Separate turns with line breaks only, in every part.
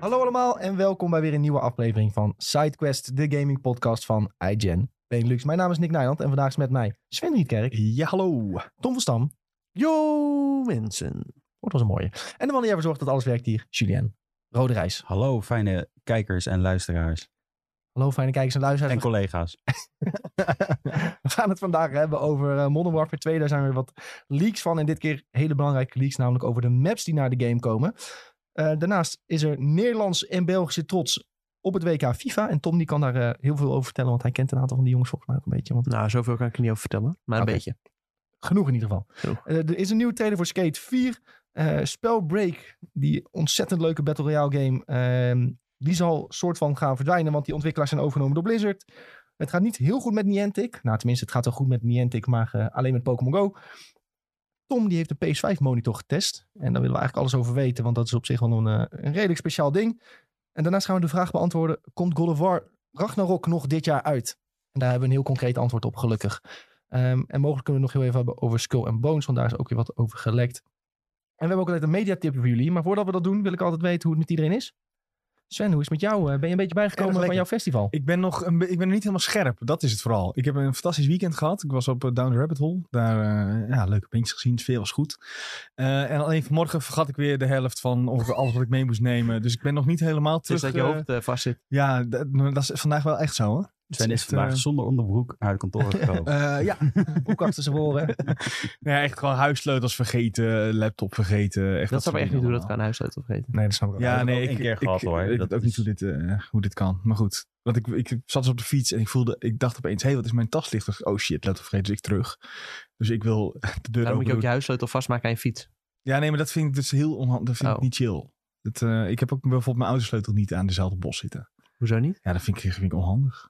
Hallo allemaal en welkom bij weer een nieuwe aflevering van SideQuest, de gaming podcast van iGen Benelux. Mijn naam is Nick Nijland en vandaag is met mij Sven Rietkerk,
Ja, hallo.
Tom van Stam,
Yo, mensen.
oh, dat was een mooie, en de man die ervoor zorgt dat alles werkt hier, Julien Rode Reis.
Hallo, fijne kijkers en luisteraars.
Hallo fijne kijkers en luisteraars.
En collega's.
We gaan het vandaag hebben over eh, Modern Warfare 2. Daar zijn weer wat leaks van. En dit keer hele belangrijke leaks, namelijk over de maps die naar de game komen. Eh, daarnaast is er Nederlands en Belgische trots op het WK FIFA. En Tom die kan daar eh, heel veel over vertellen, want hij kent een aantal van die jongens volgens mij ook een beetje. Want
Nou, zoveel kan ik er niet over vertellen, maar een
Oké.
beetje.
genoeg in ieder geval.
Genoeg.
Eh, er is een nieuwe trailer voor Skate 4. Eh Spellbreak, die ontzettend leuke Battle Royale game, ehm, die zal soort van gaan verdwijnen, want die ontwikkelaars zijn overgenomen door Blizzard. Het gaat niet heel goed met Niantic. Nou, tenminste, het gaat wel goed met Niantic, maar eh, alleen met Pokémon Go. Tom die heeft een PS5-monitor getest. En daar willen we eigenlijk alles over weten, want dat is op zich wel een, eh, een redelijk speciaal ding. En daarnaast gaan we de vraag beantwoorden, komt God of War Ragnarok nog dit jaar uit? En daar hebben we een heel concreet antwoord op, gelukkig. Ehm, en mogelijk kunnen we het nog heel even hebben over Skull and Bones, want daar is ook weer wat over gelekt. En we hebben ook altijd een mediatip voor jullie. Maar voordat we dat doen, wil ik altijd weten hoe het met iedereen is. Sven, hoe is het met jou? Eh, Ben je een beetje bijgekomen
Erg
van
lekker.
jouw festival?
Ik ben nog een, be- ik ben nog niet helemaal scherp. Dat is het vooral. Ik heb een fantastisch weekend gehad. Ik was op eh, Down the Rabbit Hole. Daar eh, ja, leuke bandjes gezien. Veel was goed. Eh, en alleen vanmorgen vergat ik weer de helft van ongeveer alles wat ik mee moest nemen. Dus ik ben nog niet helemaal terug.
Dus dat je
eh,
hoofd eh, vast zit.
ja, dat, dat is vandaag wel echt zo. Hè?
Sven is
echt, eh,
vandaag zonder onderbroek uit kantoor gekomen.
eh, ja.
Boek achter zijn oren.
ja, echt gewoon huissleutels vergeten, laptop vergeten. Echt
Dat zou ik
soort
echt niet doen,
dingen
dat kan een huissleutel vergeten.
Nee, dat snap ik
allemaal. Ja,
heb ik ook
nee, ik,
één keer
ik,
gehad, hoor.
ik weet
Dat
ook
is-
niet hoe dit, eh, hoe dit kan. Maar goed. Want ik, ik zat dus op de fiets en ik voelde, ik dacht opeens, hé, hey, wat is mijn tas licht? Dus, Oh shit, laptop vergeten, dus ik terug. Dus ik wil de
Dan moet
deur
je
open
ook je
doen.
huissleutel vastmaken aan je fiets.
Ja, nee, maar dat vind ik dus heel onhandig. Dat vind
Oh.
ik niet chill. Dat, eh, ik heb ook bijvoorbeeld mijn autosleutel niet aan dezelfde bos zitten.
Hoezo niet?
Ja, dat vind ik, vind ik onhandig.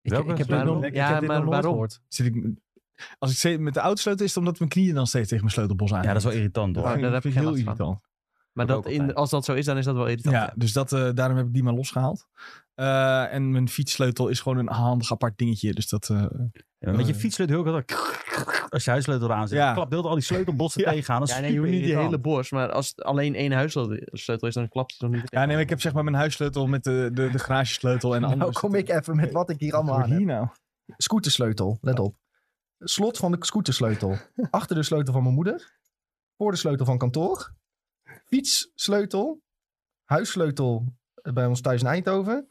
Ik,
Welke
ik heb dit
Sven?
nog,
Ja,
ik heb dit
maar
nog nooit
waarom?
gehoord.
Zit ik, als ik steeds, met de autosleutel is het omdat mijn knieën dan steeds tegen mijn sleutelbos aan.
Ja, dat is wel irritant hoor.
Oh, daar heb
vind
ik geen
heel
last van.
irritant.
Maar
Heb ik
dat
ook
in,
altijd.
als dat zo is, dan is dat wel irritant.
Ja, dus dat, eh, daarom heb ik die maar losgehaald. Eh, en mijn fietssleutel is gewoon een handig apart dingetje. Dus dat, eh,
Ja, Met je fietssleutel heel erg. Als je huissleutel eraan zit,
Ja.
klapt heel al die sleutelbossen
Ja.
tegenaan. Dat is
Ja, nee, je hoeft niet die hele
superirritant.
borst, maar als het alleen één huissleutel is, dan klapt het toch niet.
Ja, nee, maar ik heb zeg maar mijn huissleutel met de, de, de garagesleutel en
Nou
andere.
kom ik even met wat ik hier allemaal aan
Wat
heb.
hier nou?
Scootersleutel, let op. Slot van de scootersleutel. Achter de sleutel van mijn moeder. Voor de sleutel van kantoor. Fietssleutel. Huissleutel eh, bij ons thuis in Eindhoven.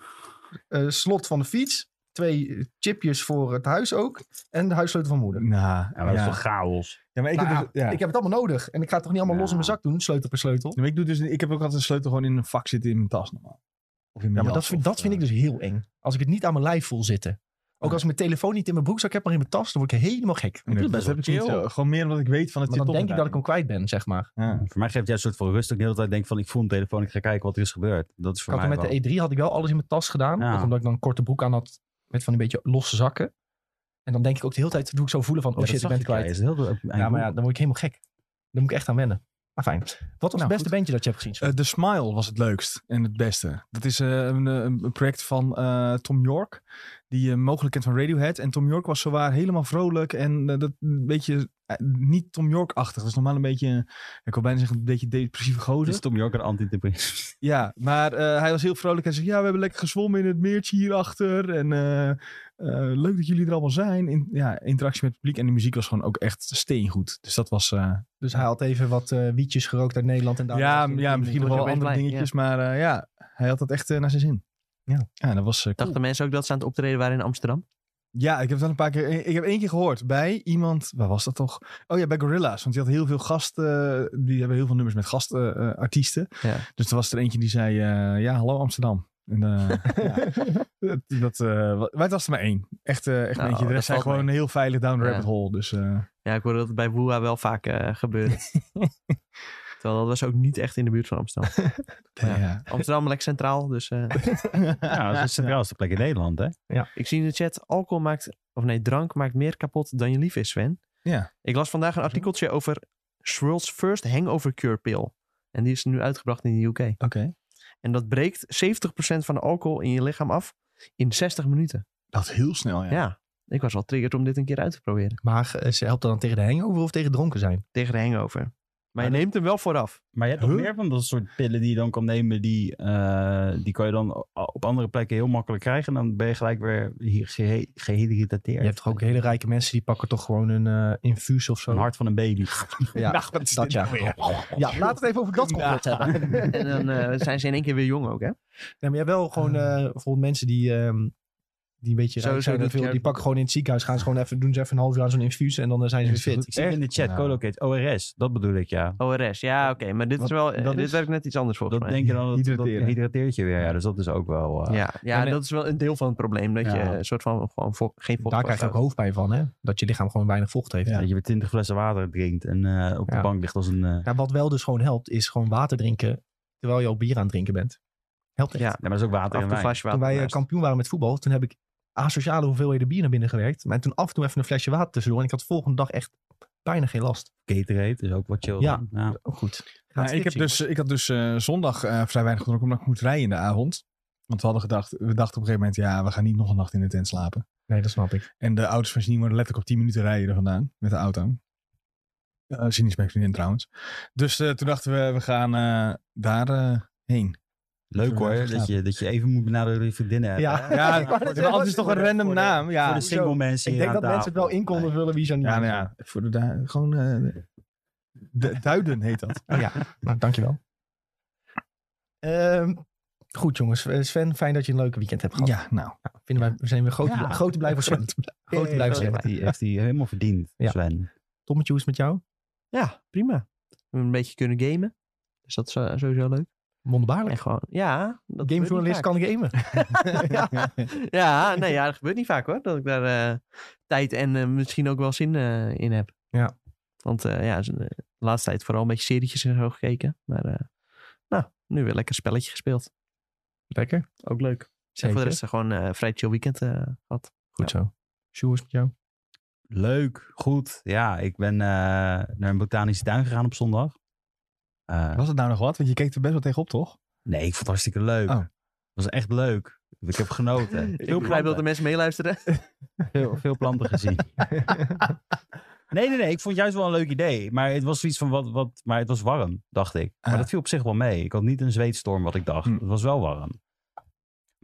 Eh, slot van de fiets. Twee chipjes voor het huis ook. En de huissleutel van moeder.
Nou,
Ja, maar dat
ja.
is toch chaos.
Ja, maar ik
Nou
heb
ja,
dus- ja.
Ik heb het allemaal nodig. En ik ga het toch niet allemaal
Ja.
los in mijn zak doen, sleutel per sleutel.
Ja, maar ik doe dus, ik heb ook altijd een sleutel gewoon in een vak zitten in mijn tas normaal. Of in mijn
Ja, maar
jas,
dat vind,
of,
dat vind ik
eh,
dus heel eng. Als ik het niet aan mijn lijf voel zitten. Ook als ik mijn telefoon niet in mijn broekzak heb, maar in mijn tas, dan word ik helemaal gek.
nee,
best
dat
wel
heb ik niet
chill.
zo. Gewoon meer omdat ik weet van het
Maar dan
zit
denk
toch
ik dat ik
erbij.
hem kwijt ben, zeg maar.
Ja.
Voor mij geeft jij een soort van rust. dat Ik de hele tijd denk van ik voel een telefoon. Ik ga kijken wat er is gebeurd. Dat is
Ik
voor
had
mij
er met
wel-
de E3 had ik wel alles in mijn tas gedaan.
Ja.
Ook omdat ik dan een korte broek aan had met van een beetje losse zakken. En dan denk ik ook de hele tijd, doe ik zo voelen van, oh
Ja, dat
shit, ik
zag
ben het
jij.
kwijt.
Is het heel-
Ja, maar ja, dan word ik helemaal gek. Dan moet ik echt aan wennen. Maar fijn. Wat was het
Nou,
beste
goed.
bandje dat je hebt gezien?
Eh, The Smile was het leukst en het beste. Dat is eh, een, eh, een project van eh, Tom York, die je mogelijk kent van Radiohead. En Tom York was zowaar helemaal vrolijk en eh, dat een beetje eh, niet Tom York-achtig. Dat is normaal een beetje, eh, ik wil bijna zeggen, een beetje depressieve gozer.
is Tom York een antidepressief.
Ja, maar eh, hij was heel vrolijk. Hij zei, ja, we hebben lekker gezwommen in het meertje hierachter. En eh, eh, leuk dat jullie er allemaal zijn. In, ja, interactie met het publiek. En de muziek was gewoon ook echt steengoed. Dus dat was... eh,
Dus hij had even wat eh, wietjes gerookt uit Nederland. En daar
ja, ja, misschien nog
Nou, was
wel
je
andere
blij,
dingetjes. Maar eh, ja, hij had dat echt eh, naar zijn zin. Ja, ja dat was eh, cool.
Dachten mensen ook dat ze aan het optreden waren in Amsterdam?
Ja, ik heb dat een paar keer. eh, Ik heb één keer gehoord bij iemand. Waar was dat toch? Oh ja, bij Gorilla's. Want die had heel veel gasten. Die hebben heel veel nummers met gastartiesten.
Ja.
Dus er was er eentje die zei: eh, Ja, hallo Amsterdam. En, eh, ja, dat, eh, wa- maar het was er maar één. Echt, eh, echt
Nou,
een eentje. De
dat
rest zijn
valt
gewoon heel veilig down the
Ja.
rabbit hole. Dus eh,
Ja, ik hoorde dat het bij Woeha wel vaak eh, gebeurde. Terwijl dat was ook niet echt in de buurt van Amsterdam. Ja.
ja.
Amsterdam lekker centraal, dus... eh,
Ja, dat is de centraalste plek in Nederland, hè?
Ik zie in de chat, alcohol maakt, of nee, drank maakt meer kapot dan je lief is, Sven.
Ja.
Ik las vandaag een artikeltje over Swirl's First Hangover Cure Pill. En die is nu uitgebracht in de UK.
Oké.
En dat breekt 70% van de alcohol in je lichaam af in 60 minuten.
Dat is heel snel, ja.
Ja. Ik was al triggerd om dit een keer uit te proberen.
Maar eh, ze helpt dat dan tegen de hangover of tegen dronken zijn?
Tegen de hangover. Maar je neemt hem wel vooraf.
Maar je hebt nog
Huh?
meer van dat soort pillen die je dan kan nemen. Die, eh, die kan je dan o- op andere plekken heel makkelijk krijgen. En dan ben je gelijk weer hier gehe- gehydrateerd.
Je hebt toch ook hele rijke mensen die pakken toch gewoon een eh, infuus of zo.
eh, een hart van een baby.
Ja,
Nou, wat is
dat
dit
ja.
nou weer?
Ja, laat het even over dat complot hebben.
En dan eh, zijn ze in één keer weer jong ook, hè?
Nee, maar je hebt wel gewoon eh, bijvoorbeeld mensen die, ehm, die een beetje
Zo-
rijk
zo
zijn. en
dat
veel,
je-
die pakken gewoon in het ziekenhuis, gaan ze gewoon even, doen ze even een half jaar zo'n infuus en dan eh, zijn ze weer fit.
Ik zie in de chat,
Nou.
colocate, ORS. Dat bedoel ik, ja.
ORS, ja, oké. maar dit, is wel,
dat
eh, dit
is-
werkt net iets anders volgens
Dat
mij.
denk je dan, dat, dat
Hydrateren.
hydrateert je weer. Ja, dus dat is ook wel... eh,
ja, ja
En, eh,
dat is wel een deel van het probleem. Dat
Ja.
je een soort van gewoon vo- geen vocht
Daar krijg je ook
vasthoudt.
hoofdpijn van, hè? Dat je lichaam gewoon weinig vocht heeft.
Ja, Dat je weer 20 flessen water drinkt en eh, op
Ja.
de bank ligt als een... eh,
Nou, wat wel dus gewoon helpt, is gewoon water drinken terwijl je al bier aan het drinken bent. Helpt echt.
Ja,
Nee, maar dat is ook water
Af
en
en toe
wijn.
flesje water
Toen wij eh,
ernaast.
kampioen waren met voetbal, toen heb ik asociale hoeveelheden bier naar binnen gewerkt. Maar toen af en toe even een flesje water tussendoor. En ik had de volgende dag echt bijna geen last.
Gatorade is ook wat chill.
Ja.
dan. ja.
Ook goed.
Nou, ik, heb dus, ik had dus eh, zondag eh, vrij weinig gedronken omdat ik moet rijden in de avond. Want we hadden gedacht, we dachten op een gegeven moment, ja, we gaan niet nog een nacht in de tent slapen.
Nee, dat snap ik.
En de ouders van Janine worden letterlijk op 10 minuten rijden er vandaan met de auto. Uh, Janine is mijn vriendin trouwens. Dus eh, toen dachten we, we gaan eh, daar eh, heen.
Leuk hoor,
Ja.
dat je, dat je even moet benaderen hoe je vriendinnen hebt.
Ja.
hè?
Ja,
Ik wou net
want
zeggen,
anders is toch een
voor de-
random
voor de-
naam. Ja,
Voor de single
Zo.
mensen
Ik
hier
denk
aan
dat mensen het wel
tafel.
in konden vullen wie Janine
ja,
is.
nou ja, voor de da- gewoon eh, de- duiden heet dat.
Nou, dankjewel. Ehm, goed jongens. Eh, Sven, fijn dat je een leuke weekend hebt gehad.
Ja, nou.
Vinden wij, we zijn weer grote,
Ja.
grote blij voor Sven. Grote blij voor
grote
Sven.
blij.
Heeft die, heeft die helemaal verdiend,
Ja.
Sven.
Tommetje, hoe is het met jou?
Ja, prima. We hebben een beetje kunnen gamen. Dus dat is eh, sowieso leuk. En
Wonderbaarlijk.
gewoon, ja. dat
Gamejournalist
gebeurt
kan gamen.
niet vaak. ja. ja, nee, ja, dat gebeurt niet vaak hoor. Dat ik daar eh, tijd en eh, misschien ook wel zin eh, in heb.
Ja.
Want eh, ja, z- de laatste tijd vooral een beetje serietjes en zo gekeken. Maar eh, nou, nu weer lekker spelletje gespeeld.
Lekker.
Ook leuk. En voor de rest eh, gewoon eh, vrij chill weekend eh, gehad.
Goed zo. Sjoe, hoe is het met jou?
Leuk, goed. Ja, ik ben eh, naar een botanische tuin gegaan op zondag.
Oh.
Eh,
Was het nou nog wat? Want je keek er best wel tegenop,
Nou,
toch?
nee, ik vond het hartstikke leuk.
Oh.
Het was echt leuk. Ik heb genoten.
Ik begrijp dat de mensen meeluisteren.
veel, veel planten gezien. nee, nee, nee. Ik vond het juist wel een leuk idee. Maar het was zoiets van wat, wat maar het was warm, dacht ik. Maar
Ah.
dat viel op zich wel mee. Ik had niet een zweetstorm wat ik dacht.
Hm.
Het was wel warm.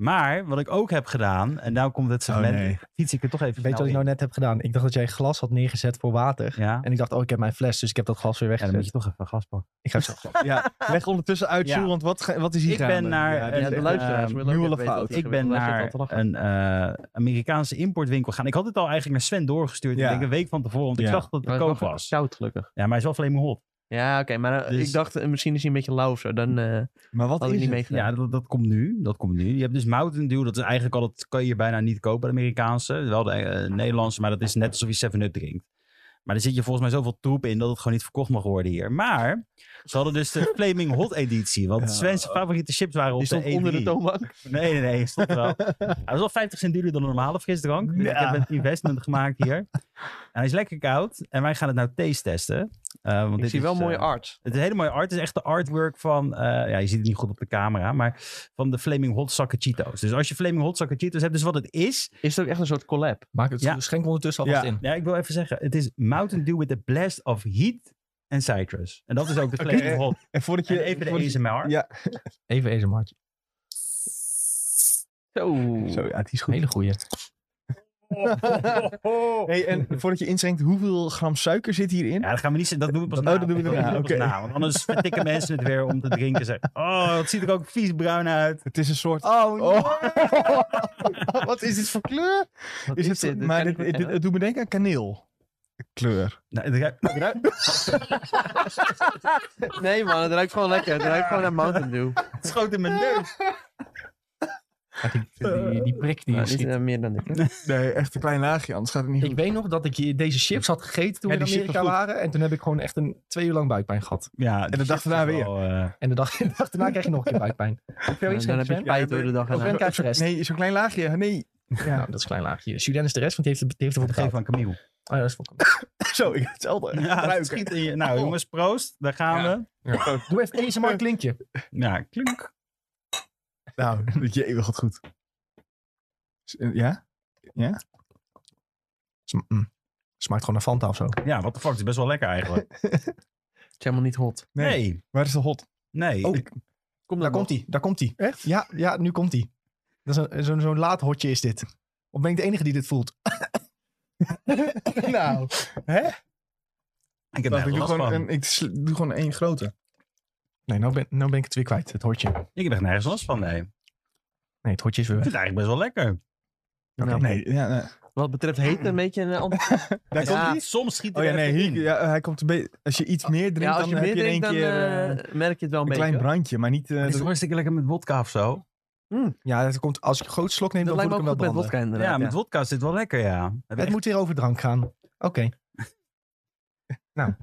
Maar wat ik ook heb gedaan, en nou komt
Oh,
het segment,
Oh, nee.
fiets ik er toch even
Weet je wat
snel
ik nou
in.
net heb gedaan? Ik dacht dat jij glas had neergezet voor water.
Ja?
En ik dacht, oh, ik heb mijn fles, dus ik heb dat glas weer
ja,
weggezet.
dan moet je toch even gas pakken.
Ik ga zo glas.
Ja, leg ondertussen uit,
Ja.
Sjoerd, want wat, ga- wat is hier
Ik
gaande?
ben naar,
Ja, dit
eh,
Ja,
is echt,
de
eh,
luisteraars willen ook
mulle
even weten
fout.
wat
Ik ben naar
gebeurt, want ze
een eh, Amerikaanse importwinkel gegaan. Ik had het al eigenlijk naar Sven doorgestuurd.
Ja.
Ik denk een week van tevoren, want ik
Ja.
zag dat
zaten
het
te lachen.
koop
Maar het
was.
was koud gelukkig.
Ja, maar hij is wel flaming hot.
Ja, oké, maar eh,
Dus-
ik dacht eh, misschien is hij een beetje lauw of zo. Dan eh
Maar wat
had
is
ik niet
het?
meegedaan.
Ja, dat, dat komt nu. Dat komt nu. Je hebt dus Mountain Dew. Dat is eigenlijk al, dat kan je bijna niet kopen, de Amerikaanse. Wel de eh, Nederlandse, maar dat is net alsof je 7-Up drinkt. Maar er zit je volgens mij zoveel troep in dat het gewoon niet verkocht mag worden hier. Maar ze hadden dus de Flaming Hot editie. Want
Ja.
Sven's favoriete chips waren op
Die stond
de E E3.
onder de toonbank.
Nee, nee, nee. Stond er wel. Hij was wel 50 cent duurder dan een normale frisdrank. Dus ik
Ja.
heb een investment gemaakt hier. En hij is lekker koud. En wij gaan het nou taste testen. Eh, want
Ik
dit
zie wel
is,
mooie
eh,
art.
het is een hele mooie art. Het is echt de artwork van, eh, ja, je ziet het niet goed op de camera, maar van de Flaming Hot Zakken Cheetos. Dus als je Flaming Hot Zakken Cheetos hebt, dus wat het is.
Is het ook echt een soort collab?
Maak het,
Ja.
schenk ondertussen alvast
Ja.
in.
Ja, ik wil even zeggen, het is Mountain Dew with a blast of heat en citrus. En dat is ook de Flaming
Oké.
Hot.
En voordat
En
je...
even de
voordat je-
ASMR.
Ja.
Even even maatje.
Zo.
Zo, ja, het is goed.
Hele goeie.
Hey, en voordat je inschenkt, hoeveel gram suiker zit hierin?
Ja, dat gaan we niet zeggen. Dat doen we pas
Oh,
na.
dat doen we daarna,
pas
oké.
na, Want anders vertikken mensen het weer om te drinken. en Zeggen, oh, dat ziet er ook vies bruin uit.
Het is een soort...
Oh,
Wat is dit voor kleur?
Wat
Is het,
Dit
maar
kan ik niet
dit, dit,
kennen.
het doet me denken aan kaneelkleur.
Nou, het ruikt-
Nee man, het ruikt gewoon lekker. Het ruikt gewoon naar Mountain Dew.
het schoot in mijn neus.
Die, die, die prik die
Nou,
je
niet
schiet.
eh, meer dan dit. hè?
Nee, echt een klein laagje, anders gaat het niet
Ik weet nog dat ik je- deze chips had gegeten toen
Ja,
we in
die chips
Amerika
was
waren. En toen heb ik gewoon echt een twee uur lang buikpijn gehad.
Ja,
En de dag daarna weer.
eh,
En de dag, de dag daarna krijg je nog een keer buikpijn. Veel
Dan heb je spijt door de dag
Of
erna.
een krijg je rest.
Nee, zo'n klein laagje. Nee.
Nou, dat is een klein laagje. Sudan is de rest, want die heeft, die heeft ervoor
Dat geef
betaald.
van Camille.
Oh, ja, dat is voor-
Zo, ik hetzelfde.
Ja, het
Ruiken.
schiet in je. Nou,
Oh.
jongens, proost. Daar gaan
Ja.
we.
Doe even een smart klinkje.
Ja, klink.
Nou, je gaat goed. S- eh, Ja?
Sm- mm. Smaakt gewoon naar Fanta of zo.
Ja, wat de fuck. Het is best wel lekker eigenlijk.
is helemaal niet hot. Nou,
Nee.
Nee.
Waar is de hot?
Nee.
Oh,
Ik-
daar komt hij, daar komt hij. Echt? Ja, ja nu komt hij. Dat is een- Zo'n zo'n laat hotje is dit. Of ben ik de enige die dit voelt? nou,
ik heb
Wacht,
er
ik, doe
last
gewoon
van.
een, ik sl- doe gewoon één grote.
nee, nou ben, nou ben ik het weer kwijt, het hotje.
Ik heb echt nergens last van, nee. Ik
Nee, het hotje is weer weg.
vind het eigenlijk best wel lekker.
Nou,
Nee, ja, nee.
Wat betreft heet een beetje eh, een ander...
Daar
Ja.
komt hij.
Soms schiet
Oh
er
ja, nee,
even
hier,
in.
ja, hij komt een beetje... Als je iets meer drinkt,
Ja, als je
dan
meer
heb je in één
drinkt, dan
keer eh,
eh, merk je het wel een,
een
beetje.
klein
hoor.
brandje. Maar niet... eh,
Het is
dat-
toch hartstikke lekker met wodka of zo?
Ja, dat komt, als ik een groot slok neem, dan
Dat lijkt
voel
me
ik
ook
hem
goed
wel
met
branden.
vodka inderdaad.
Ja,
ja.
met wodka is dit wel lekker, ja. Heb je
Het
echt-
moet weer over drank gaan. Oké.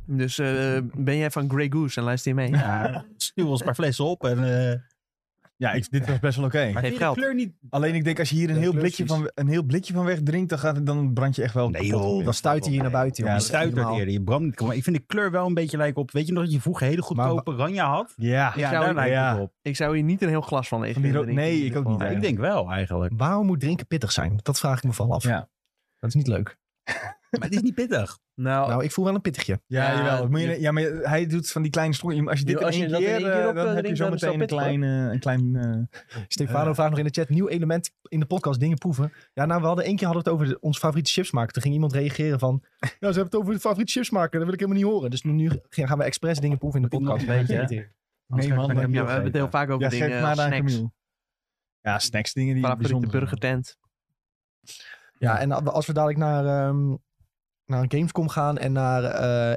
Dus eh, ben jij van Grey Goose en luister je mee?
Ja, stuur ons een paar flessen op en... eh,
Ja, ik, dit was best wel oké.
maar
Geef
vind je de
geld.
kleur niet...
Alleen ik denk, als je hier een
Ja,
heel, blikje
precies.
van, een heel blikje van wegdrinkt, dan, gaat het, dan brand je echt wel
Nee
kapot.
joh.
Dan stuit hij hier naar buiten,
Ja,
Je
jongens.
dat
stuitert
Helemaal.
eerder, je brandt niet. Maar ik vind de kleur wel een beetje lijken op... Weet je nog dat je vroeger hele goedkope oranje had?
Ja.
Ja,
zou-
daar lijkt
Ja.
het op.
Ik zou hier niet een heel glas van leeg
Van die
willen
ro-
drinken
nee,
in
ik
ieder
ook
geval.
niet,
Ja,
Ja.
ik denk wel, eigenlijk.
Waarom moet drinken pittig zijn? Dat vraag ik me vooral af.
Ja.
Dat is niet leuk.
Maar het is niet pittig.
Nou,
Nou, ik voel wel een pittigje.
Ja,
Ja,
jawel. Dat Moet je,
je-
ja, maar hij doet van die kleine strongen. Als je dit
Joh,
in
als je
één
dat in
keer,
één keer
eh,
op,
dan
eh,
heb je
drinkt, dan is het
zometeen een
wel pittig,
klein... eh, een klein eh,
Stefano vraagt nog in de chat, nieuw element in de podcast, dingen proeven. Ja, nou, we hadden één keer hadden we het over de- ons favoriete chips maken. Toen ging iemand reageren van, nou, ze hebben het over de favoriete chips maken. Dat wil ik helemaal niet horen. Dus nu- nu gaan we expres dingen proeven in de
Moet
podcast.
iemand weten, hè?
Nee, man,
heb
dan-
ja, we hebben het heel vaak over
ja,
dingen, eh,
geef maar
als
daar een
snacks.
Camille. Ja, snacks, dingen die
Favoriete
bijzonder zijn.
burgertent.
Ja, en als we dadelijk naar, ehm, naar Gamescom gaan en naar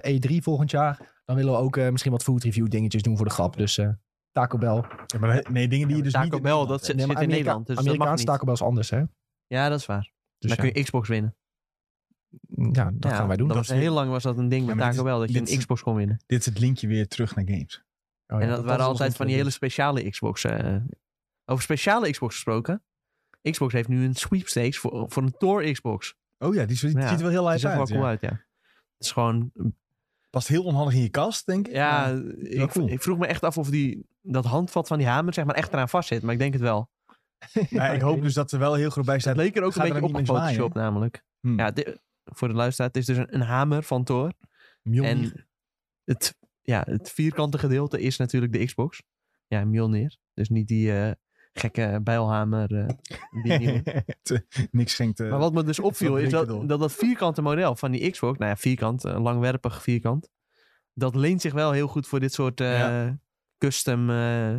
eh, E3 volgend jaar, dan willen we ook eh, misschien wat food review dingetjes doen voor de grap. Dus eh, Taco Bell.
Ja, maar dat- nee, dingen die je dus niet...
Taco
in
Bell,
Nederland
dat
hebt.
zit,
Nee, maar
zit in
Amerika-
Nederland, dus dat mag
Amerikaanse
niet.
Taco Bell is anders, hè?
Ja, dat is waar.
Dus
dan kun
ja,
je Xbox winnen.
Mm, ja, dat
Ja,
gaan wij doen.
Dat
Dat
was heel lang was dat een ding
Ja,
met
maar dit
Taco
is-
Bell, dat je
dit
een
is- Oh
Xbox kon winnen.
Dit is het linkje weer terug naar games.
Oh ja,
en dat, waren
is
altijd
nog
van die hele
niet
speciale Xbox. eh. over speciale Xbox gesproken. Xbox heeft nu een sweepstakes voor, voor een Tour Xbox.
Oh ja, die ziet
Ja,
ziet er wel heel
Dat ziet
uit
er wel
uit.
cool
ja.
uit, ja. Het is gewoon...
Past heel onhandig in je kast, denk ik.
Ja,
Maar- wel
ik,
cool.
ik vroeg me echt af of die, dat handvat van die hamer zeg maar, echt eraan vast zit. Maar ik denk het wel.
maar ik hoop dus dat er wel heel groot bij
Het
staat.
leek er ook
gaat
een
er
beetje op
niet mee zwaaien,
gefotoshopt namelijk.
Hmm.
Ja, di- voor de luisteraar, het is dus een, een hamer van Thor.
Mjolnir.
En het, ja, het vierkante gedeelte is natuurlijk de Xbox. Ja, Mjolnir. Dus niet die eh, gekke bijlhamer. eh, die nieuwe.
Te- Niks schenkt... eh,
maar wat me dus opviel
dat
is
drinken
dat,
door.
dat dat vierkante model van die Xbox, nou ja, vierkant, een langwerpig vierkant, dat leent zich wel heel goed voor dit soort eh,
Ja.
custom eh,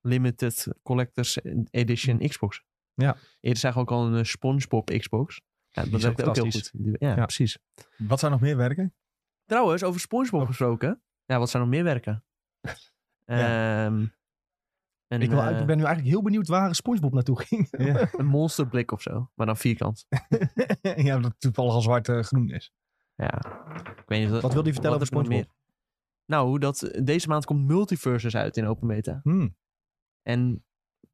limited collectors edition Xbox.
Ja.
Eerder zagen we ook al een eh, SpongeBob Xbox. Ja, dat
is ook
werkt ook heel goed.
fantastisch.
Die- ja,
Ja.
precies.
Wat zou nog meer werken?
Trouwens, over SpongeBob gesproken. Ja, wat zou nog meer werken? Ehm, een,
Ik, wil,
eh,
ik ben nu eigenlijk heel benieuwd waar Spongebob naartoe ging.
Ja,
een monsterblik of zo, maar dan vierkant.
ja dat toevallig al zwart eh, groen is.
Ja. Ik weet niet of dat-
Wat wil hij vertellen
wat
over
is er nog
Spongebob?
Nou, hoe dat, deze maand komt Multiverses uit in Open Beta.
Hmm.
En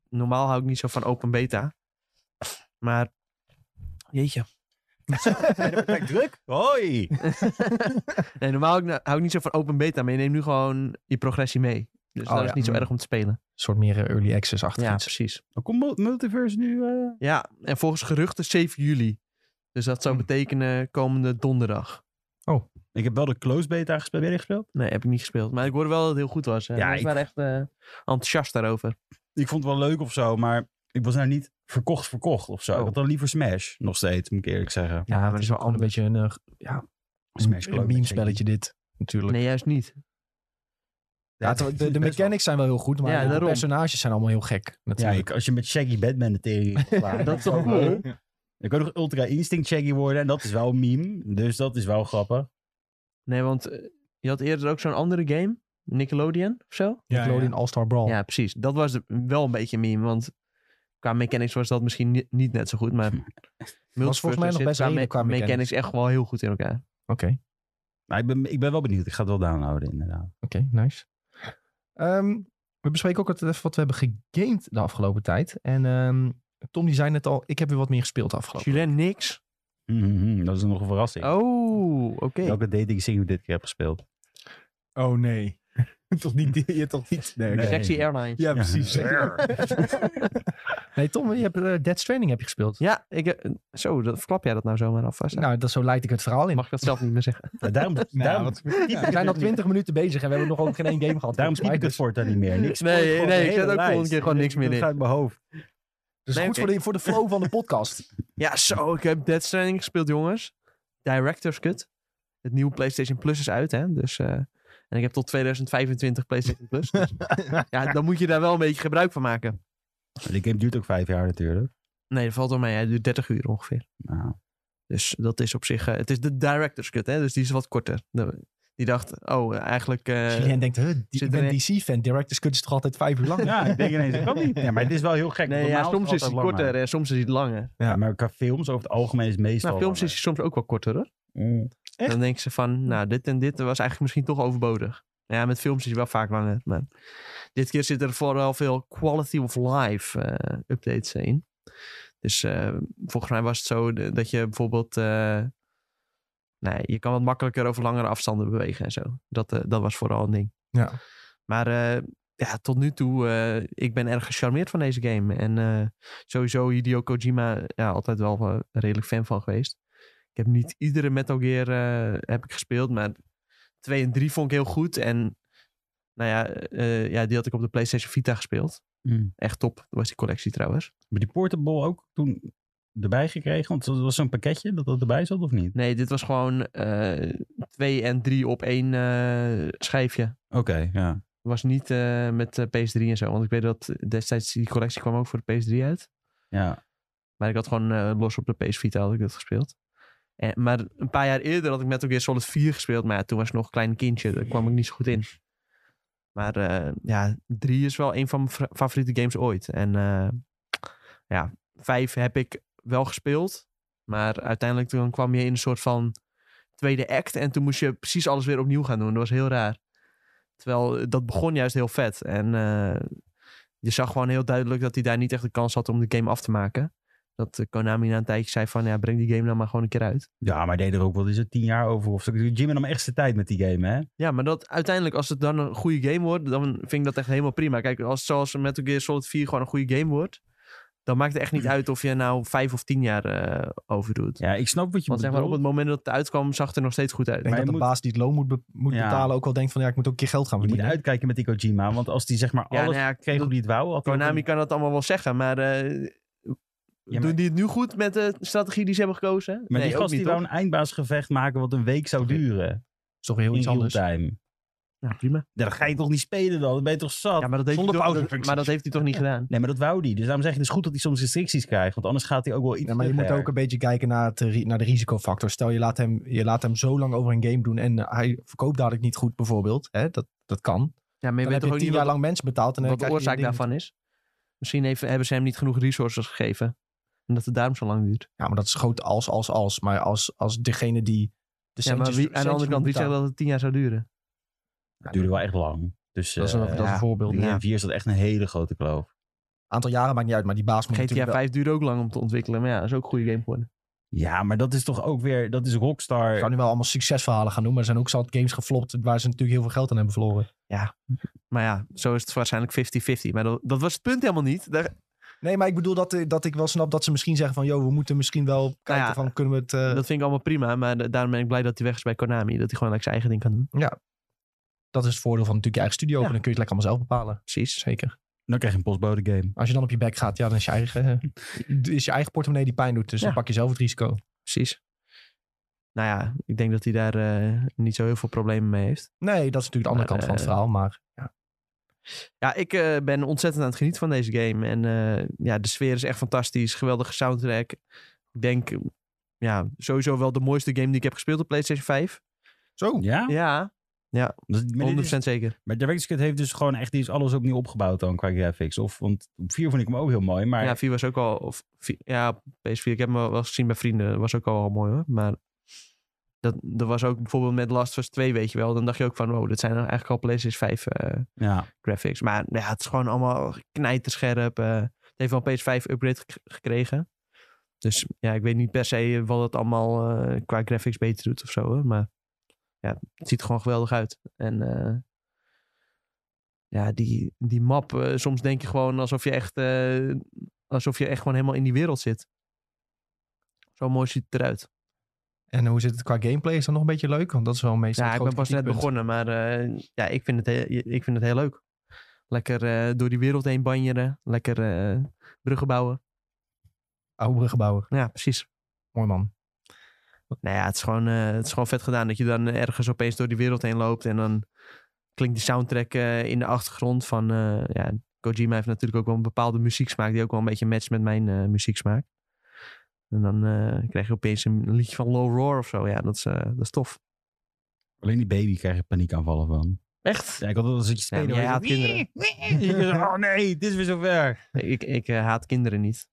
normaal hou ik niet zo van Open Beta. Maar, jeetje.
Kijk, druk. Hoi.
Nee, normaal hou ik, na- hou ik niet zo van Open Beta, maar je neemt nu gewoon je progressie mee. Dus
Oh,
dat
ja.
is niet zo
Hmm.
erg om te spelen.
Een soort meer eh, early access-achtig
Ja,
iets.
precies.
Maar Komt Mul- Multiverse nu... eh,
Ja, en volgens geruchten 7 juli. Dus dat zou
Hmm.
betekenen komende donderdag.
Ik heb wel de close beta gespeeld. Ben je die gespeeld?
Nee, heb ik niet gespeeld. Maar ik hoorde wel dat het heel goed was.
Ja,
Ja, ik
ik-
was echt eh, enthousiast daarover.
Ik vond het wel leuk of zo, maar ik was nou niet verkocht verkocht of zo.
Oh.
Ik had dan liever Smash nog steeds, moet ik eerlijk zeggen.
Ja, maar het is wel
allemaal
een beetje een, eh, ja,
Smash
een meme-spelletje dit, natuurlijk.
Nee, juist niet.
Ja, de, de, de mechanics zijn wel heel goed, maar
Ja,
de
daarom.
personages zijn allemaal heel gek.
Ja,
Natuurlijk.
ik- als je met Shaggy Batman de tering slaat.
Dat is toch cool?
Dan kan nog Ultra Instinct Shaggy worden en dat is wel een meme. Dus dat is wel grappig.
Nee, want eh, je had eerder ook zo'n andere game. Nickelodeon of zo.
Ja,
Nickelodeon All-Star Brawl.
Ja, precies. Dat was de- wel een beetje een meme. Want qua mechanics was dat misschien ni- niet net zo goed. Maar
Was volgens mij nog
zit
best
qua, me-
redelijk qua
mechanics.
mechanics.
echt wel heel goed in elkaar.
Oké,
Maar ik ben, ik ben wel benieuwd. Ik ga het wel downloaden inderdaad.
oké, nice. Ehm, we bespreken ook wat, even wat we hebben gegamed de afgelopen tijd. En ehm, Tom die zei net al, ik heb weer wat meer gespeeld de afgelopen
Julien niks.
Mhm, dat is nog een verrassing.
Oh, oké.
Welke dating sim ik dit keer heb gespeeld.
Oh nee. toch niet, je toch niet. Nee, oké.
Nee.
Sexy Airlines.
Ja, precies.
Nee, Tom, je hebt eh, Dead Stranding heb je gespeeld.
Ja, ik, eh, zo, dat, verklap jij dat nou zomaar alvast?
Nou, dat, zo leid ik het verhaal in.
Mag ik dat zelf niet meer zeggen?
Ja, daarom daarom,
we zijn al twintig minuten bezig en we hebben nog ook geen één game gehad.
daarom
volgens
typ
mij.
ik het
Dus-
Forza niet meer. Niks
Nee,
gewoon
nee,
de
ik zet
hele
ook volgende
lijst.
keer gewoon niks meer
Dat
in.
gaat uit mijn hoofd.
Dus
Nee,
goed
oké.
voor, de, voor de flow van de podcast.
Ja, zo, ik heb Dead Stranding gespeeld, jongens. Director's Cut. Het nieuwe PlayStation Plus is uit, hè. Dus, eh, en ik heb tot 2025 PlayStation Plus. Dus, ja, dan moet je daar wel een beetje gebruik van maken.
Die game duurt ook vijf jaar natuurlijk.
Nee, dat valt door mij. Het duurt 30 uur ongeveer.
Nou,
Dus dat is op zich... eh, het is de Director's Cut, hè. Dus die is wat korter. De- Die dacht, oh, eh, eigenlijk... eh,
Julien denkt, huh, die, ik
zit
ben
erin.
DC-fan. Directors Cut is toch altijd vijf uur lang?
ja, ik denk ineens, dat kan niet. Ja, maar het is wel heel gek.
nee, ja,
Normaal
soms is
het
die
altijd
korter
langer.
en soms is die langer.
Ja, maar qua films over het algemeen is het meestal
Nou, films is
langer.
die soms ook wel korter, hoor.
Mm.
Echt?
Dan denken ze van, nou, dit en dit was eigenlijk misschien toch overbodig. Nou Ja, met films is het wel vaak langer. Maar dit keer zitten er vooral veel quality of life eh, updates in. Dus eh, volgens mij was het zo de- dat je bijvoorbeeld... eh, nee, je kan wat makkelijker over langere afstanden bewegen en zo. Dat, eh, dat was vooral een ding.
Ja.
Maar eh, ja, tot nu toe, eh, ik ben erg gecharmeerd van deze game. En eh, sowieso Hideo Kojima, ja, altijd wel eh, redelijk fan van geweest. Ik heb niet iedere Metal Gear eh, heb ik gespeeld, maar 2 en 3 vond ik heel goed. En nou ja, eh, ja, die had ik op de PlayStation Vita gespeeld.
Mm.
Echt top, dat was die collectie trouwens.
Maar die Portable ook toen erbij gekregen? Want dat was zo'n pakketje dat dat erbij zat of niet?
Nee, dit was gewoon 2 en 3 op één eh, schijfje.
Oké, ja.
Was niet eh, met eh, PS3 en zo, want ik weet dat destijds die collectie kwam ook voor de PS3 uit.
ja.
Maar ik had gewoon eh, los op de PS Vita had ik dat gespeeld. En, maar een paar jaar eerder had ik Metal Gear Solid 4 gespeeld. Maar ja, toen was ik nog een klein kindje. Daar kwam ik niet zo goed in. Maar eh, ja, 3 is wel een van mijn fra- favoriete games ooit. En eh, ja, 5 heb ik wel gespeeld. Maar uiteindelijk toen kwam je in een soort van tweede act. En toen moest je precies alles weer opnieuw gaan doen. Dat was heel raar. Terwijl eh, dat begon juist heel vet. En eh, je zag gewoon heel duidelijk dat hij daar niet echt de kans had om de game af te maken dat eh, Konami na een tijdje zei van ja, breng die game nou maar gewoon een keer uit.
ja, maar hij deed er ook wel eens een tien jaar over. Of zo. Jimmy nam echt zijn tijd met die game, hè?
Ja, maar dat uiteindelijk als het dan een goede game wordt, dan vind ik dat echt helemaal prima. Kijk, als zoals Metal Gear Solid 4 gewoon een goede game wordt, dan maakt het echt niet uit of je nou vijf of tien jaar eh over doet.
Ja, ik snap wat je
Want zeg maar, op
bedoelt.
het moment dat het uitkwam, zag het er nog steeds goed
Ik
uit.
denk
Maar
dat de
je moet-
baas die het loon moet, be- moet
Ja.
betalen ook al denkt van ja, ik moet ook een keer geld gaan
Je moet
verdienen.
uitkijken met die Kojima. Want als die zeg maar
Ja,
alles
nou ja,
kreeg
dat-
hoe die het wou... Had hij ook
Konami
een-
kan dat allemaal wel zeggen, maar, eh,
maar-
doen die het nu goed met de strategie die ze hebben gekozen?
Maar
nee,
die
ook
gast die
niet,
wou
toch?
een eindbaasgevecht maken wat een week zou
Oké.
duren.
is toch weer heel
in
iets
real
anders.
time.
Ja, prima.
Ja, dan ga je toch niet spelen dan? Dan ben je toch zat?
Ja, maar dat heeft,
Zonder
hij toch,
pauzefuncties.
maar dat heeft hij toch niet gedaan?
Nee, maar dat wou die. Dus daarom zeg ik, het is goed dat hij soms restricties krijgt. Want anders gaat hij ook wel iets
Ja, maar je
te
moet
ver.
ook een beetje kijken naar, het, eh, ri- naar de risicofactor. Stel, je laat, hem, je laat hem zo lang over een game doen en eh, hij verkoopt dadelijk niet goed bijvoorbeeld. Hè? Dat, dat kan.
Ja, maar je
Dan
weet
heb
toch
je
ook
tien
niet
jaar
wat-
lang mensen betaald. En dan
wat de
krijg je je
oorzaak
ding niet.
daarvan is. Misschien heeft, hebben ze hem niet genoeg resources gegeven. En dat het daarom zo lang duurt.
Ja, maar dat is groot als, als, als. Maar als, als degene die de
Ja, maar
centjes-
wie, aan de
centjes
andere
moet
kant, wie zegt
betalen.
dat het tien jaar zou duren?
Het duurde wel echt lang. Dus
Dat is een,
eh,
dat is een
ja.
voorbeeld.
drie
Een
en vier zat echt een hele grote kloof.
aantal jaren maakt niet uit, maar die baas moet
GTA
natuurlijk wel-
5 duurde ook lang om te ontwikkelen. Maar ja, dat is ook een goede game geworden.
Ja, maar dat is toch ook weer... Dat is Rockstar.
Ik kan nu wel allemaal succesverhalen gaan noemen. Er zijn ook zat games geflopt waar ze natuurlijk heel veel geld aan hebben verloren.
Maar ja, zo is het waarschijnlijk 50-50. Maar dat, dat was het punt helemaal niet. Daar,
Nee, maar ik bedoel dat, eh, dat ik wel snap dat ze misschien zeggen van... joh, we moeten misschien wel kijken
Nou ja,
van kunnen we het... eh,
dat vind ik allemaal prima. Maar da- daarom ben ik blij dat hij weg is bij Konami. Dat hij gewoon lekker zijn eigen ding kan doen.
Dat is het voordeel van natuurlijk je eigen studio.
Ja.
En dan kun je het lekker allemaal zelf bepalen.
Precies.
Zeker.
Dan krijg je een postbode game.
Als je dan op je bek gaat, ja, dan is je eigen, eh, is je eigen portemonnee die pijn doet. Dus dan
Ja.
pak je zelf het risico.
Precies. Nou ja, ik denk dat hij daar eh, niet zo heel veel problemen mee heeft.
Nee, dat is natuurlijk de andere
Maar,
kant van het
eh,
verhaal. Maar
Ja, ik eh, ben ontzettend aan het genieten van deze game. En eh, ja, de sfeer is echt fantastisch. Geweldige soundtrack. Ik denk, eh, ja, sowieso wel de mooiste game die ik heb gespeeld op PlayStation 5.
zo.
Ja?
Ja,
Dat, maar,
100%
dit is-
zeker.
maar Director's Cut heeft dus gewoon echt... Die is alles opnieuw opgebouwd dan qua graphics. Of, want op vier vond ik hem ook heel mooi. Maar
Ja, 4 was ook al... Of, vi- ja, PS4, ik heb hem wel wel eens gezien bij vrienden. Dat was ook al wel mooi hoor. Maar dat, dat was ook bijvoorbeeld met Last of Us 2, weet je wel. Dan dacht je ook van, wow, dit zijn nou eigenlijk al PlayStation 5 eh,
ja.
graphics. Maar ja, het is gewoon allemaal knijterscherp. eh het heeft wel een PS5 upgrade gek- gekregen. Dus ja, ik weet niet per se eh, wat het allemaal eh, qua graphics beter doet of zo. Hoor. Maar ja, het ziet er gewoon geweldig uit. En eh, ja, die, die map, eh, soms denk je gewoon alsof je echt, eh, alsof je echt gewoon helemaal in die wereld zit. Zo mooi ziet het eruit.
En hoe zit het qua gameplay? Is dat nog een beetje leuk? Want dat is wel meestal
Ja,
het
ik ben
grote
pas net
kritiekpunt.
begonnen, maar eh, ja, ik vind, het heel, ik vind het heel leuk. Lekker eh, door die wereld heen banjeren, lekker eh, bruggen bouwen.
Oude bruggenbouwer.
Ja, precies.
Mooi man.
Nou ja, het is, gewoon, eh, het is gewoon vet gedaan dat je dan ergens opeens door die wereld heen loopt. En dan klinkt die soundtrack eh, in de achtergrond van... eh, ja, Kojima heeft natuurlijk ook wel een bepaalde muzieksmaak die ook wel een beetje matcht met mijn eh, muzieksmaak. En dan eh, krijg je opeens een liedje van Low Roar of zo. Ja, dat is, eh, dat is tof.
Alleen die baby krijg je paniekaanvallen van.
Echt?
Ja, ik had dat als ik
Ja, maar
spelen.
jij
was
haat
ik zo,
kinderen.
"Wee, wee." Oh nee, dit is weer zover.
Ik, ik eh, haat kinderen niet.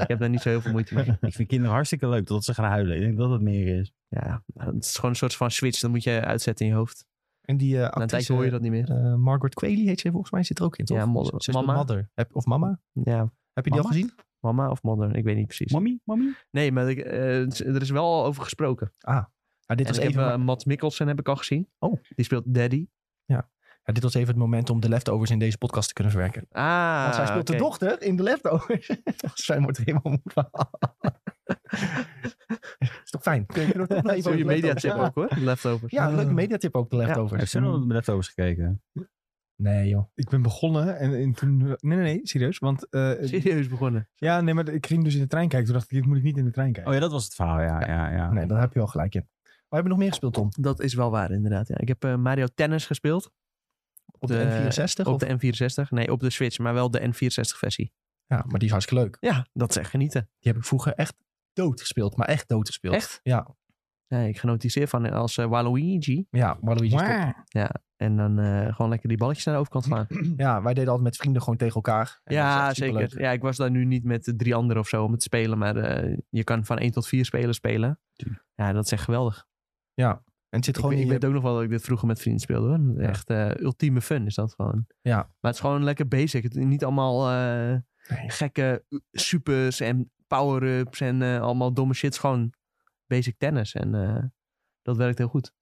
Ik heb daar niet zo heel veel moeite mee.
ik vind kinderen hartstikke leuk totdat ze gaan huilen. Ik denk dat dat meer is.
Ja, nou, het is gewoon een soort van switch. Dat moet je uitzetten in je hoofd.
En die eh,
Na een
actrice
tijdje hoor je dat niet meer.
eh, Margaret Qualley heet ze volgens mij, zit er ook in toch?
Ja, Mother-
Ze speelt
Mama.
Mother. Heb- of Mama.
Ja,
Heb je die al
Mama?
gezien?
mama of mother, ik weet niet precies.
Mommy, mommy?
Nee, maar ik, eh, er is wel al over gesproken.
Ja, dit,
En
was
ik
even,
heb, eh, Matt Mikkelsen heb ik al gezien.
Oh.
Die speelt Daddy.
ja, dit was even het moment om de leftovers in deze podcast te kunnen verwerken.
Ah,
Want zij speelt de
oké.
dochter in de leftovers. zij wordt er helemaal moe van. is toch fijn? Kun je er toch nog even over leftovers-
Goeie mediatip ook hoor, leftovers. Ah.
Ja, ja, leuke mediatip ook, de leftovers.
Heeft ze nog net over gekeken?
Nee joh.
Ik ben begonnen en, en toen... Nee, nee, nee, serieus. Want eh,
Serieus begonnen.
ja, nee, maar ik ging dus in de trein kijken. Toen dacht ik, dit moet ik niet in de trein kijken.
Oh ja, dat was het verhaal, ja. ja, ja.
Nee, daar heb je wel gelijk in. Waar heb je nog meer gespeeld, Tom?
Dat is wel waar inderdaad. Ja. Ik heb eh, Mario Tennis gespeeld.
Op de, N64?
Op
of?
de N64. Nee, op de Switch, maar wel de N64 versie.
Ja, maar die is hartstikke leuk.
Ja, dat is echt genieten.
Die heb ik vroeger echt dood gespeeld. Maar echt dood gespeeld.
Echt?
Ja,
Ja, ik genoot die zeer van als eh, Waluigi.
ja Waluigi is top.
Waar?
En dan eh, gewoon lekker die balletjes naar de overkant slaan.
Ja, wij deden altijd met vrienden gewoon tegen elkaar. En dat is
Ja,
echt superleuk.
zeker. Ja, ik was daar nu niet met de drie anderen of zo om het te spelen. Maar eh, je kan van één tot vier spelers spelen. Ja, dat is echt geweldig.
En het zit
Ik,
gewoon
weet-
in
ik
je-
weet ook nog wel dat ik dit vroeger met vrienden speelde. Hoor.
Ja.
Echt eh, ultieme fun is dat gewoon.
Ja.
Maar het is gewoon lekker basic. Het, niet allemaal eh,
Nee.
gekke supers en power-ups en eh, allemaal domme shit. Het is gewoon basic tennis. En eh, dat werkt heel goed.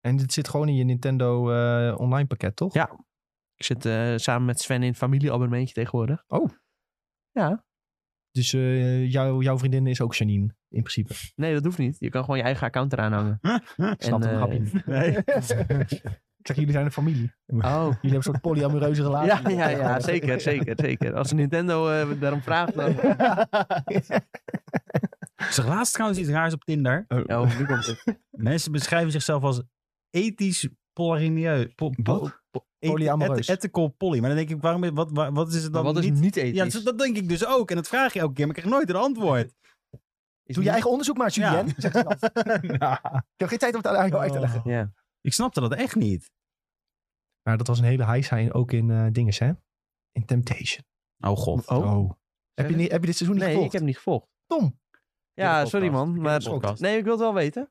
En dit zit gewoon in je Nintendo eh, online pakket, toch?
Ja. Ik zit eh, samen met Sven in het familieabonnementje tegenwoordig.
Oh.
Ja.
Dus eh, jouw- jouw vriendin is ook Janine, in principe.
Nee, dat hoeft niet. Je kan gewoon je eigen account eraan hangen.
Ik snap
En,
het
eh,
grapje niet.
Nee.
Ik zeg, jullie zijn een familie.
Oh.
Jullie hebben een soort polyamoreuze
Ja,
relatie.
ja, ja, zeker, zeker, zeker. Als Nintendo eh, daarom vraagt, dan...
Zeg laatst trouwens iets raars op Tinder.
Oh, nu komt het.
Mensen beschrijven zichzelf als ethisch polarineus. Po, po-
Wat?
po- et-
Polyamoreus.
et- ethical poly. Maar dan denk ik, waarom, wat, wa- wat is het dan
Wat is
niet?
niet
Ja,
ethisch?
dat, dat denk ik dus ook. En dat vraag je elke keer, maar ik krijg nooit een antwoord.
Is
Doe je
niet-
eigen onderzoek maar, Julien.
Ja.
zegt ze dan. Ik heb geen tijd om het aan jou uit te leggen.
Ja.
Ik snapte dat echt niet.
Maar Nou, dat was een hele high zijn ook in eh dinges, hè? In Temptation.
Oh god.
Oh.
Heb, je, niet- heb je dit seizoen niet
Nee, ik
gevolgd?
heb niet gevolgd.
Tom.
Ja,
podcast.
sorry man,
Dit
maar...
podcast.
Nee, ik wil het wel weten.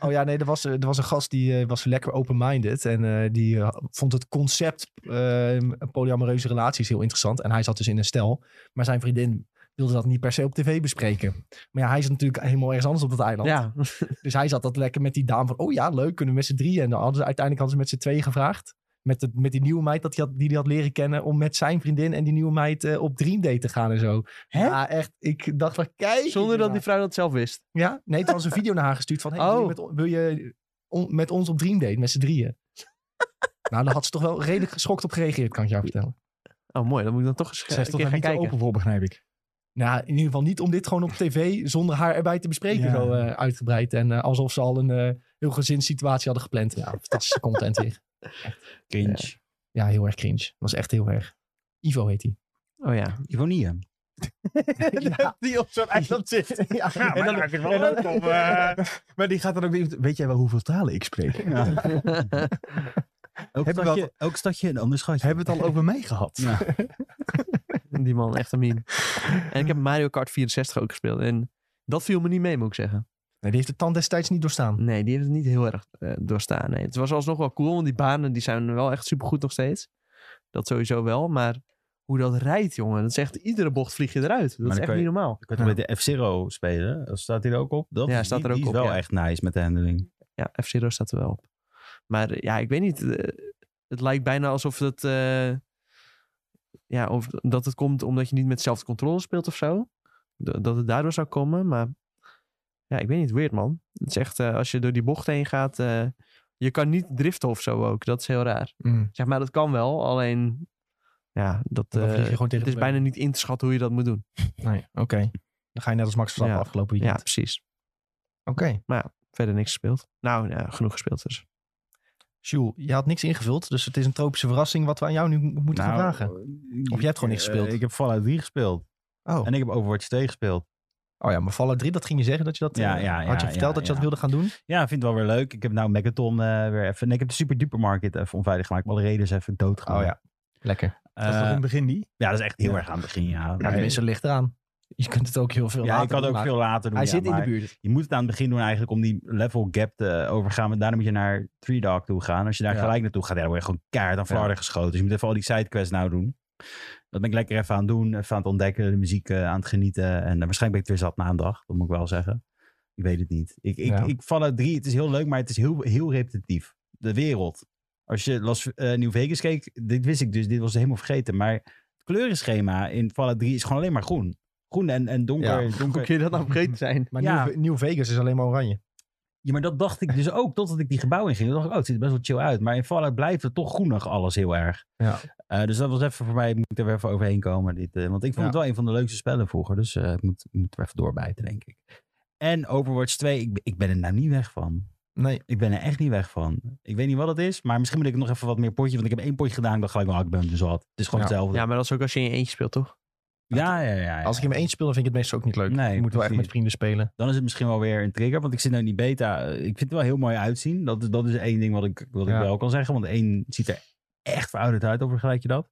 Oh ja, nee, er was, eh, er was een gast die eh, was lekker open-minded. En eh, die eh, vond het concept eh, polyamoreuze relaties heel interessant. En hij zat dus in een stel. Maar zijn vriendin wilde dat niet per se op tv bespreken. Maar ja, hij zat natuurlijk helemaal ergens anders op dat eiland.
Ja,
Dus hij zat dat lekker met die dame van... Oh ja, leuk, kunnen we met z'n drieën. En dan hadden ze, uiteindelijk hadden ze met z'n tweeën gevraagd. Met, het, met die nieuwe meid dat die, had, die die had leren kennen... om met zijn vriendin en die nieuwe meid eh, op Dream Date te gaan en zo.
Hè?
Ja, echt. Ik dacht van, kijk.
zonder dat die
hiernaar.
vrouw dat zelf wist.
Ja, nee, toen was een video naar haar gestuurd van... Hey, wil je
Oh.
met, on- wil je on- met ons op Dream Date, met z'n drieën? nou, daar had ze toch wel redelijk geschokt op gereageerd, kan ik jou vertellen.
Oh, mooi, dan moet ik dan toch eens
Zij
een
is toch
keer
daar
gaan
niet te
kijken.
open voor, begrijp ik.
Nou, in ieder geval niet om dit gewoon op tv zonder haar erbij te bespreken,
Ja.
zo eh, uitgebreid. En eh, alsof ze al een eh, heel gezinssituatie hadden gepland. Ja, fantastische content weer.
Cringe.
Ja, heel erg cringe. Was echt heel erg. Ivo heet hij.
Oh ja.
Ironie.
ja.
Die op zo'n eiland zit.
Ja.
En dan-
ik het
en dan- Maar die gaat dan ook niet... Weet jij wel hoeveel talen ik spreek?
Elk,
Hebben we
stadje, elk stadje een ander schatje.
Hebben we het al over mij gehad?
Ja.
Die man, echt een meme. En ik heb Mario Kart 64 ook gespeeld. En dat viel me niet mee, moet ik zeggen.
Nee, die heeft de tand destijds niet doorstaan.
Nee, die heeft het niet heel erg eh, doorstaan. Nee. Het was alsnog wel cool, want die banen die zijn wel echt supergoed nog steeds. Dat sowieso wel, maar hoe dat rijdt, jongen. Dat is echt, iedere bocht vlieg je eruit. Dat
dan
is echt
kan
niet
je-
normaal.
Ik kan toch met de F-Zero spelen. Staat die er ook op? Dat
Ja,
is-
staat er
die-
ook
die
op,
is wel
ja.
echt nice met de handling.
Ja, F-Zero staat er wel op. Maar eh, ja, ik weet niet. eh, het lijkt bijna alsof dat, eh, ja, of dat het komt omdat je niet met zelfde controle speelt of zo. D- dat het daardoor zou komen. Maar ja, ik weet niet. Weird, man. Het is echt, eh, als je door die bocht heen gaat... eh, je kan niet driften of zo ook. Dat is heel raar.
Mm.
Zeg maar, dat kan wel. Alleen, ja, dat,
Dan vlieg je
eh,
gewoon tegen
het
de
is bijna niet in te schatten hoe je dat moet doen.
Nee, oké. Dan ga je net als Max Verstappen
Ja.
afgelopen
Ja,
weekend.
precies.
Oké.
Verder niks gespeeld. Nou, ja, genoeg gespeeld dus.
Jules, je had niks ingevuld, dus het is een tropische verrassing wat we aan jou nu moeten gaan vragen. Of jij hebt gewoon niet gespeeld?
Nou, eh, ik heb Fallout 3 gespeeld.
Oh.
En ik heb Overwatch 2 gespeeld.
oh ja, maar Fallout 3, dat ging je zeggen dat je dat...
Ja,
eh,
ja, ja,
had je verteld
ja,
dat je dat
ja.
wilde gaan doen?
Ja, ik vind het wel weer leuk. Ik heb nou Megaton eh, weer even... Nee, ik heb de Super Duper Market even onveilig gemaakt. Alle reders even doodgemaakt.
Oh ja, lekker.
Eh,
Dat was in het begin die.
ja, dat is echt heel
Ja.
erg aan het begin, ja.
Ja,
Maar-
tenminste, ligt eraan. Je kunt het ook heel veel
ja,
later
ik kan het
doen,
ook
maar
veel later doen.
Hij
ja,
zit in
maar
de buurt.
Je moet het aan het begin doen eigenlijk om die level gap te eh, overgaan. Maar daarna moet je naar Three Dog toe gaan. Als je daar
Ja.
gelijk naartoe gaat, ja, dan word je gewoon keihard aan Florida geschoten. Dus je moet even al die sidequests nou doen. Dat ben ik lekker even aan het doen. Even aan het ontdekken, de muziek eh, aan het genieten. En eh, waarschijnlijk ben ik het weer zat na een dag. Dat moet ik wel zeggen. Ik weet het niet. Ik, ik,
Ja.
ik Fallout 3, het is heel leuk, maar het is heel, heel repetitief. De wereld. Als je Las, eh, New Vegas keek, dit wist ik dus, dit was helemaal vergeten. Maar het kleurenschema in Fallout 3 is gewoon alleen maar groen. Groen en, en donker. donker.
Hoe kun je dat nou vergeten zijn?
Maar
Ja.
Nieuw, Nieuw Vegas is alleen maar oranje.
Ja, maar dat dacht ik dus ook totdat ik die gebouwen inging. Dan dacht ik, oh, het ziet er best wel chill uit. Maar in Fallout blijft het toch groenig alles heel erg.
Ja.
Eh, dus dat was even voor mij, ik moet er weer even overheen komen. Dit, eh, want ik vond
Ja.
het wel een van de leukste spellen vroeger. Dus eh, ik, moet, ik moet er even doorbijten, denk ik. En Overwatch 2, ik, ben- ik ben er nou niet weg van.
Nee,
Ik ben er echt niet weg van. Ik weet niet wat het is, maar misschien moet ik nog even wat meer potje. Want ik heb één potje gedaan, ik dacht gelijk, oh, ik ben er dus wat. Het is gewoon
Ja.
hetzelfde.
Ja, maar dat is ook als je in je eentje speelt, toch?
Ja, ja, ja. ja.
als ik hem eens speel, dan vind ik het meestal ook niet leuk.
Nee,
je moet wel echt
precies.
met vrienden spelen.
dan is het misschien wel weer een trigger. Want ik zit nou in die beta. eh, Ik vind het wel heel mooi uitzien. Dat, dat is één ding wat ik, wat
Ja.
ik wel kan zeggen. Want één ziet er echt verouderd uit, over vergelijk je dat.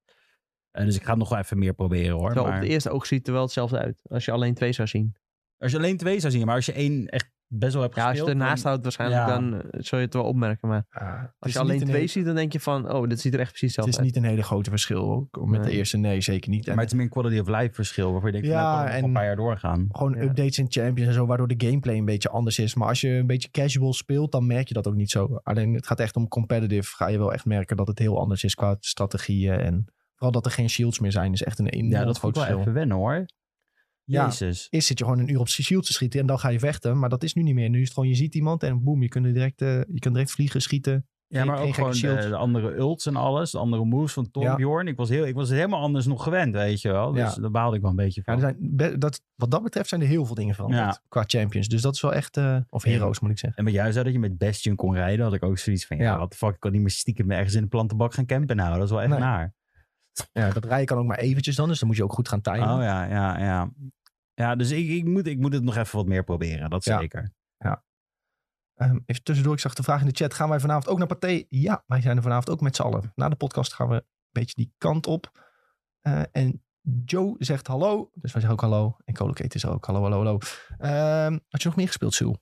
Eh, dus ik ga het nog wel even meer proberen hoor.
Terwijl
Maar,
op het eerste oog ziet het er wel hetzelfde uit. Als je alleen twee zou zien.
Als je alleen twee zou zien, maar als je één echt best wel hebt
e- Ja, als je
gespeeld.
het ernaast
dan-
houdt waarschijnlijk,
Ja.
dan eh, zul je het wel opmerken. Maar
Ah,
als je alleen twee ziet, dan denk je van... Oh, dit ziet er echt precies
Het is
hetzelfde uit.
niet een hele grote verschil ook. Met de
Nee.
eerste, nee, zeker niet. En
Maar het is meer een quality of life verschil. Waarvoor je denkt,
Ja,
ja, nou, kan nog
en-
een paar jaar doorgaan.
gewoon
Ja.
updates in Champions en zo, waardoor de gameplay een beetje anders is. Maar als je een beetje casual speelt, dan merk je dat ook niet zo. Alleen het gaat echt om competitive. Ga je wel echt merken dat het heel anders is qua strategieën. En vooral dat er geen shields meer zijn, is echt een enorm
Ja, dat
groot
vond ik wel
verschil.
even wennen hoor.
Ja.
Jezus.
Eerst zit je gewoon een uur op shield te schieten en dan ga je vechten. Maar dat is nu niet meer. Nu is het gewoon, je ziet iemand en boem, je kunt er direct, eh, je kunt direct vliegen, schieten.
Ja, maar
Geen-
ook
geen
gewoon
gekke
de,
shields.
de andere ults en alles. De andere moves van
Ja.
Torbjorn. Ik was heel, Ik was het helemaal anders nog gewend, weet je wel. Dus
Ja.
daar baalde ik wel een beetje
Ja,
van.
er zijn be- dat, wat dat betreft zijn er heel veel dingen veranderd
Ja.
qua Champions. Dus dat is wel echt, eh, of heroes moet ik zeggen.
En wat jij zei dat je met Bastion kon rijden, had ik ook zoiets van, ja,
Ja.
wat de fuck, ik kan niet meer stiekem ergens in de plantenbak gaan campen nou. Dat is wel echt
Nee.
naar.
Ja, dat rijden kan ook maar eventjes dan, dus dan moet je ook goed gaan timen.
Oh ja, ja, ja. Ja, dus ik, ik, moet, ik moet het nog even wat meer proberen, dat
Ja.
zeker.
Ehm, even tussendoor, ik zag de vraag in de chat. Gaan wij vanavond ook naar Pathé? Ja, wij zijn er vanavond ook met z'n allen. Na de podcast gaan we een beetje die kant op. Eh, en Joe zegt hallo. Dus wij zeggen ook hallo. En Colocate is er ook. Hallo, hallo, hallo. Ehm, had je nog meer gespeeld, Sue?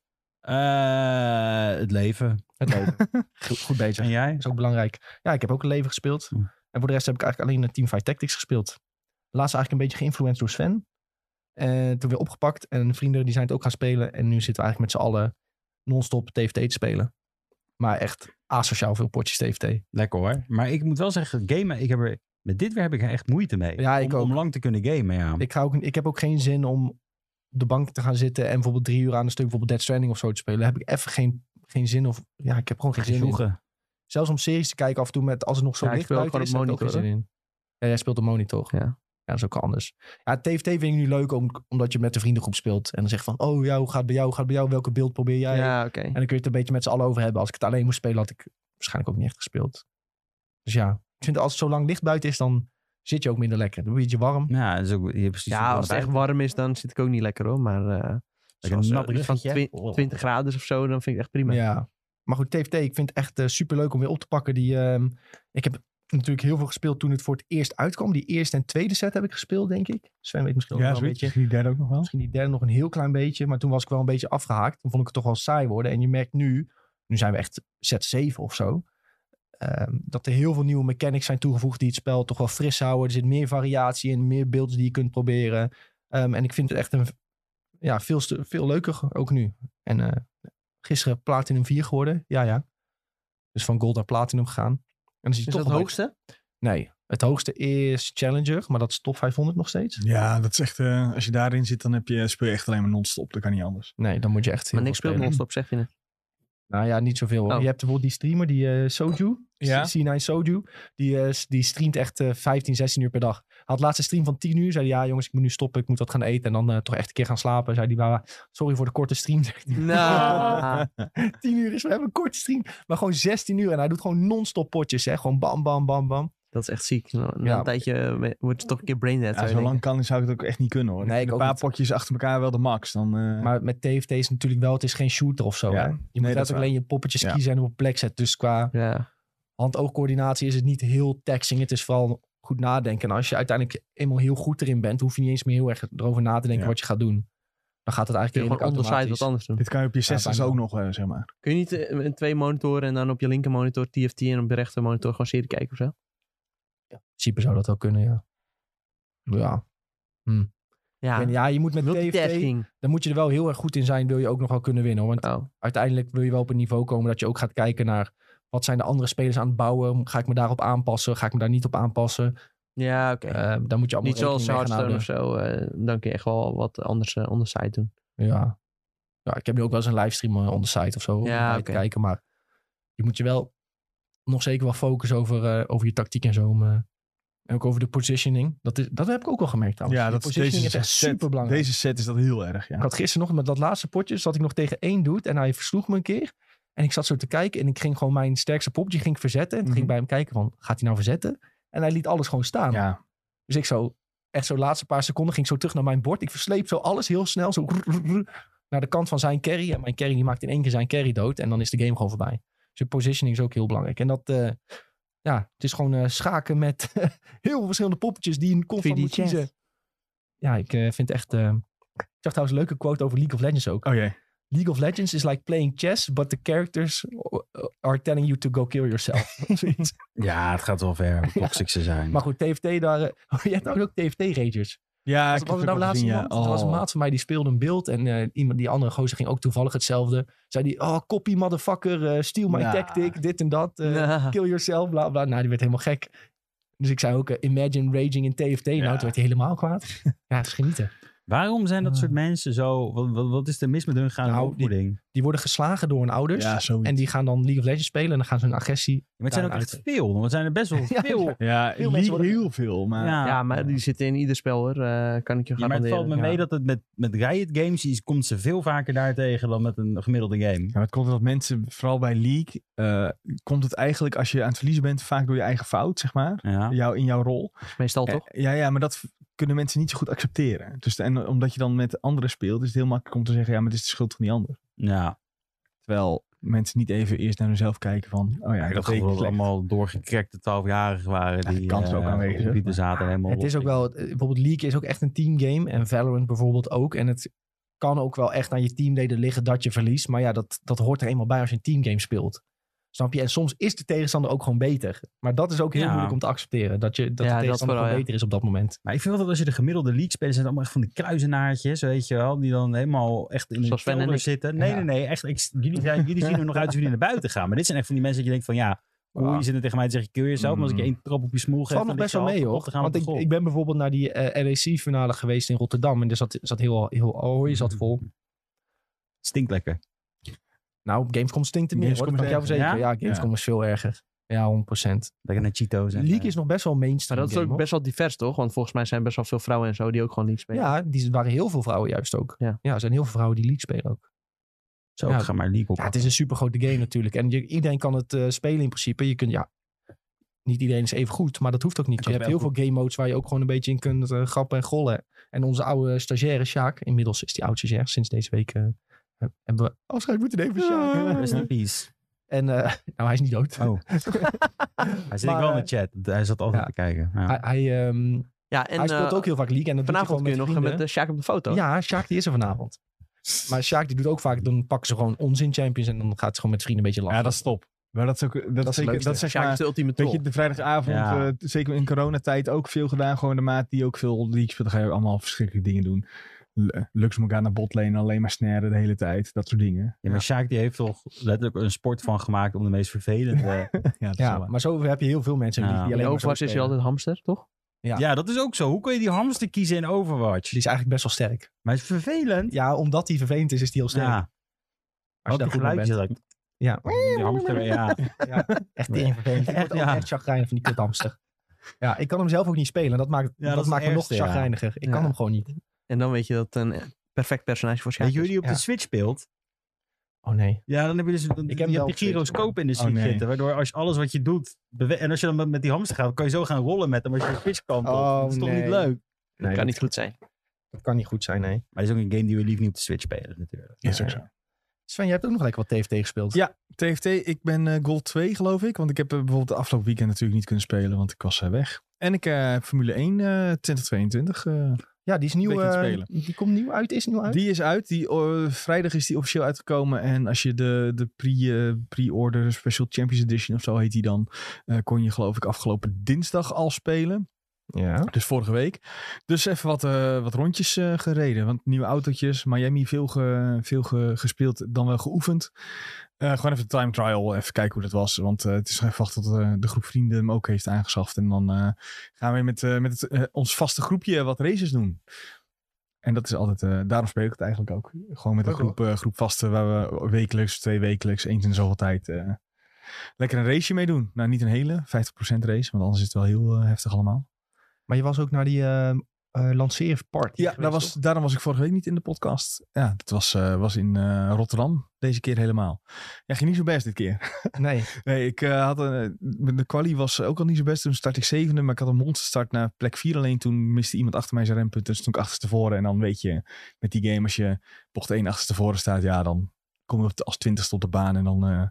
Eh, het leven.
Het leven. goed, goed bezig.
En jij?
Dat is ook belangrijk. Ja, ik heb ook een leven gespeeld.
Hm.
En voor de rest heb ik eigenlijk alleen een Team Fight Tactics gespeeld. Laatst eigenlijk een beetje geïnfluenced door Sven. En toen weer opgepakt. En vrienden die zijn het ook gaan spelen. En nu zitten we eigenlijk met z'n allen non-stop TFT te spelen. Maar echt asociaal veel potjes TFT.
Lekker hoor. Maar ik moet wel zeggen, gamen, ik heb er, met dit weer heb ik er echt moeite mee.
Ja,
om,
ik ook.
om lang te kunnen gamen, ja.
Ik, ga ook, ik heb ook geen zin om op de bank te gaan zitten. En bijvoorbeeld drie uur aan een stuk bijvoorbeeld Dead Stranding of zo te spelen. Heb ik even geen, geen zin of... Ja, ik heb gewoon geen zin in.
Zoeken.
Zelfs om series te kijken af en toe met als het nog zo
Ja, ik
licht
speel ook
buiten is,
gewoon op
heb ik ook geen zin in. Ja, jij speelt op monitor.
Ja.
Ja, dat is ook anders. Ja, TFT vind ik nu leuk om, omdat je met de vriendengroep speelt. En dan zeg je van, oh ja, hoe gaat het bij jou? Hoe gaat het bij jou? Welke beeld probeer jij?
Ja, oké.
En dan kun je het een beetje met z'n allen over hebben. Als ik het alleen moest spelen, had ik waarschijnlijk ook niet echt gespeeld. Dus ja, ik vind als het zo lang licht buiten is, dan zit je ook minder lekker. Dan word je warm.
Ja, dat is ook, je hebt precies
Ja, als het echt warm is, dan zit ik ook niet lekker hoor. Maar eh zoals,
nat Oh.
eh, iets van
luchtje.
twi- 20 graden of zo, dan vind ik het echt prima.
Ja. Maar goed, TFT, ik vind het echt super superleuk om weer op te pakken. Die, ehm, ik heb natuurlijk heel veel gespeeld toen het voor het eerst uitkwam. Die eerste en tweede set heb ik gespeeld, denk ik. Sven weet misschien ook nog wel een beetje.
Die derde ook nog wel.
Misschien die derde nog een heel klein beetje. Maar toen was ik wel een beetje afgehaakt. Toen vond ik het toch wel saai worden. En je merkt nu, nu zijn we echt set 7 of zo. ehm, dat er heel veel nieuwe mechanics zijn toegevoegd die het spel toch wel fris houden. Er zit meer variatie in, meer beelds die je kunt proberen. Ehm, en ik vind het echt een, ja, veel, stu- veel leuker ook nu. En eh gisteren Platinum 4 geworden. Ja, ja. Dus van gold naar platinum gegaan. En dan zie je
Is
toch
dat het
wel-
hoogste?
Nee, het hoogste is Challenger, maar dat is top 500 nog steeds.
Ja, dat is echt... eh, als je daarin zit, dan heb je, speel je echt alleen maar non-stop. Dat kan niet anders.
Nee, dan moet je echt heel
Maar niks
veel
speelt
spelen.
non-stop, zeg je net.
Nou ja, niet zoveel. hoor.
Oh.
Je hebt bijvoorbeeld die streamer, die eh, Soju,
Ja.
C- C9 Soju, die, eh, s- die streamt echt eh, 15, 16 uur per dag. Hij had laatste stream van 10 uur, zei hij, ja jongens, ik moet nu stoppen, ik moet wat gaan eten en dan eh, toch echt een keer gaan slapen. Zei hij, "Wa- sorry voor de korte stream,
Nou,
10 uur is, we hebben een korte stream, maar gewoon 16 uur en hij doet gewoon non-stop potjes, hè. gewoon bam, bam, bam, bam.
dat is echt ziek. Na, na
Ja.
een tijdje eh, wordt het toch een keer brain dead.
Ja,
zou je
zo
denken.
lang kan, zou ik het ook echt niet kunnen hoor.
Nee,
Ik
ik
vind
ook
een paar
niet.
potjes achter elkaar wel de max. Dan, eh,
Maar met TFT is natuurlijk wel, het is geen shooter of zo.
Ja.
Hè? Je
Nee,
moet
dat is
natuurlijk
waar.
alleen je poppetjes
Ja.
kiezen en op plek zetten. Dus qua
Ja.
hand-oogcoördinatie is het niet heel taxing. Het is vooral goed nadenken. En als je uiteindelijk eenmaal heel goed erin bent, hoef je niet eens meer heel erg erover na te denken
Ja.
wat je gaat doen. Dan gaat het
Kun je
eigenlijk
gewoon
redelijk
onderside
automatisch.
wat anders doen.
dit kan je op je 60
bijna
ook nog, eh, zeg maar.
Kun je niet eh, met twee monitoren en dan op je linker monitor TFT en op de rechter monitor gewoon serie kijken of zo?
In principe zou dat wel kunnen, ja. Ja. Ik
Ja,
weet niet, ja, je moet met TFT,
multitasking.
dan moet je er wel heel erg goed in zijn, wil je ook nog wel kunnen winnen. hoor. Want
Oh,
uiteindelijk wil je wel op een niveau komen dat je ook gaat kijken naar wat zijn de andere spelers aan het bouwen. Ga ik me daarop aanpassen? Ga ik me daar niet op aanpassen?
ja, oké.
Eh dan moet je allemaal
Niet zoals
rekening mee gaan
Hearthstone
houden.
of zo. eh, dan kun je echt wel wat anders eh, on the side doen.
Ja. ja, ik heb nu ook wel eens een livestream eh, on the site of zo. om
Ja,
bij te
oké.
kijken, maar je moet je wel nog zeker wel focussen over, eh, over je tactiek en zo. om, eh, en ook over de positioning. Dat, is, dat heb ik ook wel gemerkt trouwens.
Ja,
De
dat is,
Oh, positioning
deze,
is echt
set,
super belangrijk.
deze set is dat heel erg, ja.
Ik had gisteren nog met dat laatste potje zat ik nog tegen één dude en hij versloeg me een keer. En ik zat zo te kijken en ik ging gewoon mijn sterkste popje ging ik verzetten. En toen ging ik bij hem kijken van, gaat hij nou verzetten? En hij liet alles gewoon staan.
Mhm. Ja,
Dus ik zo, echt zo de laatste paar seconden ging ik zo terug naar mijn bord. Ik versleep zo alles heel snel, zo naar de kant van zijn carry. En mijn carry die maakt in één keer zijn carry dood. En dan is de game gewoon voorbij. Dus je positioning is ook heel belangrijk. En dat, eh, ja, het is gewoon eh, schaken met heel veel verschillende poppetjes die je constant
3D
moet
chess.
kiezen. Ja, ik eh, vind echt... eh, ik zag trouwens een leuke quote over League of Legends ook.
oh jee.
League of Legends is like playing chess, but the characters are telling you to go kill yourself. Zoiets.
Ja, het gaat wel ver. om Toxic te zijn.
maar goed, TFT daar... eh, je hebt ook TFT-ragers.
Ja,
Was,
ik
was
heb
er nou
ook
laatst
gezien, ja.
iemand? Er was een
Oh.
maat van mij die speelde een beeld. En eh, iemand, die andere gozer ging ook toevallig hetzelfde. Zei die, oh, copy motherfucker, eh, steal my
Nah.
tactic, dit en dat. eh,
Nah.
Kill yourself, bla bla. Nou, die werd helemaal gek. Dus ik zei ook, eh, imagine raging in TFT. Nou, toen werd hij helemaal kwaad. ja, het is genieten.
Waarom zijn dat
Ah.
soort mensen zo... Wat, wat, wat is er mis met hun gaan
Nou, die-
opvoeding?
Die worden geslagen door hun ouders.
Ja, zoiets.
En die gaan dan League of Legends spelen. En dan gaan ze hun agressie...
Maar het zijn ook
Daaruit.
echt veel. Want het zijn er best wel
Ja,
veel. Ja,
ja,
Veel
heel,
mensen worden-
heel veel. Maar
Ja, maar die zitten in ieder spel hoor. eh, kan ik je
Ja, maar het
garanderen.
valt me mee dat het met, met Riot Games is, komt ze veel vaker daartegen dan met een gemiddelde game.
Ja, maar het komt dat mensen, vooral bij League, eh, komt het eigenlijk als je aan het verliezen bent, vaak door je eigen fout, zeg maar.
Ja.
Jou, in jouw rol.
Meestal toch?
Eh, Ja, ja, maar dat v- kunnen mensen niet zo goed accepteren. Dus, de- en omdat je dan met anderen speelt, is het heel makkelijk om te zeggen, ja, maar dit is de schuld van die ander.
ja.
Terwijl mensen niet even eerst naar hunzelf kijken van, oh ja,
Ik had
dat deed ik
gewoon dat
slecht.
allemaal doorgekrekte 12-jarigen waren.
die
die
kans is ook
eh,
aanwezig.
op computer zaten helemaal
Ah, Het is ook wel... het- Bijvoorbeeld League is ook echt een teamgame. En Valorant bijvoorbeeld ook. En het kan ook wel echt aan je teamleden liggen dat je verliest. Maar ja, dat, dat hoort er eenmaal bij als je een teamgame speelt. Snap je? En soms is de tegenstander ook gewoon beter. Maar dat is ook heel
Ja.
moeilijk om te accepteren. Dat, je, dat
Ja,
de
dat
tegenstander
vooral,
gewoon
ja.
beter is op dat moment.
Maar ik vind wel dat als je de gemiddelde league spelers zijn het allemaal echt van die kluizenaartjes, weet je wel, die dan helemaal echt in de
Zoals Sven en
kelder
ik.
zitten. Nee,
Ja.
nee, nee, echt, ik- jullie, zijn, jullie zien er nog uit als jullie naar buiten gaan. Maar dit zijn echt van die mensen dat je denkt van, ja, cool,
Ah.
je zit er tegen mij te zeggen, kill jezelf, maar als ik je
Mm.
één trap op je smoel
Het
geef,
valt
dan
nog
lig
best
je
wel
al
mee
kapot
hoor.
te gaan op
Want
de
ik,
grond.
ik ben bijvoorbeeld naar die eh LEC-finale geweest in Rotterdam. En daar zat, zat heel, heel Ahoy zat vol.
Stinkt lekker.
Nou, op Gamescom stinkt het meer hoor. Dat
Gamescom
kan ik jou
is
verzekeren. Ja, Gamescom is veel erger. Ja, 100%.
Lekker naar Cheetos. en,
League
eh,
is nog best wel
Maar
mainstream
dat is
game,
ook
hoor.
best wel divers toch? Want volgens mij zijn best wel veel vrouwen en zo die ook gewoon league spelen.
Ja, die waren heel veel vrouwen juist ook.
Ja.
Ja, er zijn heel veel vrouwen die League spelen ook.
Zo,
ja.
ik ga maar League op.
Ja, het is een super grote game natuurlijk. En je, iedereen kan het eh, spelen in principe. Je kunt, ja, niet iedereen is even goed, maar dat hoeft ook niet.
Ik
Je
had
hebt
wel
heel veel game modes waar je ook gewoon een beetje in kunt eh, grappen en gollen. En onze oude stagiaire Sjaak, inmiddels is die oud stagiair sinds deze week. eh, hebben we afscheid moeten nemen van
Ah.
Sjaak.
Rest in peace.
En eh, nou, hij is niet dood.
Oh. Hij zit
Maar,
wel in
eh,
de chat. Hij zat altijd
ja.
te kijken. Ja.
Hij, hij, ehm,
Ja, en
hij speelt
eh,
ook heel vaak League. En dat doet hij
vanavond kun je
gewoon
nog
met vrienden.
met de Sjaak op de foto.
Ja, Sjaak die is er vanavond. Maar Sjaak die doet ook vaak, dan pakken ze gewoon onzin champions en dan gaat ze gewoon met vrienden een beetje lachen.
Ja, dat is top. Maar dat is ook, eh, dat,
het
is zeker,
leukste.
dat is zeg
Sjaak is
maar,
de eh, ultieme
weet
troll.
je, de vrijdagavond,
Ja.
eh, zeker in coronatijd, ook veel gedaan. Gewoon de maat die ook veel League speelt, dan ga je allemaal verschrikkelijke dingen doen. L- Lux Morgana botlane, alleen maar snaren de hele tijd. Dat soort dingen.
Ja, maar Sjaak die heeft toch letterlijk een sport van gemaakt om de meest vervelende...
Ja, dat is wel
Ja,
waar.
maar zo heb je heel veel mensen die,
Ja.
die alleen maar
In
zo
Overwatch is je
spelen.
altijd hamster, toch?
Ja.
Ja, dat is ook zo. Hoe kun je die hamster kiezen in Overwatch?
Die is eigenlijk best wel sterk.
Maar het is vervelend.
Ja, omdat die vervelend is, is die heel sterk.
Ja,
als je daar
ook die
goed mee bent.
geluidjes. dat-
Ja,
Die hamster, ja.
echt tering vervelend. Ik word ook
ja.
echt chagrijnig van die kuthamster. Ja, ik kan hem zelf ook niet spelen. Dat maakt,
Ja,
dat
dat is het
maakt me nog
ergste, ja.
chagrijniger. Ik
Ja.
kan hem gewoon niet.
En dan weet je dat het een perfect personage voor Sjaak
Weet
is.
je hoe die op
Ja.
de Switch speelt?
Oh nee.
Ja, dan heb je dus dan,
heb
je hebt
wel
die
Switch,
gyroscoop in de Switch Oh,
nee.
zitten. Waardoor als je alles wat je doet... bewe- En als je dan met, met die hamster gaat, kan je zo gaan rollen met hem als je de Switch kantelt.
Oh,
dat is toch
nee.
niet leuk?
nee
kan
dat,
niet goed zijn.
dat kan niet goed zijn, nee.
Maar dat is ook een game die we liever niet op de Switch spelen natuurlijk.
Dat is ook zo.
Sven, jij hebt ook nog lekker wat TFT gespeeld.
Ja, TFT, ik ben eh Gold 2 geloof ik. Want ik heb eh, bijvoorbeeld de afgelopen weekend natuurlijk niet kunnen spelen, want ik was eh, weg. En ik eh, heb Formule 1 eh 2022. eh,
Ja, die is nieuw.
Beetje aan het
eh,
spelen.
die komt nieuw uit, is nieuw uit.
die is uit. Die, eh, vrijdag is die officieel uitgekomen. En als je de, de pre, eh, pre-order Special Champions Edition of zo heet die dan, eh, kon je geloof ik afgelopen dinsdag al spelen.
Ja.
Dus vorige week. Dus even wat, eh, wat rondjes eh, gereden. Want nieuwe autootjes. Miami veel, ge- veel ge- gespeeld, dan wel geoefend. Eh, gewoon even de time trial. Even kijken hoe dat was. Want eh, het is nog even wachten tot eh, de groep vrienden hem ook heeft aangeschaft. En dan eh, gaan we weer met, eh, met het, eh, ons vaste groepje wat races doen. En dat is altijd, eh, daarom speel ik het eigenlijk ook. Gewoon met een
Ook
groep, eh, groep vasten waar we wekelijks, twee wekelijks, eens in zoveel tijd eh, lekker een raceje mee doen. Nou, niet een hele, 50% race, want anders is het wel heel eh, heftig allemaal.
Maar je was ook naar die eh, eh, lanceerparty
Ja,
geweest,
daar was,
toch?
daarom was ik vorige week niet in de podcast. Ja, dat was, eh, was in eh, Rotterdam. Deze keer helemaal. Ja, ging niet zo best dit keer.
Nee.
Nee, ik eh, had een, de quali was ook al niet zo best. Toen startte ik zevende, maar ik had een monsterstart naar plek vier. Alleen toen miste iemand achter mij zijn rempunt. Dus toen ik achterstevoren. En dan weet je, met die game, als je bocht één achterstevoren staat, ja, dan kom je op de- als twintigste op de baan. En dan eh,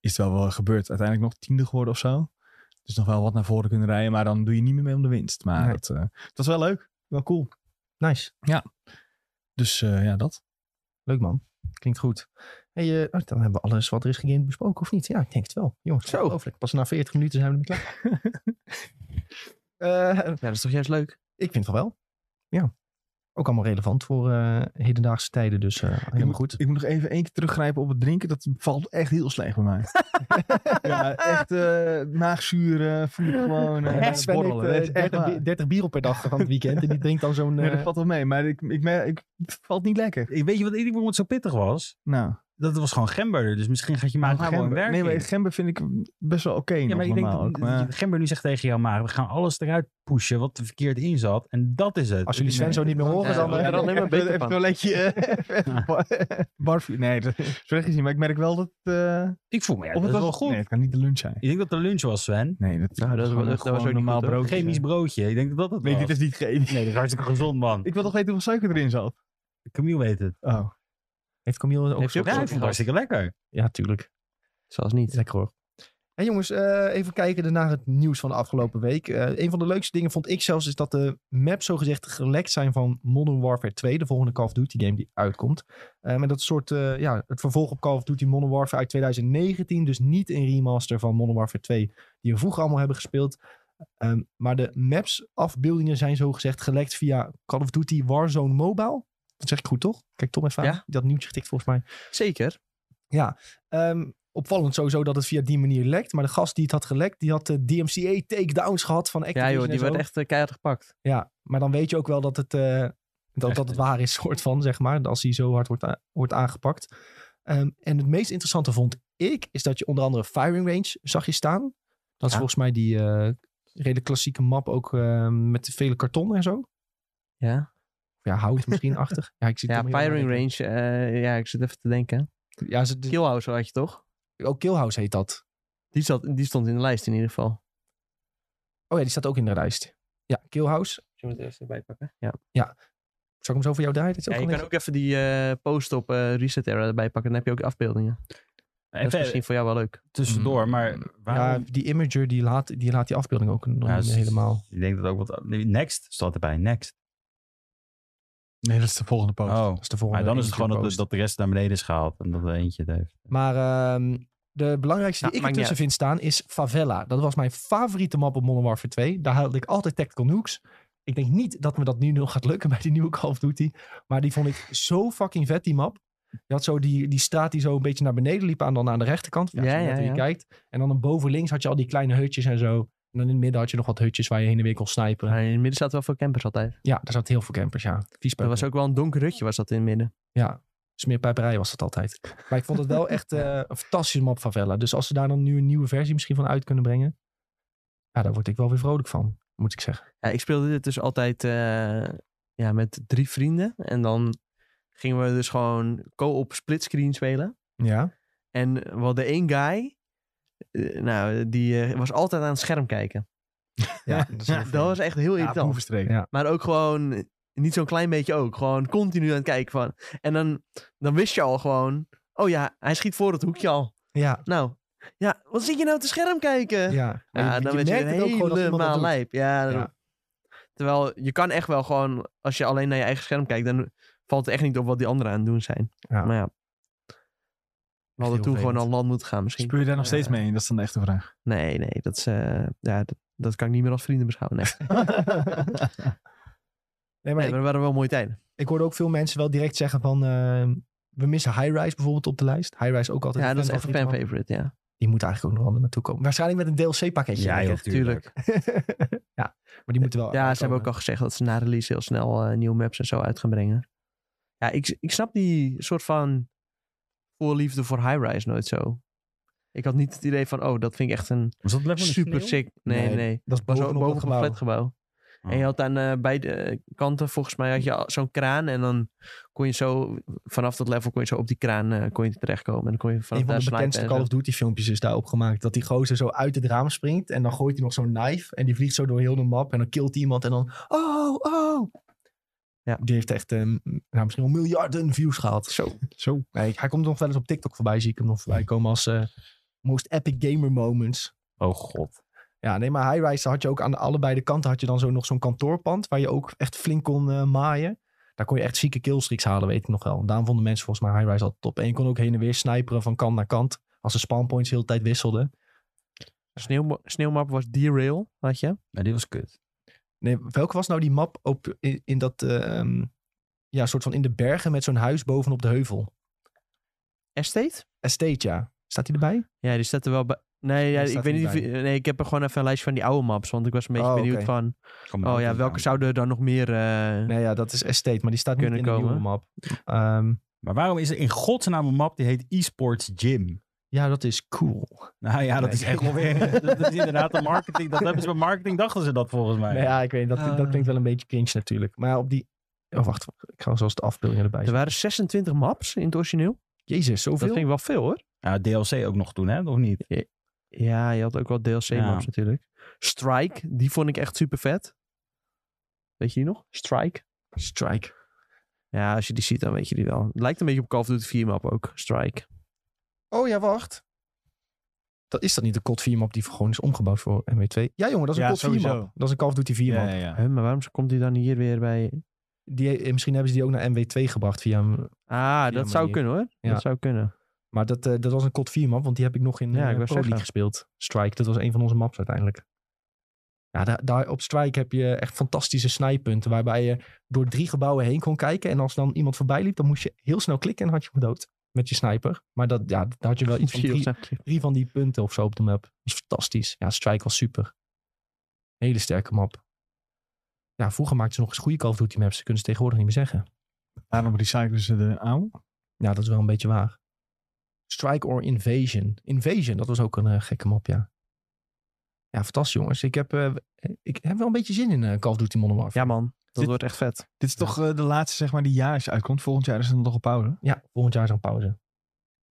is het wel, wel gebeurd. Uiteindelijk nog tiende geworden of zo. Dus nog wel wat naar voren kunnen rijden. Maar dan doe je niet meer mee om de winst. Maar
Nee.
het, eh, het was wel leuk. Wel cool.
Nice.
Dus eh, ja, dat.
Leuk man. Klinkt goed. Hey, eh, oh, dan hebben we alles wat er is gegamed besproken, of niet? Ja, ik denk het wel. Jongens,
Zo.
ongelooflijk. Pas na 40 minuten zijn we ermee klaar. Eh,
Ja, dat is toch juist leuk?
ik vind het wel. Ja. Ook allemaal relevant voor eh, hedendaagse tijden, dus eh,
Ik
helemaal
moet,
goed.
Ik moet nog even één keer teruggrijpen op het drinken. Dat valt echt heel slecht bij mij. ja, echt eh maagzuur, voel ik gewoon eh,
Echt, Sven
borrelen.
heeft,
Dat
eh,
is echt
30,
waar.
bi- 30 bier op per dag van het weekend en die drinkt dan zo'n...
Nee, dat
eh,
valt wel mee, maar ik, ik, merk- ik, het valt niet lekker.
Ik weet je wat ik denk waarom het zo pittig was?
Nou,
Dat was gewoon gember. Dus misschien gaat je maag
maar
gewoon gewoon
gember,
werken.
nee, maar gember vind ik best wel oké.
ja,
nog
maar ik denk
normaal
dat
ook, maar-
dat gember nu zegt tegen jou, maar we gaan alles eruit pushen wat er verkeerd in zat. En dat is het.
als jullie Sven
Nee.
zo niet meer horen,
Eh,
dan... eh,
ja, dan- neem maar een beker
Even
van.
een toiletje. eh, even bar- barfie- Nee, dat zo erg is niet. Maar ik merk wel dat... eh
Ik voel me ja,
of
dat
het
is
was
wel goed.
Nee, het kan niet de lunch zijn.
Ik denk dat de lunch was, Sven.
Nee, dat,
Nou, dat was-
gewoon-
dat was
gewoon
ook niet
normaal
goed, hoor.
broodje.
Chemisch broodje. Ik denk dat dat het
Nee,
was.
dit is niet chemisch.
Nee, dat is hartstikke gezond, man.
Ik wil toch weten hoeveel suiker erin zat.
Camille weet het.
Oh.
Heeft Camille ook...
Heeft hij ook
Ja, ik
zo'n-
vond het hartstikke lekker.
Ja, tuurlijk.
Zoals niet.
Lekker hoor. En jongens, eh, even kijken naar het nieuws van de afgelopen week. Eh, een van de leukste dingen vond ik zelfs is dat de maps zogezegd gelekt zijn van Modern Warfare 2, de volgende Call of Duty game die uitkomt. Eh maar dat is soort, eh, ja, het vervolg op Call of Duty Modern Warfare uit 2019, dus niet een remaster van Modern Warfare 2 die we vroeger allemaal hebben gespeeld. Ehm, maar de maps afbeeldingen zijn zogezegd gelekt via Call of Duty Warzone Mobile. Dat zeg ik goed toch? Kijk Tom even aan.
Ja.
Die Dat nieuwtje getikt volgens mij.
Zeker.
Ehm, opvallend sowieso dat het via die manier lekt. Maar de gast die het had gelekt, die had eh, DMCA takedowns gehad van Activision
Ja joh, die
en zo.
werd echt eh, keihard gepakt.
Ja, maar dan weet je ook wel dat het, eh, dat,
Echt,
dat het waar is, soort van, zeg maar. Als die zo hard wordt, a- wordt aangepakt. Ehm, en het meest interessante vond ik, is dat je onder andere Firing Range zag je staan. Dat is
Ja.
volgens mij die eh, redelijk klassieke map ook ehm, met vele karton en zo.
Ja,
Ja, hout misschien achter. Ja, ik zie
ja
Tom hier
firing
nadenken.
range. eh, ja, ik zit even te denken.
Ja, ze,
Killhouse had je toch?
ook Killhouse heet dat.
Die, zat, die stond in de lijst in ieder geval.
Oh ja, die staat ook in de lijst. Ja, Killhouse.
Zullen we het even bijpakken? Ja.
Zal ik hem zo voor jou draaien? Dat is
Ja,
ook
je
wel
kan ook even die eh, post op eh, Reset Era erbij pakken. Dan heb je ook afbeeldingen. dat is misschien
Even
voor jou wel leuk.
tussendoor, maar
Ja,
waarom?
die imager die laat die, laat die afbeelding ook nog
Ja,
niet
s-
helemaal.
Ik denk dat ook wat... Next staat erbij. Next.
Nee, dat is de volgende post.
Oh.
Dat is de volgende.
Maar dan is het
Instagram
gewoon dat de,
post.
dat de rest naar beneden is gehaald. En dat Nou, er eentje het heeft.
Maar ehm, de belangrijkste
Ja,
die ik
maakt niet
ertussen vind staan is Favela. Dat was mijn favoriete map op Modern Warfare 2. Daar haalde ik altijd Tactical Nukes. Ik denk niet dat me dat nu nog gaat lukken bij die nieuwe Call of Duty. Maar die vond ik zo fucking vet, die map. Je had zo die, die straat die zo een beetje naar beneden liep aan, dan aan de rechterkant. Ja,
Ja,
als je
ja,
net hoe je
ja.
kijkt. En dan een boven links had je al die kleine hutjes en zo. En dan in het midden had je nog wat hutjes waar je heen en weer kon snipen.
Maar in het midden zaten wel veel campers altijd.
Ja, daar zat heel veel campers, ja. Vies
Er was ook wel een donker rutje was dat in het midden.
Ja, smeerpijperij was dat altijd. Maar ik vond het wel echt eh, een fantastische map van Vella. Dus als ze daar dan nu een nieuwe versie misschien van uit kunnen brengen. Ja, daar word ik wel weer vrolijk van, moet ik zeggen.
Ja, ik speelde dit dus altijd eh, ja, met drie vrienden. En dan gingen we dus gewoon co-op splitscreen spelen.
Ja.
En we hadden één guy. eh, nou, die eh, was altijd aan het scherm kijken.
Ja, dat is heel
Dat was echt heel
Ja,
irritant.
boevenstreek.
Ja.
maar ook gewoon, eh, niet zo'n klein beetje ook. Gewoon continu aan het kijken van. En dan, dan wist je al gewoon. Oh ja, hij schiet voor het hoekje al.
Ja,
Nou, ja, wat zit je nou te scherm kijken? Ja,
ja.
dan werd je
merkt het ook gewoon dat iemand dat
helemaal
doet.
lijp. Ja, dat-
Ja.
Terwijl je kan echt wel gewoon, als je alleen naar je eigen scherm kijkt, dan valt het echt niet op wat die anderen aan het doen zijn.
Ja.
Maar ja, we
heel
hadden toen gewoon
vervelend.
al land moeten gaan misschien.
Speel je daar nog steeds
Ja.
mee in? Dat is dan de echte vraag.
Nee, nee, dat, is, eh, ja, dat, dat kan ik niet meer als vrienden beschouwen. Nee, nee
Nee, maar ik,
maar dat waren wel mooie tijden.
ik hoorde ook veel mensen wel direct zeggen van... eh, we missen High Rise bijvoorbeeld op de lijst. High Rise ook altijd
Ja,
een
dat is echt een
fanfavoriet van-
fan-favorite, ja.
Die moet eigenlijk ook nog wel er naartoe komen. Waarschijnlijk met een DLC-pakketje.
Ja, joh,
tuurlijk.
tuurlijk.
ja, maar die moeten wel
Ja, ze hebben ook
uitkomen.
al gezegd dat ze na release heel snel eh, nieuwe maps en zo uit gaan brengen. Ja, ik, ik snap die soort van voorliefde voor high-rise nooit zo. Ik had niet het idee van, oh, dat vind ik echt een
Was dat level
super sick... Nee, nee.
Nee, Dat is
was
bovenop,
ook boven op een
gebouw.
flatgebouw.
Oh.
En je had aan eh, beide kanten, volgens mij, had je al zo'n kraan. En dan kon je zo, vanaf dat level kon je zo op die kraan eh, kon je terechtkomen. En dan kon je vanaf
een van
daar
de
snipen
bekendste
en
Call
zo.
of Duty filmpjes is daarop gemaakt. Dat die gozer zo uit het raam springt. En dan gooit hij nog zo'n knife. En die vliegt zo door heel de map. En dan killt hij iemand. En dan. Oh, oh.
Ja.
Die heeft echt eh, m- nou, misschien wel miljarden views gehad. Zo.
Zo.
Nee, hij komt nog wel eens op TikTok voorbij. Zie ik hem nog voorbij komen als eh, most epic gamer moments.
Oh god.
Ja, nee, maar Highrise had je ook aan allebei de kanten. Had je dan zo nog zo'n kantoorpand. Waar je ook echt flink kon eh, maaien. Daar kon je echt zieke killstreaks halen, weet ik nog wel. Daarom vonden mensen volgens mij Highrise altijd top. En je kon ook heen en weer sniperen van kant naar kant. Als de spawnpoints de hele tijd wisselden.
Sneeuwma- sneeuwmap was derail, had je.
Ja, die was kut.
Nee, welke was nou die map op in, in dat ehm, ja, soort van in de bergen met zo'n huis bovenop de heuvel?
Estate?
Estate, ja. Staat die erbij?
Ja, die staat er wel bij. Nee,
Die
ja, ik
staat
weet
er
niet.
niet
of- Nee, ik heb er gewoon even een lijstje van die oude maps. Want ik was een beetje
Oh,
benieuwd
oké. nou.
van. Oh ja, welke zouden er dan nog meer. eh,
Nee, ja, dat is Estate, maar die staat niet
Kunnen
in de nieuwe
komen.
map. Ehm,
Maar waarom is er in godsnaam een map die heet eSports Gym?
ja, dat is cool.
Nou ja, dat
Nee.
is echt wel weer. Dat is inderdaad de marketing. Dat hebben ze bij marketing dachten ze dat volgens mij.
Nee, Nou ja, ik weet niet, dat, dat
Ah.
klinkt wel een beetje cringe natuurlijk. Maar op die... Oh, wacht. Ik ga zoals de afbeeldingen erbij
Er
zetten.
waren 26 maps in het origineel.
Jezus,
Dat
zoveel?
ging wel veel hoor.
Ja, DLC ook nog toen, hè? Of niet?
Ja, je had ook wel DLC-maps
Ja.
natuurlijk. Strike, die vond ik echt super vet. Weet je die nog? Strike.
Strike.
Ja, als je die ziet, dan weet je die wel. Het lijkt een beetje op Call of Duty 4 map ook. Strike.
Oh ja, wacht. Dat is dat niet de COD 4 map die gewoon is omgebouwd voor MW2? Ja jongen, dat is een
Ja,
COD 4 map.
sowieso.
Dat is een Call of Duty 4 map.
Ja, ja, ja.
Huh, maar waarom komt die dan hier weer bij.
Die, eh, misschien hebben ze die ook naar MW2 gebracht via een
Ah, dat zou
manier.
kunnen hoor.
Ja.
Dat zou kunnen.
Maar dat, eh, dat was een COD 4 map, want die heb ik nog in
Ja,
eh,
ik wou
Pro League
zeggen.
gespeeld. Strike, dat was een van onze maps uiteindelijk. Ja, daar, daar op Strike heb je echt fantastische snijpunten, waarbij je door drie gebouwen heen kon kijken. En als dan iemand voorbij liep, dan moest je heel snel klikken en had je hem dood met je sniper. Maar dat, ja, daar had je wel iets van
Vier of
drie,
zo.
drie van die punten of zo op de map. Dat was fantastisch. Ja, Strike was super. Hele sterke map. Ja, vroeger maakten ze nog eens goede Call of Duty maps. Dat kunnen ze tegenwoordig niet meer zeggen.
Daarom recyclen ze de oude.
Ja, Nou, dat is wel een beetje waar. Strike or Invasion. Invasion, dat was ook een eh, gekke map, ja. Ja, fantastisch jongens. Ik heb, eh, ik heb wel een beetje zin in eh, Call of Duty Modern Warfare.
Ja, man. Dat
Zit-
wordt echt vet.
Dit is toch eh, de laatste, zeg maar, die jaars uitkomt. Volgend jaar is het nog op pauze.
Ja, volgend jaar is er een pauze.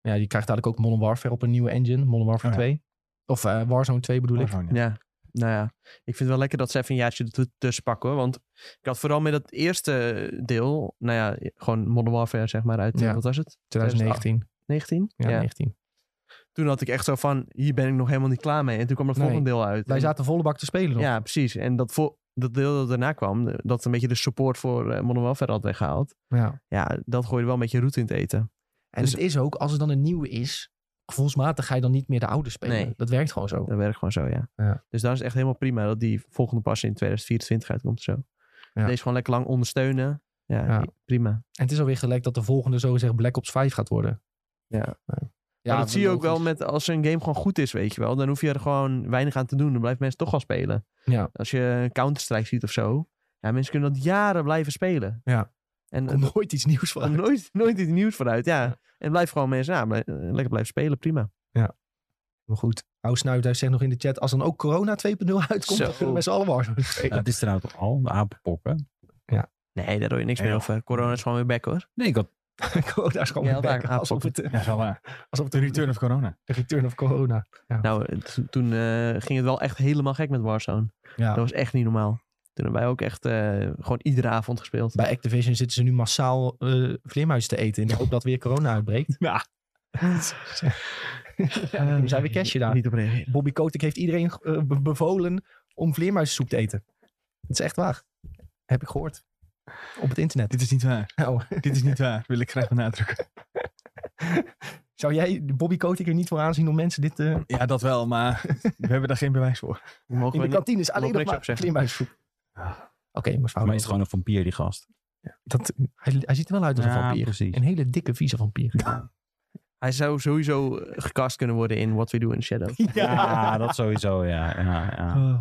Ja, je krijgt dadelijk ook Modern Warfare op een nieuwe engine. Modern Warfare
Oh ja.
2. Of eh, Warzone 2 bedoel ik.
Waarvan, ja.
Ja. Nou ja, ik vind het wel lekker dat ze even een jaartje er tussen pakken hoor. Want ik had vooral met dat eerste deel, nou ja, gewoon Modern Warfare zeg maar uit, eh,
Ja.
wat was het?
2019.
19?
Ja, 19.
Toen had ik echt zo van, hier ben ik nog helemaal niet klaar mee. En toen kwam het
Nee.
volgende deel uit.
Wij
En-
zaten volle bak te spelen nog.
Ja, precies. En dat, voor, dat deel dat daarna kwam, de- dat een beetje de support voor eh, Modern Warfare had weggehaald.
Ja.
Ja, dat gooide wel een beetje roet in het eten.
En
Dus-
het is ook, als er dan een nieuwe is, gevoelsmatig ga je dan niet meer de oude spelen.
Nee.
Dat werkt gewoon zo.
Dat werkt gewoon zo, ja.
Ja.
Dus dan is het echt helemaal prima dat die volgende pas in 2024 uitkomt. Zo.
Ja.
Deze gewoon lekker lang ondersteunen. Ja,
Ja.
prima.
En het is alweer gelijk dat de volgende zogezegd Black Ops 5 gaat worden.
Ja.
Ja,
maar dat zie je ook
logisch.
wel met als een game gewoon goed is, weet je wel. Dan hoef je er gewoon weinig aan te doen. Dan blijven mensen toch wel spelen.
Ja.
Als je Counter-Strike ziet of zo. Ja, mensen kunnen dat jaren blijven spelen.
Ja.
En
Er komt nooit iets nieuws
er komt
van.
nooit, nooit iets nieuws vooruit. Ja. En blijf gewoon mensen, ja, blij- eh, lekker blijven spelen. Prima.
Maar goed, Ousnuithuis zegt nog in de chat, als dan ook Corona 2.0 uitkomt,
Zo.
dan kunnen we met z'n allen Warzone
Ja,
spelen.
het is er nou toch al, de apenpokken.
Nee, daar hoor je niks
Nee,
meer
joh.
over. Corona is gewoon weer back hoor.
Nee, ik had
Corona is gewoon
Ja,
weer back,
daar,
alsof het, eh,
Ja, is wel waar.
alsof het
De
een
return of corona.
de return of corona.
Nou, eh, t- toen eh, ging het wel echt helemaal gek met Warzone.
Ja.
Dat was echt niet normaal. Toen hebben wij ook echt eh, gewoon iedere avond gespeeld.
Bij Activision zitten ze nu massaal eh vleermuis te eten in de hoop dat weer corona uitbreekt.
Ja.
dan zijn we cashje daar.
Niet op reageren.
Bobby Kotick heeft iedereen eh, be- bevolen om vleermuissoep te eten. Dat is echt waar. Heb ik gehoord. Op het internet.
Dit is niet waar.
Nou,
Dit is niet waar. Wil ik graag benadrukken.
zou jij Bobby Kotick er niet voor aanzien om mensen dit... eh,
Ja, dat wel, maar we hebben daar geen bewijs voor.
We mogen
in
we
de
niet-
kantine is alleen
mogen
nog
niks
maar
op zeggen.
vleermuissoep. Oké, maar
voor
fout.
mij is het gewoon een vampier, die gast.
Dat, hij, hij ziet er wel uit als een
Ja,
vampier.
precies.
Een hele dikke, vieze vampier.
Hij zou sowieso eh, gecast kunnen worden in What We Do in the Shadow.
Ja, dat sowieso, ja. ja, ja.
Ah.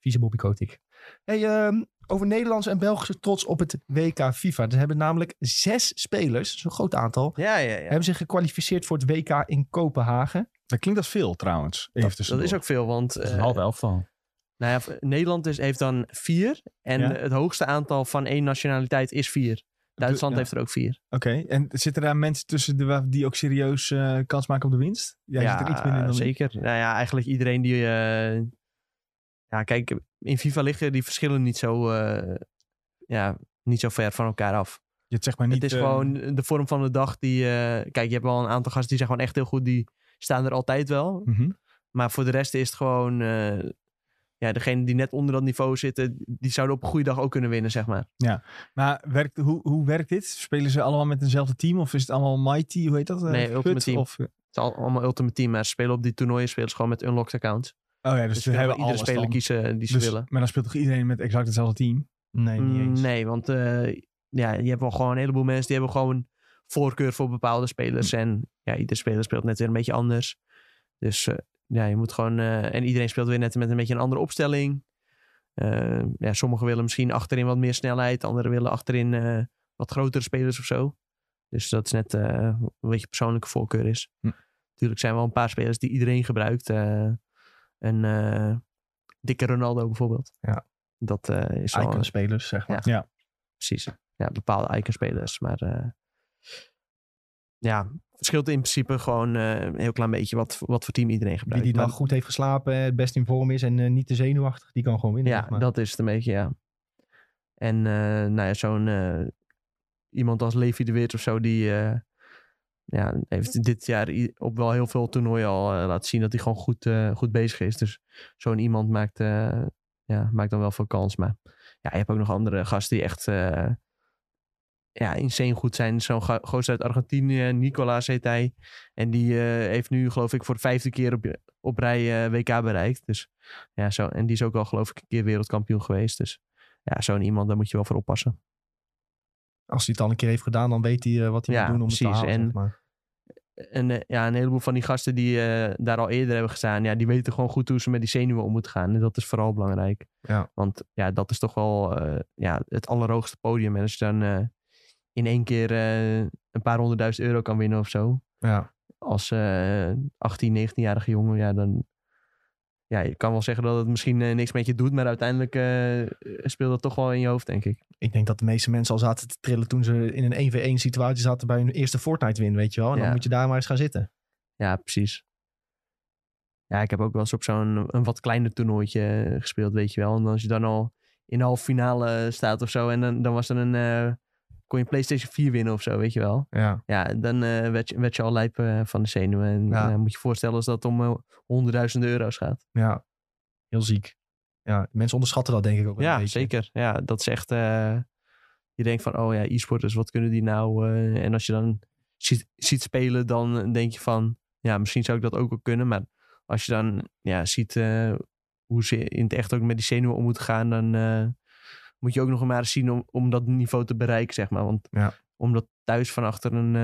Vieze Bobby Kotick. Hey, ehm, over Nederlandse en Belgische trots op het WK FIFA. Er hebben namelijk zes spelers, zo'n groot aantal,
Ja, ja, ja.
hebben zich gekwalificeerd voor het WK in Kopenhagen.
Dat klinkt als veel trouwens. Even
Dat, dat
tussendoor.
is ook veel, want
Dat is een
eh,
half elftal.
nou ja, v- Nederland is, heeft dan vier. En
Ja.
het hoogste aantal van één nationaliteit is vier. Duitsland
ja.
heeft er ook vier.
Oké, en zitten daar mensen tussen de, waar- die ook serieus eh, kans maken op de winst? Jij zit er iets minder dan ik.
zeker. Nou ja, eigenlijk iedereen die... eh, ja, kijk, in FIFA liggen die verschillen niet zo, eh, ja, niet zo ver van elkaar af.
Je hebt zeg maar niet...
het is
eh,
gewoon de vorm van de dag die... eh, kijk, je hebt wel een aantal gasten die zijn gewoon echt heel goed. Die staan er altijd wel.
mhm.
Maar voor de rest is het gewoon... eh, ja, degene die net onder dat niveau zitten... die zouden op een goede dag ook kunnen winnen, zeg maar.
Maar werkt, hoe, hoe werkt dit? Spelen ze allemaal met eenzelfde team? Of is het allemaal Mighty? Hoe heet dat? Eh,
Nee,
Fut?
Ultimate Team.
Of, eh,
Het is al- allemaal ultimate team. Maar ze spelen op die toernooien spelen ze gewoon met unlocked accounts.
oh ja, dus,
Dus
ze
kunnen
hebben
iedere
alles
speler
dan.
kiezen die ze
Dus-
willen.
Maar dan speelt toch iedereen met exact hetzelfde team?
Nee, niet
Mm,
eens.
Nee, want eh, ja, je hebt wel gewoon een heleboel mensen... die hebben gewoon voorkeur voor bepaalde
Hm.
spelers. En ja, ieder speler speelt net weer een beetje anders. Dus eh, ja, je moet gewoon... eh, en iedereen speelt weer net met een beetje een andere opstelling. Eh, ja, sommigen willen misschien achterin wat meer snelheid. Anderen willen achterin eh, wat grotere spelers of zo. Dus dat is net eh, wat je persoonlijke voorkeur is.
Hm.
Natuurlijk zijn er wel een paar spelers die iedereen gebruikt. eh, een eh, dikke Ronaldo bijvoorbeeld.
Ja.
Dat eh, is wel
Icon spelers, zeg maar.
precies. Ja, bepaalde icon-spelers. Maar eh, ja, verschilt in principe gewoon eh, een heel klein beetje wat, wat voor team iedereen
Die
gebruikt.
die
Maar-
dag goed heeft geslapen, het best in vorm is en eh, niet te zenuwachtig, die kan gewoon winnen.
ja,
zeg maar.
dat is het een beetje, ja. En eh, nou ja, zo'n eh, iemand als Levi de Weert of zo, die eh, ja, heeft dit jaar i- op wel heel veel toernooien al eh, laten zien dat hij gewoon goed, eh, goed bezig is. Dus zo'n iemand maakt, eh, ja, maakt dan wel veel kans. Maar ja, je hebt ook nog andere gasten die echt eh, ja, insane goed zijn. Zo'n go- gozer uit Argentinië, Nicolaas heet hij. En die eh, heeft nu, geloof ik, voor de vijfde keer op, op rij eh, WK bereikt. Dus ja, zo, en die is ook al geloof ik een keer wereldkampioen geweest. Dus ja, zo'n iemand, daar moet je wel voor oppassen.
Als hij het al een keer heeft gedaan, dan weet hij eh, wat hij
Ja,
moet doen om het
precies.
te halen.
En-
zeg maar.
En eh, ja, een heleboel van die gasten die eh, daar al eerder hebben gestaan, ja, die weten gewoon goed hoe ze met die zenuwen om moeten gaan. En dat is vooral belangrijk.
Ja.
Want ja, dat is toch wel eh, ja, het allerhoogste podium. En als je dan eh, in één keer eh, een paar honderdduizend euro kan winnen of zo,
Ja.
als eh 18, 19-jarige jongen, ja, dan. Ja, je kan wel zeggen dat het misschien eh, niks met je doet, maar uiteindelijk eh, speelt dat toch wel in je hoofd, denk ik.
Ik denk dat de meeste mensen al zaten te trillen toen ze in een 1v1 situatie zaten bij hun eerste Fortnite win, weet je wel. En dan
Ja.
moet je daar maar eens gaan zitten.
Ja, precies. Ja, ik heb ook wel eens op zo'n een wat kleiner toernooitje eh, gespeeld, weet je wel. En als je dan al in de halve finale eh, staat of zo, en dan, dan was er een. eh, kon je een PlayStation 4 winnen of zo, weet je wel.
Ja.
Ja, dan eh, werd, je, werd je al lijp eh, van de zenuwen. En
Ja.
eh, moet je voorstellen als dat om eh, honderdduizenden euro's gaat.
ja. Heel ziek. Ja, mensen onderschatten dat denk ik ook wel een
Ja,
beetje.
zeker. Ja, dat is echt. eh, je denkt van, oh ja, e-sporters, wat kunnen die nou? eh, en als je dan ziet, ziet spelen, dan denk je van, ja, misschien zou ik dat ook wel kunnen. Maar als je dan ja, ziet eh, hoe ze in het echt ook met die zenuwen om moeten gaan, dan eh, moet je ook nog maar eens zien om, om dat niveau te bereiken, zeg maar. Want
Ja.
om dat thuis van achter een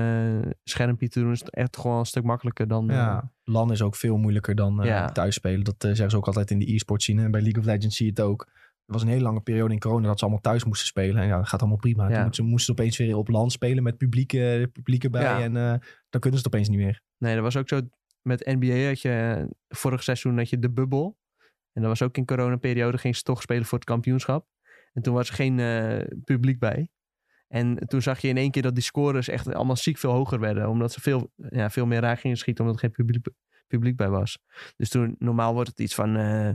eh, schermpje te doen, is het echt gewoon een stuk makkelijker dan... eh,
Ja, LAN is ook veel moeilijker dan eh
Ja.
thuis spelen. Dat eh, zeggen ze ook altijd in de e-sport scene. En bij League of Legends zie je het ook. Er was een hele lange periode in corona dat ze allemaal thuis moesten spelen. En ja, dat gaat allemaal prima.
Ja.
Toen moesten ze moesten opeens weer op LAN spelen met publiek, eh, publiek erbij.
Ja.
En eh, dan kunnen ze het opeens niet meer.
Nee, dat was ook zo met NBA had je eh, vorig seizoen had je de bubbel. En dat was ook in coronaperiode ging ze toch spelen voor het kampioenschap. En toen was er geen eh, publiek bij. En toen zag je in één keer dat die scores echt allemaal ziek veel hoger werden. Omdat ze veel, ja, veel meer raak gingen schieten omdat er geen publiek, publiek bij was. Dus toen normaal wordt het iets van eh,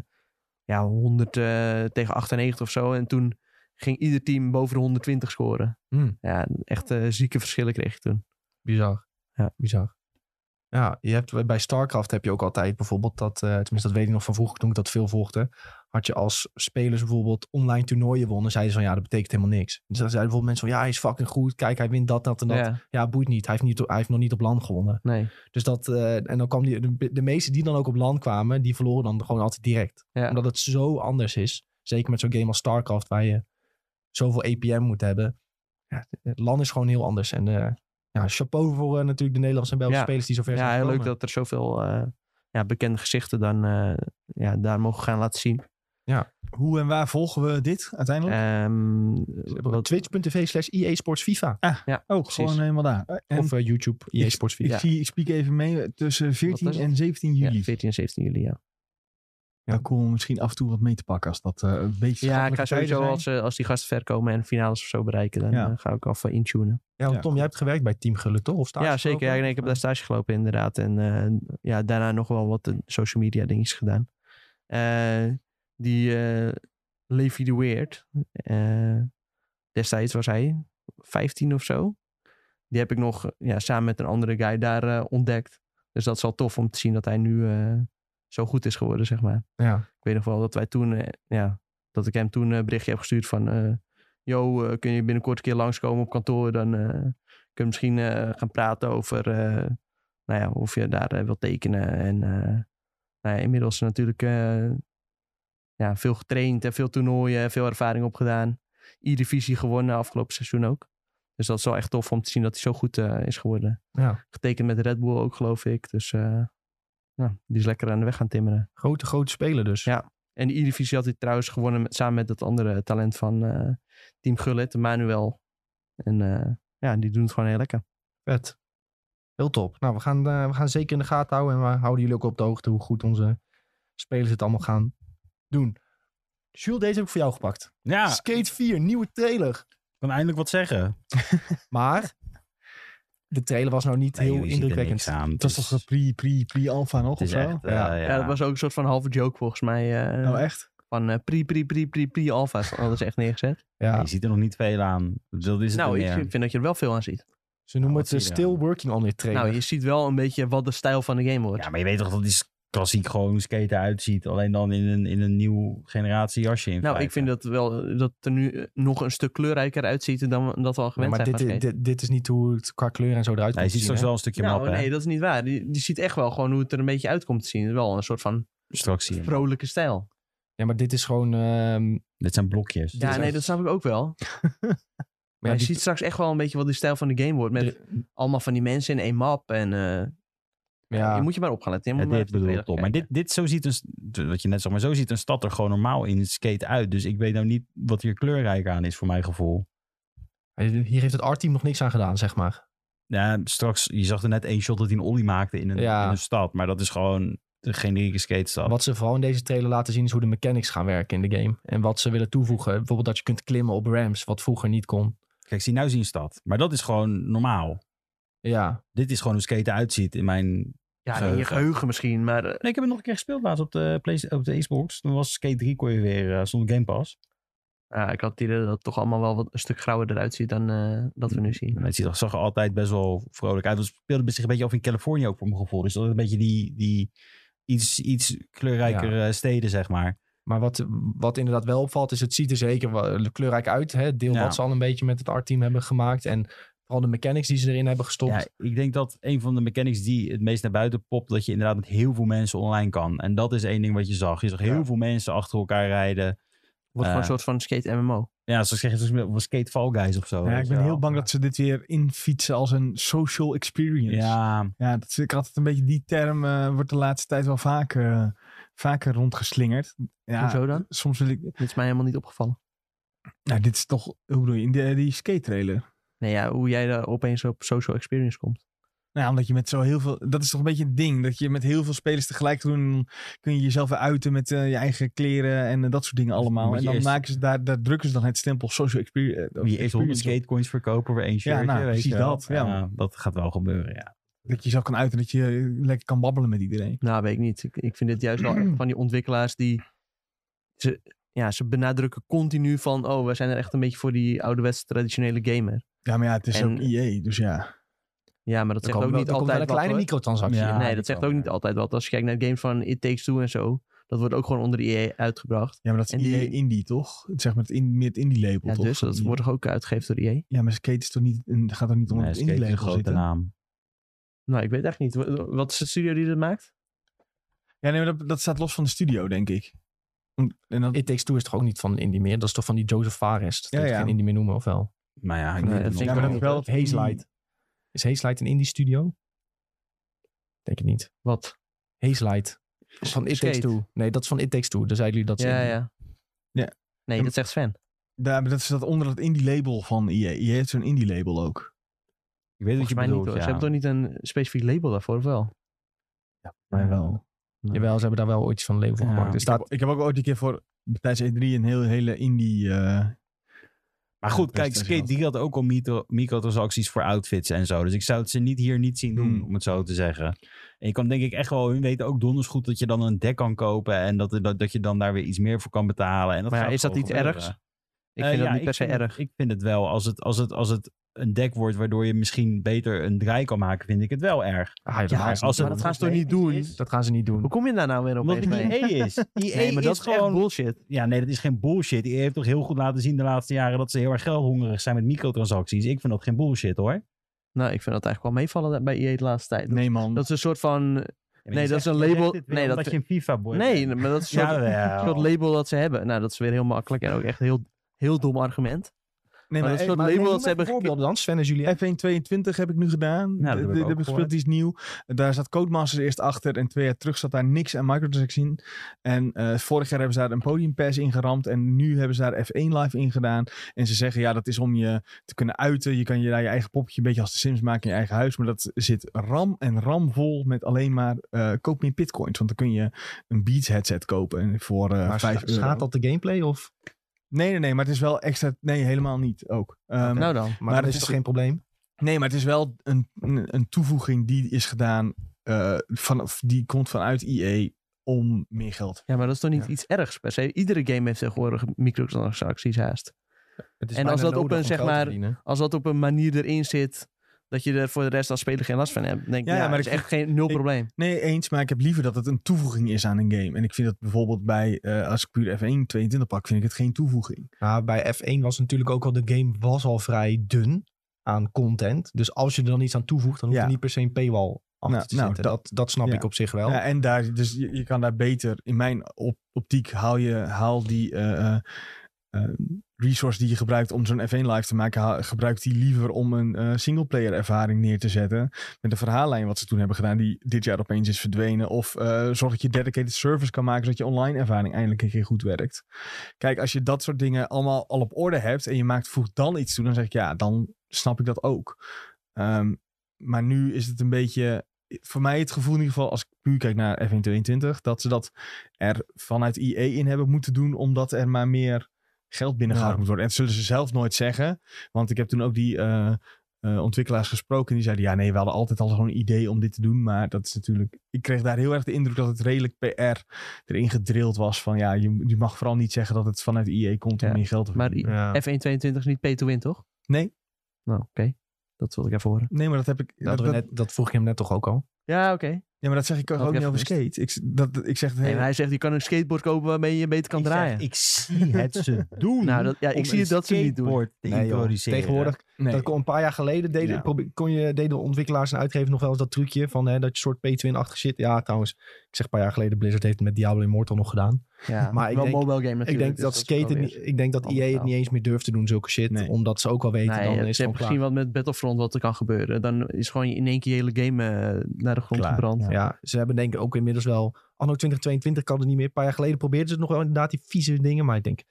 ja, 100 eh, tegen 98 of zo. En toen ging ieder team boven de 120 scoren.
Hmm.
Ja, echt eh, zieke verschillen kreeg je toen.
Bizar.
Ja.
bizar. Ja, je hebt, bij StarCraft heb je ook altijd bijvoorbeeld dat, eh, tenminste dat weet ik nog van vroeger toen ik dat veel volgde, had je als spelers bijvoorbeeld online toernooien wonnen, zeiden ze van ja, dat betekent helemaal niks. Dus dan zeiden bijvoorbeeld mensen van ja, hij is fucking goed, kijk, hij wint dat, dat en dat. Ja,
Ja,
boeit niet. Hij heeft, niet, hij heeft nog niet op land gewonnen.
nee.
Dus dat, eh, en dan kwam die, de, de meeste die dan ook op land kwamen, die verloren dan gewoon altijd direct.
Ja.
Omdat het zo anders is. Zeker met zo'n game als StarCraft, waar je zoveel EPM moet hebben. Ja, het land is gewoon heel anders. En eh, ja, chapeau voor eh, natuurlijk de Nederlandse en Belgische
Ja.
spelers die zover
Ja,
zijn
heel leuk
gekomen.
dat er zoveel eh, ja, bekende gezichten dan eh, ja, daar mogen gaan laten zien.
Hoe en waar volgen we dit uiteindelijk?
Ehm, wat-
Twitch.tv slash EA Sports FIFA.
oh,
precies.
gewoon helemaal daar. En
of eh, YouTube EA Sports
ik,
FIFA.
zie, ik spiek even mee tussen 14
was het?
en 17
ja,
juli.
14 en 17 juli, ja.
Ja, cool. om Misschien af en toe wat mee te pakken als dat eh, een beetje
Ja, ik
schappelijke
ga
tijden
sowieso
zijn.
als, eh, als die gasten ver komen en finales of zo bereiken, dan
Ja.
eh, ga ik al voor intunen.
Ja, want
Ja,
Tom, jij hebt gewerkt bij Team Geluk, toch? Of stage
ja, zeker. Ja,
gelopen?
nee, ik heb daar stage gelopen inderdaad. En eh, ja, daarna nog wel wat eh, social media dingetjes gedaan. Eh, die eh Levi de Weird, eh, destijds was hij 15 of zo. Die heb ik nog eh, ja, samen met een andere guy daar eh, ontdekt. Dus dat is wel tof om te zien dat hij nu eh, zo goed is geworden, zeg maar.
Ja.
Ik weet nog wel dat wij toen, eh, ja, dat ik hem toen een berichtje heb gestuurd van, eh yo, eh, kun je binnenkort een keer langskomen op kantoor? Dan eh kun je misschien eh, gaan praten over, eh, nou ja, of je daar eh, wilt tekenen. En eh, nou ja, inmiddels natuurlijk eh, ja, veel getraind en veel toernooien, veel ervaring opgedaan. E-divisie gewonnen afgelopen seizoen ook. Dus dat is wel echt tof om te zien dat hij zo goed eh, is geworden.
Ja.
Getekend met Red Bull ook, geloof ik. Dus eh, ja, die is lekker aan de weg gaan timmeren.
Grote, grote speler dus.
Ja. En de E-divisie had hij trouwens gewonnen met, samen met dat andere talent van eh, Team Gullit, Manuel. En eh, ja, die doen het gewoon heel lekker.
Vet. Heel top. Nou, we gaan, eh, we gaan zeker in de gaten houden. En we houden jullie ook op de hoogte hoe goed onze spelers het allemaal gaan doen. Jules, deze heb ik voor jou gepakt.
Ja, ik
Skate 4, nieuwe trailer.
kan eindelijk wat zeggen.
Maar de trailer was nou niet heel
Nee, je ziet er
indrukwekkend.
niks aan.
Het was toch een pre, pre, pre alpha nog
Het is
of zo?
echt, eh,
Ja.
ja.
Ja. dat was ook een soort van halve joke volgens mij. eh,
Nou echt?
Van eh, pri, pri, pri, pri, pri, alfa. is Alles echt neergezet.
Ja,
Je ziet er nog niet veel aan. Dat is het
nou,
er
ik
meer.
vind dat je er wel veel aan ziet.
ze noemen
Nou,
het de
wat zie je
Still
dan?
Working on dit trailer.
Nou, je ziet wel een beetje wat de stijl van de game wordt.
Ja, maar je weet toch dat die klassiek gewoon hoe skaten uitziet. Alleen dan in een, in een nieuw generatie jasje. In
nou,
feite.
ik vind dat, wel, eh, dat het er nu eh, nog een stuk kleurrijker uitziet dan we- dat we al
Ja,
gewend
maar
zijn.
dit,
van
dit,
skate.
dit, dit is niet hoe het qua kleur en zo eruit
Nou, je
komt te
ziet
zien,
straks
hè?
wel een stukje
nou,
map, hè?
nee, dat is niet waar. Die, die ziet echt wel gewoon hoe het er een beetje uitkomt te zien. Het is Wel een soort van
Straks zie je. hem.
vrolijke stijl.
Ja, maar dit is gewoon... ehm,
Dus Dit zijn blokjes.
Dit
Ja,
is
nee,
echt-
dat snap ik ook wel. Maar
ja,
je
die-
ziet straks echt wel een beetje wat die stijl van de game wordt. Met allemaal van die mensen in één map. En eh,
ja,
je moet je maar op gaan letten. Je
Ja,
moet maar
dit
even de
bedoel ik
trailer
toch. Maar dit,
kijken.
dit zo ziet een, st- wat je net zag, maar zo ziet een stad er gewoon normaal in skate uit. Dus ik weet nou niet wat hier kleurrijk aan is voor mijn gevoel.
hier heeft het art-team nog niks aan gedaan, zeg maar.
Ja, straks, je zag er net één shot dat hij een ollie maakte in een,
Ja.
in een stad. Maar dat is gewoon de generieke skate stad.
Wat ze vooral in deze trailer laten zien is hoe de mechanics gaan werken in de game. En wat ze willen toevoegen. Bijvoorbeeld dat je kunt klimmen op ramps, wat vroeger niet kon.
Kijk, zie nou zien stad. Maar dat is gewoon normaal.
Ja,
Dit is gewoon hoe skate uitziet in mijn
Ja, in je geheugen misschien. Maar eh,
Nee, ik heb het nog een keer gespeeld laatst op de, Play, op de Xbox. Toen was Skate 3 kon je weer eh, zonder Game Pass.
ja, ik had het idee dat het toch allemaal wel wat, een stuk grauwer eruit ziet dan eh, dat we nu zien.
Het ziet er- zag er altijd best wel vrolijk uit. Het speelde zich een beetje af in Californië ook voor mijn gevoel. Dus dat is een beetje die, die iets, iets kleurrijkere steden, zeg maar.
maar wat, wat inderdaad wel opvalt is, het ziet er zeker wel kleurrijk uit. Hè? Deel
Ja.
wat ze al een beetje met het art-team hebben gemaakt. En vooral de mechanics die ze erin hebben gestopt.
Ja, ik denk dat een van de mechanics die het meest naar buiten popt, dat je inderdaad met heel veel mensen online kan. En dat is één ding wat je zag. Je zag heel
Ja.
veel mensen achter elkaar rijden.
Wordt gewoon
Eh.
een soort van skate MMO.
Ja, zoals zeg je, zoals op een skate Fall Guys of zo.
Ja,
weet
ik
je
ben heel
wel.
bang dat ze dit weer infietsen als een social experience.
Ja,
Ja, dat is, ik had het een beetje, die term eh, wordt de laatste tijd wel vaak, eh, vaker rondgeslingerd. Ja,
Hoezo dan?
Soms wil ik,
Dit is mij helemaal niet opgevallen.
nou dit is toch, hoe bedoel je, in de, eh, die skate trailer.
Nee, ja, hoe jij daar opeens op social experience komt.
Nou, ja, omdat je met zo heel veel. Dat is toch een beetje het ding. Dat je met heel veel spelers tegelijk doet. en dan kun je jezelf weer uiten met eh, je eigen kleren en eh, dat soort dingen allemaal.
moet
En
je
dan
eerst-
maken ze daar, daar drukken ze dan het stempel social experience. eh,
moet je eerst 100 skatecoins verkopen voor één shirtje.
nou,
weet
precies
je wel.
dat, ja.
dat gaat wel gebeuren, ja.
Dat je jezelf kan uiten en dat je eh, lekker kan babbelen met iedereen.
Nou, weet ik niet. Ik, ik vind dit juist wel echt van die ontwikkelaars die... Ze, ja, ze benadrukken continu van... Oh, we zijn er echt een beetje voor die ouderwets traditionele gamer.
Ja, maar ja, het is
En-
ook IE. Dus ja.
Ja, maar dat zegt ook niet altijd
een
wat.
kleine
hoor.
microtransactie.
Ja,
in.
nee,
die
dat zegt ook
komen.
niet altijd wat. Als je kijkt naar games van It Takes Two en zo... Dat wordt ook gewoon onder EA uitgebracht.
Ja, maar dat is
En die-
IE indie, toch? Het Zeg maar het in, meer het indie label,
Ja,
toch?
dus dat
Die-
wordt toch ook uitgegeven door EA?
Ja, maar skate is toch niet, een- gaat er niet onder
Nee,
het
skate
indie
is een
label
grote
zitten?
naam.
Nou, ik weet echt niet. Wa- Wat is de studio die dat maakt?
Ja, nee, maar dat, dat staat los van de studio, denk ik. En- En dat,
It Takes Two is toch ook niet van indie meer? Dat is toch van die Joseph Fares? Dat
Ja,
ja,
ja.
geen indie meer noemen, of wel?
Maar ja, ik
Nee,
weet
dat
het
vind
nog
ja,
ik
maar
ook
dat
niet.
is wel het
Haze Light. Is Haze Light een indie studio? Denk het niet.
Wat?
Haze Light. Van It Takes
Skate.
Two. Nee, dat is van It Takes Two. Dan zeiden jullie dat ze
Ja,
indie-
ja.
Ja.
Nee, dat zegt Sven.
Daar, dat is dat onder het indie label van E EA. EA heeft zo'n indie label ook.
Ik weet wat je
Volgens mij niet
bedoelt,
hoor.
ja.
Ze hebben toch niet een specifiek label daarvoor, of wel?
Maar wel.
Jawel, ze hebben daar wel ooit iets van label van
Ja.
gemaakt. Dus Er
Ik,
staat
heb, ik heb ook ooit een keer voor tijdens E3 een heel, hele indie... eh,
Maar goed,
Ja,
kijk,
best
Skate
wel.
die had ook al micro- microtransacties voor outfits en zo. Dus ik zou het ze niet hier niet zien doen,
Hmm.
om het zo te zeggen. En je kan denk ik echt wel, hun weten ook donders goed dat je dan een deck kan kopen. En dat, dat, dat je dan daar weer iets meer voor kan betalen. En dat
Maar ja,
gaat
is dat
gewoon
iets
gebeuren.
ergs? Ik
Eh,
vind
ja,
dat niet per
ik
se
vind het-
erg.
ik vind het wel, als het, als, het, als het een deck wordt waardoor je misschien beter een draai kan maken, vind ik het wel erg.
Ah, dat,
Ja,
gaan ze
als
niet
het-
doen.
gaan ze toch niet doen?
dat gaan ze niet doen.
Hoe kom je daar nou weer
Omdat
opeens
het
mee?
EA is. EA
Nee, maar dat is gewoon bullshit.
Ja, nee, dat is geen bullshit. EA heeft toch heel goed laten zien de laatste jaren dat ze heel erg geldhongerig zijn met microtransacties. Ik vind dat geen bullshit hoor.
Nou, ik vind dat eigenlijk wel meevallen bij EA de laatste tijd.
nee man.
Dat is een soort van...
Ja, maar
Nee,
je
dat is
zegt-
een
je zegt
label-
dit weer
nee,
omdat
dat-
je een FIFA boy.
Nee, maar dat is een soort,
Jawel.
soort label dat ze hebben. Nou, dat is weer heel makkelijk en ook echt een heel, heel dom argument.
nee,
maar dat is
eh,
wat label
neem
dat
maar
ze hebben
een voorbeeld.
Voorbeeld dan, Sven en Julien.
F1 22 heb ik nu gedaan. Eh,
Ja, dat heb ik
De-
ook
de- de
gehoord.
Die is nieuw. Eh, Daar zat Codemasters eerst achter. En twee jaar terug zat daar niks aan microtransacties in. En eh, vorig jaar hebben ze daar een podiumpass in geramd. En nu hebben ze daar F1 live in gedaan. En ze zeggen ja, dat is om je te kunnen uiten. Je kan je daar je eigen popje een beetje als de Sims maken in je eigen huis. Maar dat zit ram en ram vol met alleen maar eh, koop meer bitcoins. Want dan kun je een Beats headset kopen voor eh,
Maar
5
scha-
euro.
schaadt dat de gameplay? Of?
Nee, nee, nee. Maar het is wel extra... Nee, helemaal niet ook. Ehm,
Nou dan.
Maar, dat is toch geen probleem?
Nee, maar het is wel een, een een toevoeging die is gedaan. eh, vanaf, die komt vanuit IE om meer geld.
Ja, maar dat is toch niet
Ja.
iets ergs per se? Iedere game heeft tegenwoordig microtransacties haast.
Het is
En als
bijna
dat
nodig
op een,
om
zeg
geld te
maar,
verdienen.
als dat op een manier erin zit dat je er voor de rest als speler geen last van hebt, denk ik,
Ja,
ja,
ja, maar
maar is
ik
echt geen nul
ik-
probleem.
Nee, eens, maar ik heb liever dat het een toevoeging is aan een game. En ik vind dat bijvoorbeeld bij, eh, als ik puur F1 22 pak, vind ik het geen toevoeging.
Nou, bij F1 was natuurlijk ook al, de game was al vrij dun aan content. Dus als je er dan iets aan toevoegt, dan hoeft
Ja.
er niet per se een paywall achter
Nou,
te
nou,
zitten. Dat, dat, snap
ja.
ik op zich wel.
Ja, en daar, dus je, je kan daar beter, in mijn op- optiek, haal, je, haal die eh, eh, eh, resource die je gebruikt om zo'n F1 live te maken, haal- gebruik die liever om een eh, singleplayer ervaring neer te zetten. Met de verhaallijn wat ze toen hebben gedaan, die dit jaar opeens is verdwenen. Of eh, zorg dat je dedicated servers kan maken, zodat je online ervaring eindelijk een keer goed werkt. Kijk, als je dat soort dingen allemaal al op orde hebt en je maakt voegt dan iets toe, dan zeg ik ja, dan snap ik dat ook. Ehm, maar nu is het een beetje, voor mij het gevoel in ieder geval, als ik puur kijk naar F1 22, dat ze dat er vanuit IE in hebben moeten doen, omdat er maar meer geld binnengehaald
Ja.
moet worden. En dat zullen ze zelf nooit zeggen, want ik heb toen ook die eh, eh, ontwikkelaars gesproken en die zeiden, ja nee, we hadden altijd al zo'n idee om dit te doen, maar dat is natuurlijk, ik kreeg daar heel erg de indruk dat het redelijk PR erin gedrild was van ja, je, je mag vooral niet zeggen dat het vanuit IE komt om
Ja,
meer geld te
Maar
verdienen.
Ja.
F122 is niet pay to win, toch?
Nee.
Nou, oké. Dat wilde ik even horen.
Nee, maar dat heb ik.
Dat,
Dat,
hadden we
dat-
net, dat vroeg ik hem net toch ook al.
Ja, oké. Nee,
ja, maar dat zeg ik ook,
had ik
niet
even
over skate. Ik, dat, ik zeg het hele-
maar hij zegt, je kan een skateboard kopen waarmee je beter kan
Ik zeg,
draaien.
ik zie het ze doen.
nou, dat, ja,
om
ik zie
een
dat ze niet doen.
skateboard Te Oh,
Nee, joh.
introduceren.
Tegenwoordig
Nee.
Dat kon een paar jaar geleden deden,
Ja.
probe- kon je, deden ontwikkelaars en uitgevers nog wel eens dat trucje van hè, dat je soort P2-achtig zit. Ja, trouwens, ik zeg een paar jaar geleden, Blizzard heeft het met Diablo Immortal nog gedaan.
Ja,
Maar ik
wel
denk-
mobile game natuurlijk.
Ik denk
dus
dat,
is
skaten
wel weer-
niet- ik denk dat
ander
EA het
verhaal.
niet eens meer durft te doen, zulke shit.
Nee.
Omdat ze ook al weten,
Nee,
dan
je
is het
hebt
gewoon
gezien wat met Battlefront wat er kan gebeuren. Dan is gewoon in één keer je hele game eh, naar de grond
Klaar,
gebrand.
klaar. Ja, ze hebben denk ik ook inmiddels wel... Anno 2022 kan het niet meer. Een paar jaar geleden probeerden ze het nog wel inderdaad, die vieze dingen. Maar ik denk,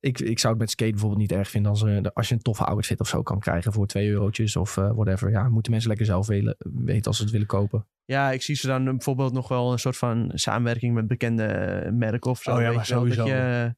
ik, ik zou het met skate bijvoorbeeld niet erg vinden... als, er- als je een toffe outfit of zo kan krijgen voor twee eurotjes of eh, whatever. Ja, moeten mensen lekker zelf willen, weten als ze het willen kopen.
Ja, ik zie ze dan eh, bijvoorbeeld nog wel een soort van samenwerking met bekende eh, merken of zo.
Oh ja,
weet
maar
je wel,
sowieso.
Dat je eh,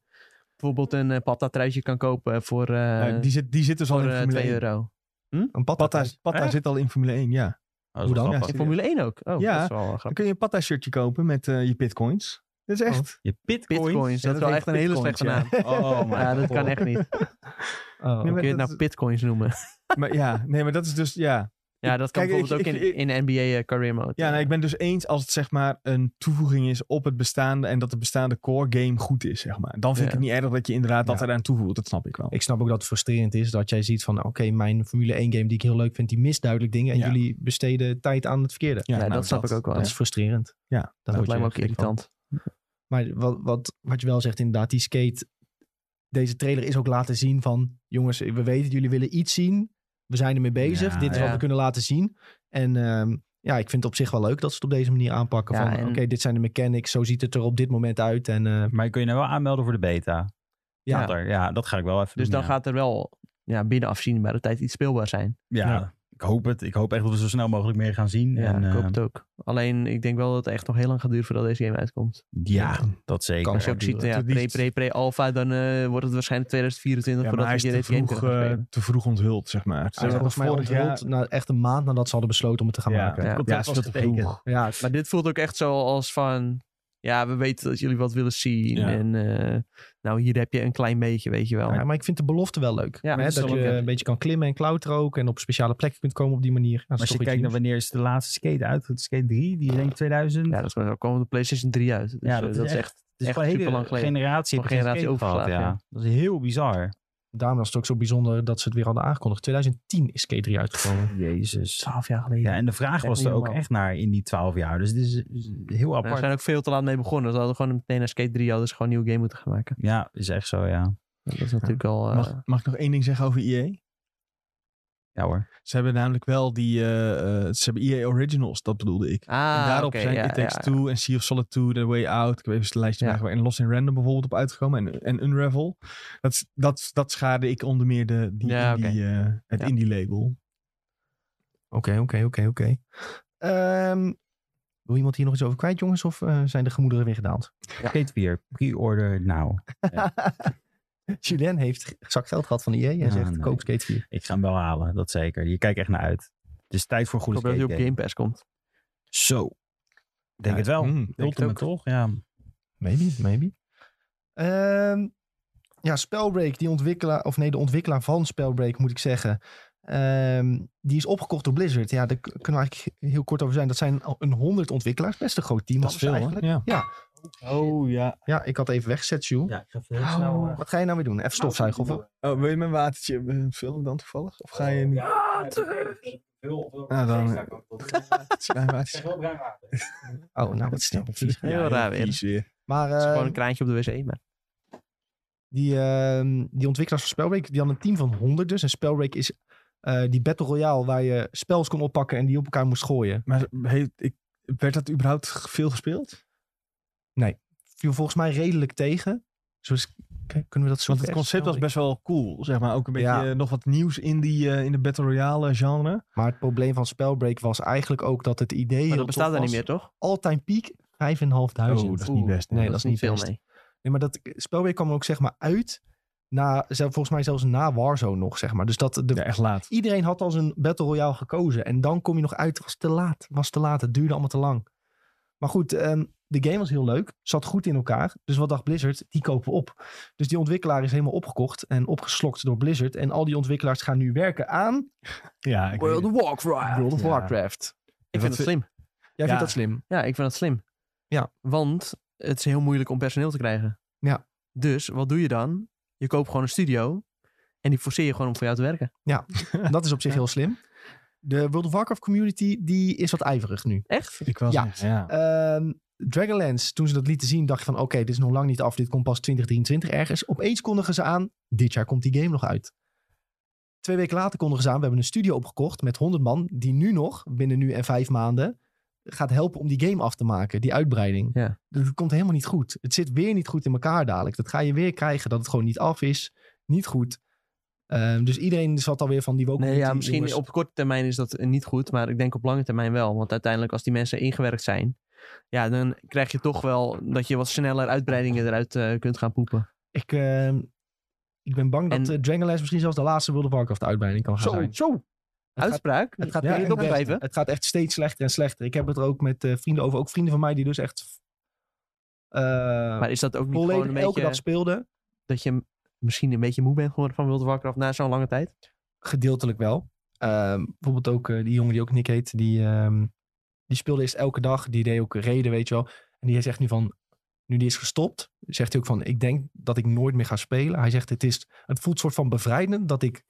bijvoorbeeld een eh, patatruitje kan kopen voor, eh
Nou, die, zit, die zit dus al
voor
in
eh,
Formule
2
1.
euro.
Een pad
Patta, Patta
Echt?
zit al in Formule 1, ja.
Oh,
Hoe
dat is wel
dan?
grappig.
In Formule 1 ook? Oh,
Ja.
dat is wel eh,
Dan
grappig.
kun je een Patta shirtje kopen met eh, je bitcoins. Dat is echt...
Je bitcoins.
Bitcoins,
Ja,
dat Oh, is wel echt een hele slechte naam.
bitcoins,
Oh, oh my
Ja, dat
god.
kan echt niet.
Oh.
Nee,
Hoe
maar
kun je het
dat
nou
is-
bitcoins noemen?
maar ja, nee, maar dat is dus, ja.
Ja, dat kan
Kijk, ik-
bijvoorbeeld ook
ik-
in, in NBA eh, career mode.
Ja, nou, ik ben dus eens als het zeg maar een toevoeging is op het bestaande en dat de bestaande core game goed is, zeg maar. Dan vind ik
Ja.
het niet erg dat je inderdaad dat
Ja.
eraan toevoegt, dat snap ik wel.
Ik snap ook dat het frustrerend is dat jij ziet van... oké, mijn Formule 1 game die ik heel leuk vind, die mist duidelijk dingen... en
Ja.
jullie besteden tijd aan het verkeerde.
Ja,
nou,
dat snap ik ook wel.
Dat
ja.
is frustrerend.
Ja,
Daar
Dat
word je
lijkt me ook
gek van.
irritant.
Maar wat, wat, wat je wel zegt inderdaad, die skate... Deze trailer is ook laten zien van... Jongens, we weten, dat jullie willen iets zien. We zijn ermee bezig.
Ja,
Dit is
ja.
wat we kunnen laten zien. En ehm, ja, ik vind het op zich wel leuk dat ze het op deze manier aanpakken.
Ja,
van
en-
oké, dit zijn de mechanics. Zo ziet het er op dit moment uit. En eh,
Maar je kun je nou wel aanmelden voor de beta.
Ja.
Ja, ja dat ga ik wel even
Dus
doen,
dan
ja.
gaat er wel ja, binnen afzienbare tijd iets speelbaar zijn.
Ja,
Ja.
ik hoop het. Ik hoop echt dat we zo snel mogelijk meer gaan zien.
Ja,
en,
ik hoop
eh,
het ook. Alleen, ik denk wel dat het echt nog heel lang gaat duren voordat deze game uitkomt.
Oh, ja, dat zeker.
Kan
Als je
Ja,
ook ziet, nou
duur.
ja,
Het liefst-
pre-pre-pre-alpha, dan eh, wordt het waarschijnlijk 2024
Ja, maar hij
voordat
is
je
te
deze game
vroeg,
kunt gaan
eh,
spelen.
te vroeg onthuld, zeg maar. Ze
ze hebben
hebben
volgens mij
vorig
onthuld
jaar-
na echt een maand nadat ze hadden besloten om het te gaan
Ja.
maken.
Ja.
Het
Ja,
contract
is
was
te
getekend.
vroeg.
Ja, het-
Maar dit voelt ook echt zo als van... Ja, we weten dat jullie wat willen zien.
Ja.
En eh, nou, hier heb je een klein beetje, weet je wel.
ja, maar ik vind de belofte wel leuk.
Ja,
Hè,
dat is
dat
wel
je
leuk, ja.
een beetje kan klimmen en klauteren ook. En op speciale plekken kunt komen op die manier. Ja, dat is
Maar als
toch
je
iets
kijkt naar
nieuws.
wanneer is de laatste skate uit? Skate 3, die is denk ik 2000.
Ja, dat komt op de PlayStation 3 uit. Dus, eh, dat is echt...
het is
echt
gewoon een hele
superlang geleden.
generatie,
Van
heeft geen skate
generatie
gehad,
overgeslagen, ja.
Dat is heel bizar.
Daarom was het ook zo bijzonder dat ze het weer hadden aangekondigd. 2010 is K3 uitgekomen.
Jezus.
12 jaar geleden.
Ja, en de vraag
Echt
was
niet
er ook
normaal.
echt naar in die 12 jaar. Dus het is is heel
En er
apart.
zijn ook veel te laat mee begonnen. Ze hadden gewoon meteen naar Skate 3 hadden ze gewoon een nieuwe game moeten gaan maken.
Ja, is echt zo, ja.
Dat is natuurlijk al... eh,
mag, mag ik nog één ding zeggen over E EA?
Ja hoor.
Ze hebben namelijk wel die, eh, eh, ze hebben EA Originals, dat bedoelde ik.
Ah,
en daarop
oké,
zijn
ja,
It Takes
ja,
Two en Sea of Solid 2, The Way Out. Ik heb even het lijstje
Ja.
bijgewerkt. En Lost in Random bijvoorbeeld op uitgekomen. En, en Unravel. Dat, is- dat, dat schaarde ik onder meer de, die
Ja,
indie, eh, het
Ja.
indie label.
Oké, oké, oké, oké. Ehm, Wil iemand hier nog iets over kwijt, jongens? Of eh, zijn de gemoederen weer gedaald?
Skate 4, pre-order now.
Julien heeft g- zak geld gehad van de EA. Hij
Ah,
zegt,
nee.
koop Skate 4.
Ik ga hem wel halen, dat zeker. Je kijkt echt naar uit. Het is tijd voor een
Ik
goede
hoop dat hij
skate
op
game.
Game Pass komt.
Zo. Denk
Ja,
het wel.
mm, denk
Ultimate
het
hm. ook.
toch? Ja.
Maybe, maybe. Ehm, ja, Spellbreak, die ontwikkelaar... Of nee, de ontwikkelaar van Spellbreak, moet ik zeggen... ehm, die is opgekocht door Blizzard. Ja, daar k- kunnen we eigenlijk heel kort over zijn. Dat zijn al een honderd ontwikkelaars. Best een groot team.
Dat is
hadden ze
veel, hè?
eigenlijk.
Ja.
Ja.
Oh, ja.
Ja, ik had even weggezet, Sjoe.
Ja, ik ga veel
Oh, wat ga je nou weer doen? Even stofzuigen of...
Oh, wil je mijn watertje eh, vullen dan toevallig? Of ga je niet? Nou, dan- Mijn watertje.
Oh, nou, wat snel.
Heel raar weer.
vies weer.
Maar...
Het is
ehm,
gewoon een kraantje op de wc, maar...
Die, ehm, die ontwikkelaars van Spellbreak, die hadden een team van 100 dus. En Spellbreak is eh, die Battle Royale waar je spels kon oppakken en die op elkaar moest gooien.
Maar heeft, ik, werd dat überhaupt g- veel gespeeld?
Viel volgens mij redelijk tegen. Zoals, k- kunnen we dat zo
Want het concept was best wel cool, zeg maar. Ook een beetje
Ja. Oh,
eh, nog wat nieuws in, die, eh, in de Battle Royale genre.
Maar het probleem van Spellbreak was eigenlijk ook dat het idee.
Maar
heel
dat bestaat
tof
er niet
was.
meer, Oh. toch?
All-time peak 5.500.
dat is niet best.
nee, dat is niet
veel
best.
mee.
Nee, maar dat Spellbreak kwam ook zeg maar uit. Na, zelf- volgens mij zelfs na Warzone nog, zeg maar. Dus dat de,
Ja, echt laat.
iedereen had al zijn Battle Royale gekozen. En dan kom je nog uit. Het was te laat. Was te laat. Het duurde allemaal te lang. Maar goed, ehm, de game was heel leuk. Zat goed in elkaar. Dus wat dacht Blizzard? Die kopen we op. Dus die ontwikkelaar is helemaal opgekocht en opgeslokt door Blizzard. En al die ontwikkelaars gaan nu werken aan
Ja, ik weet
World
het.
of Warcraft.
World of
ja.
Warcraft.
Ik vind
Dat
het slim.
Ah, Jij
Ja.
vindt dat slim?
Ja, ik vind het slim.
Ja.
Want het is heel moeilijk om personeel te krijgen.
Ja.
Dus wat doe je dan? Je koopt gewoon een studio. En die forceer je gewoon om voor jou te werken.
Dat is op zich heel slim. De World of Warcraft community die is wat ijverig nu.
Echt?
Ik was
Ja.
ja.
Ehm, Dragonlance, toen ze dat lieten zien, dacht je van... oké, dit is nog lang niet af. Dit komt pas 2023 ergens. Opeens kondigen ze aan, dit jaar komt die game nog uit. Twee weken later kondigen ze aan... we hebben een studio opgekocht met 100 man... die nu nog, binnen nu en vijf maanden... gaat helpen om die game af te maken. Die uitbreiding.
Ja.
Dat komt helemaal niet goed. Het zit weer niet goed in elkaar dadelijk. Dat ga je weer krijgen, dat het gewoon niet af is. Niet goed. Ehm, dus iedereen zat alweer van die woke
Nee, ja,
community,
misschien
jongens.
op korte termijn is dat eh, niet goed, maar ik denk op lange termijn wel. Want uiteindelijk, als die mensen ingewerkt zijn, ja, dan krijg je toch wel dat je wat sneller uitbreidingen eruit eh, kunt gaan poepen.
Ik, ehm, ik ben bang dat
En-
eh, Dragonlance misschien zelfs de laatste World of Warcraft uitbreiding kan gaan
Zo,
zijn.
zo.
Het gaat,
Uitspraak.
het, gaat
Wil je
echt,
het opschrijven?
het gaat echt steeds slechter en slechter. Ik heb het er ook met eh, vrienden over. Ook vrienden van mij die dus echt eh,
Maar is dat ook niet gewoon
volledig
een
elke
beetje
dag speelden.
dat je m- misschien een beetje moe bent geworden van World of Warcraft na zo'n lange tijd?
Gedeeltelijk wel. Ehm, bijvoorbeeld ook eh, die jongen die ook Nick heet. Die, ehm, die speelde eerst elke dag. Die deed ook reden, weet je wel. En die zegt nu van... Nu die is gestopt, zegt hij ook van... Ik denk dat ik nooit meer ga spelen. Hij zegt, het, is, het voelt soort van bevrijdend dat ik...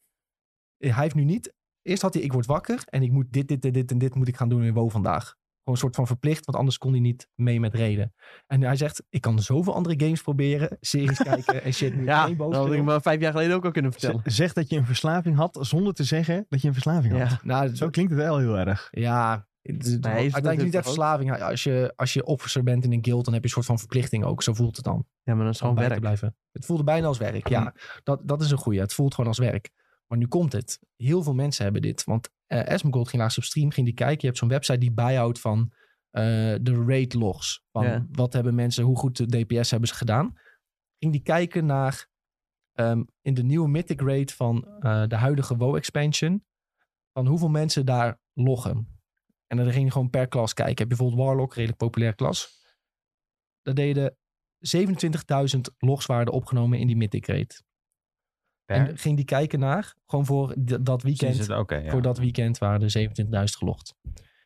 Hij heeft nu niet... Eerst had hij, ik word wakker en ik moet dit, dit, dit, dit en dit moet ik gaan doen in WoW vandaag. Gewoon een soort van verplicht, want anders kon hij niet mee met reden. En hij zegt, ik kan zoveel andere games proberen, series kijken en shit. Nu
Ja,
geen
dat
boos
had ik
speel.
me vijf jaar geleden ook al kunnen vertellen.
Z- Zeg dat je een verslaving had zonder te zeggen dat je een verslaving had.
Ja.
Nou,
Zo klinkt het wel heel erg.
Ja, het is-
Nee, is dat
uiteindelijk niet
natuurlijk
echt
ook?
verslaving. Als je, als je officer bent in een guild, dan heb je een soort van verplichting ook. Zo voelt het dan.
ja, maar dat is
Om
gewoon
bij te
werk.
blijven. Het voelde bijna als werk, ja. Dat, dat is een goeie. Het voelt gewoon als werk. Maar nu komt het. Heel veel mensen hebben dit. Want eh Esmogold ging laatst op stream, ging die kijken. Je hebt zo'n website die bijhoudt van eh, de raid logs. Van
Ja.
wat hebben mensen, hoe goed de DPS hebben ze gedaan. Ging die kijken naar ehm, in de nieuwe Mythic Raid van eh, de huidige WoW expansion. Van hoeveel mensen daar loggen. En dan ging je gewoon per klas kijken. Heb je bijvoorbeeld Warlock, redelijk populair klas. Daar deden 27.000 logs waren opgenomen in die Mythic Raid. En ging die kijken naar, gewoon voor d- dat weekend,
Precies, Oké, ja.
voor dat weekend waren er 27.000 gelogd.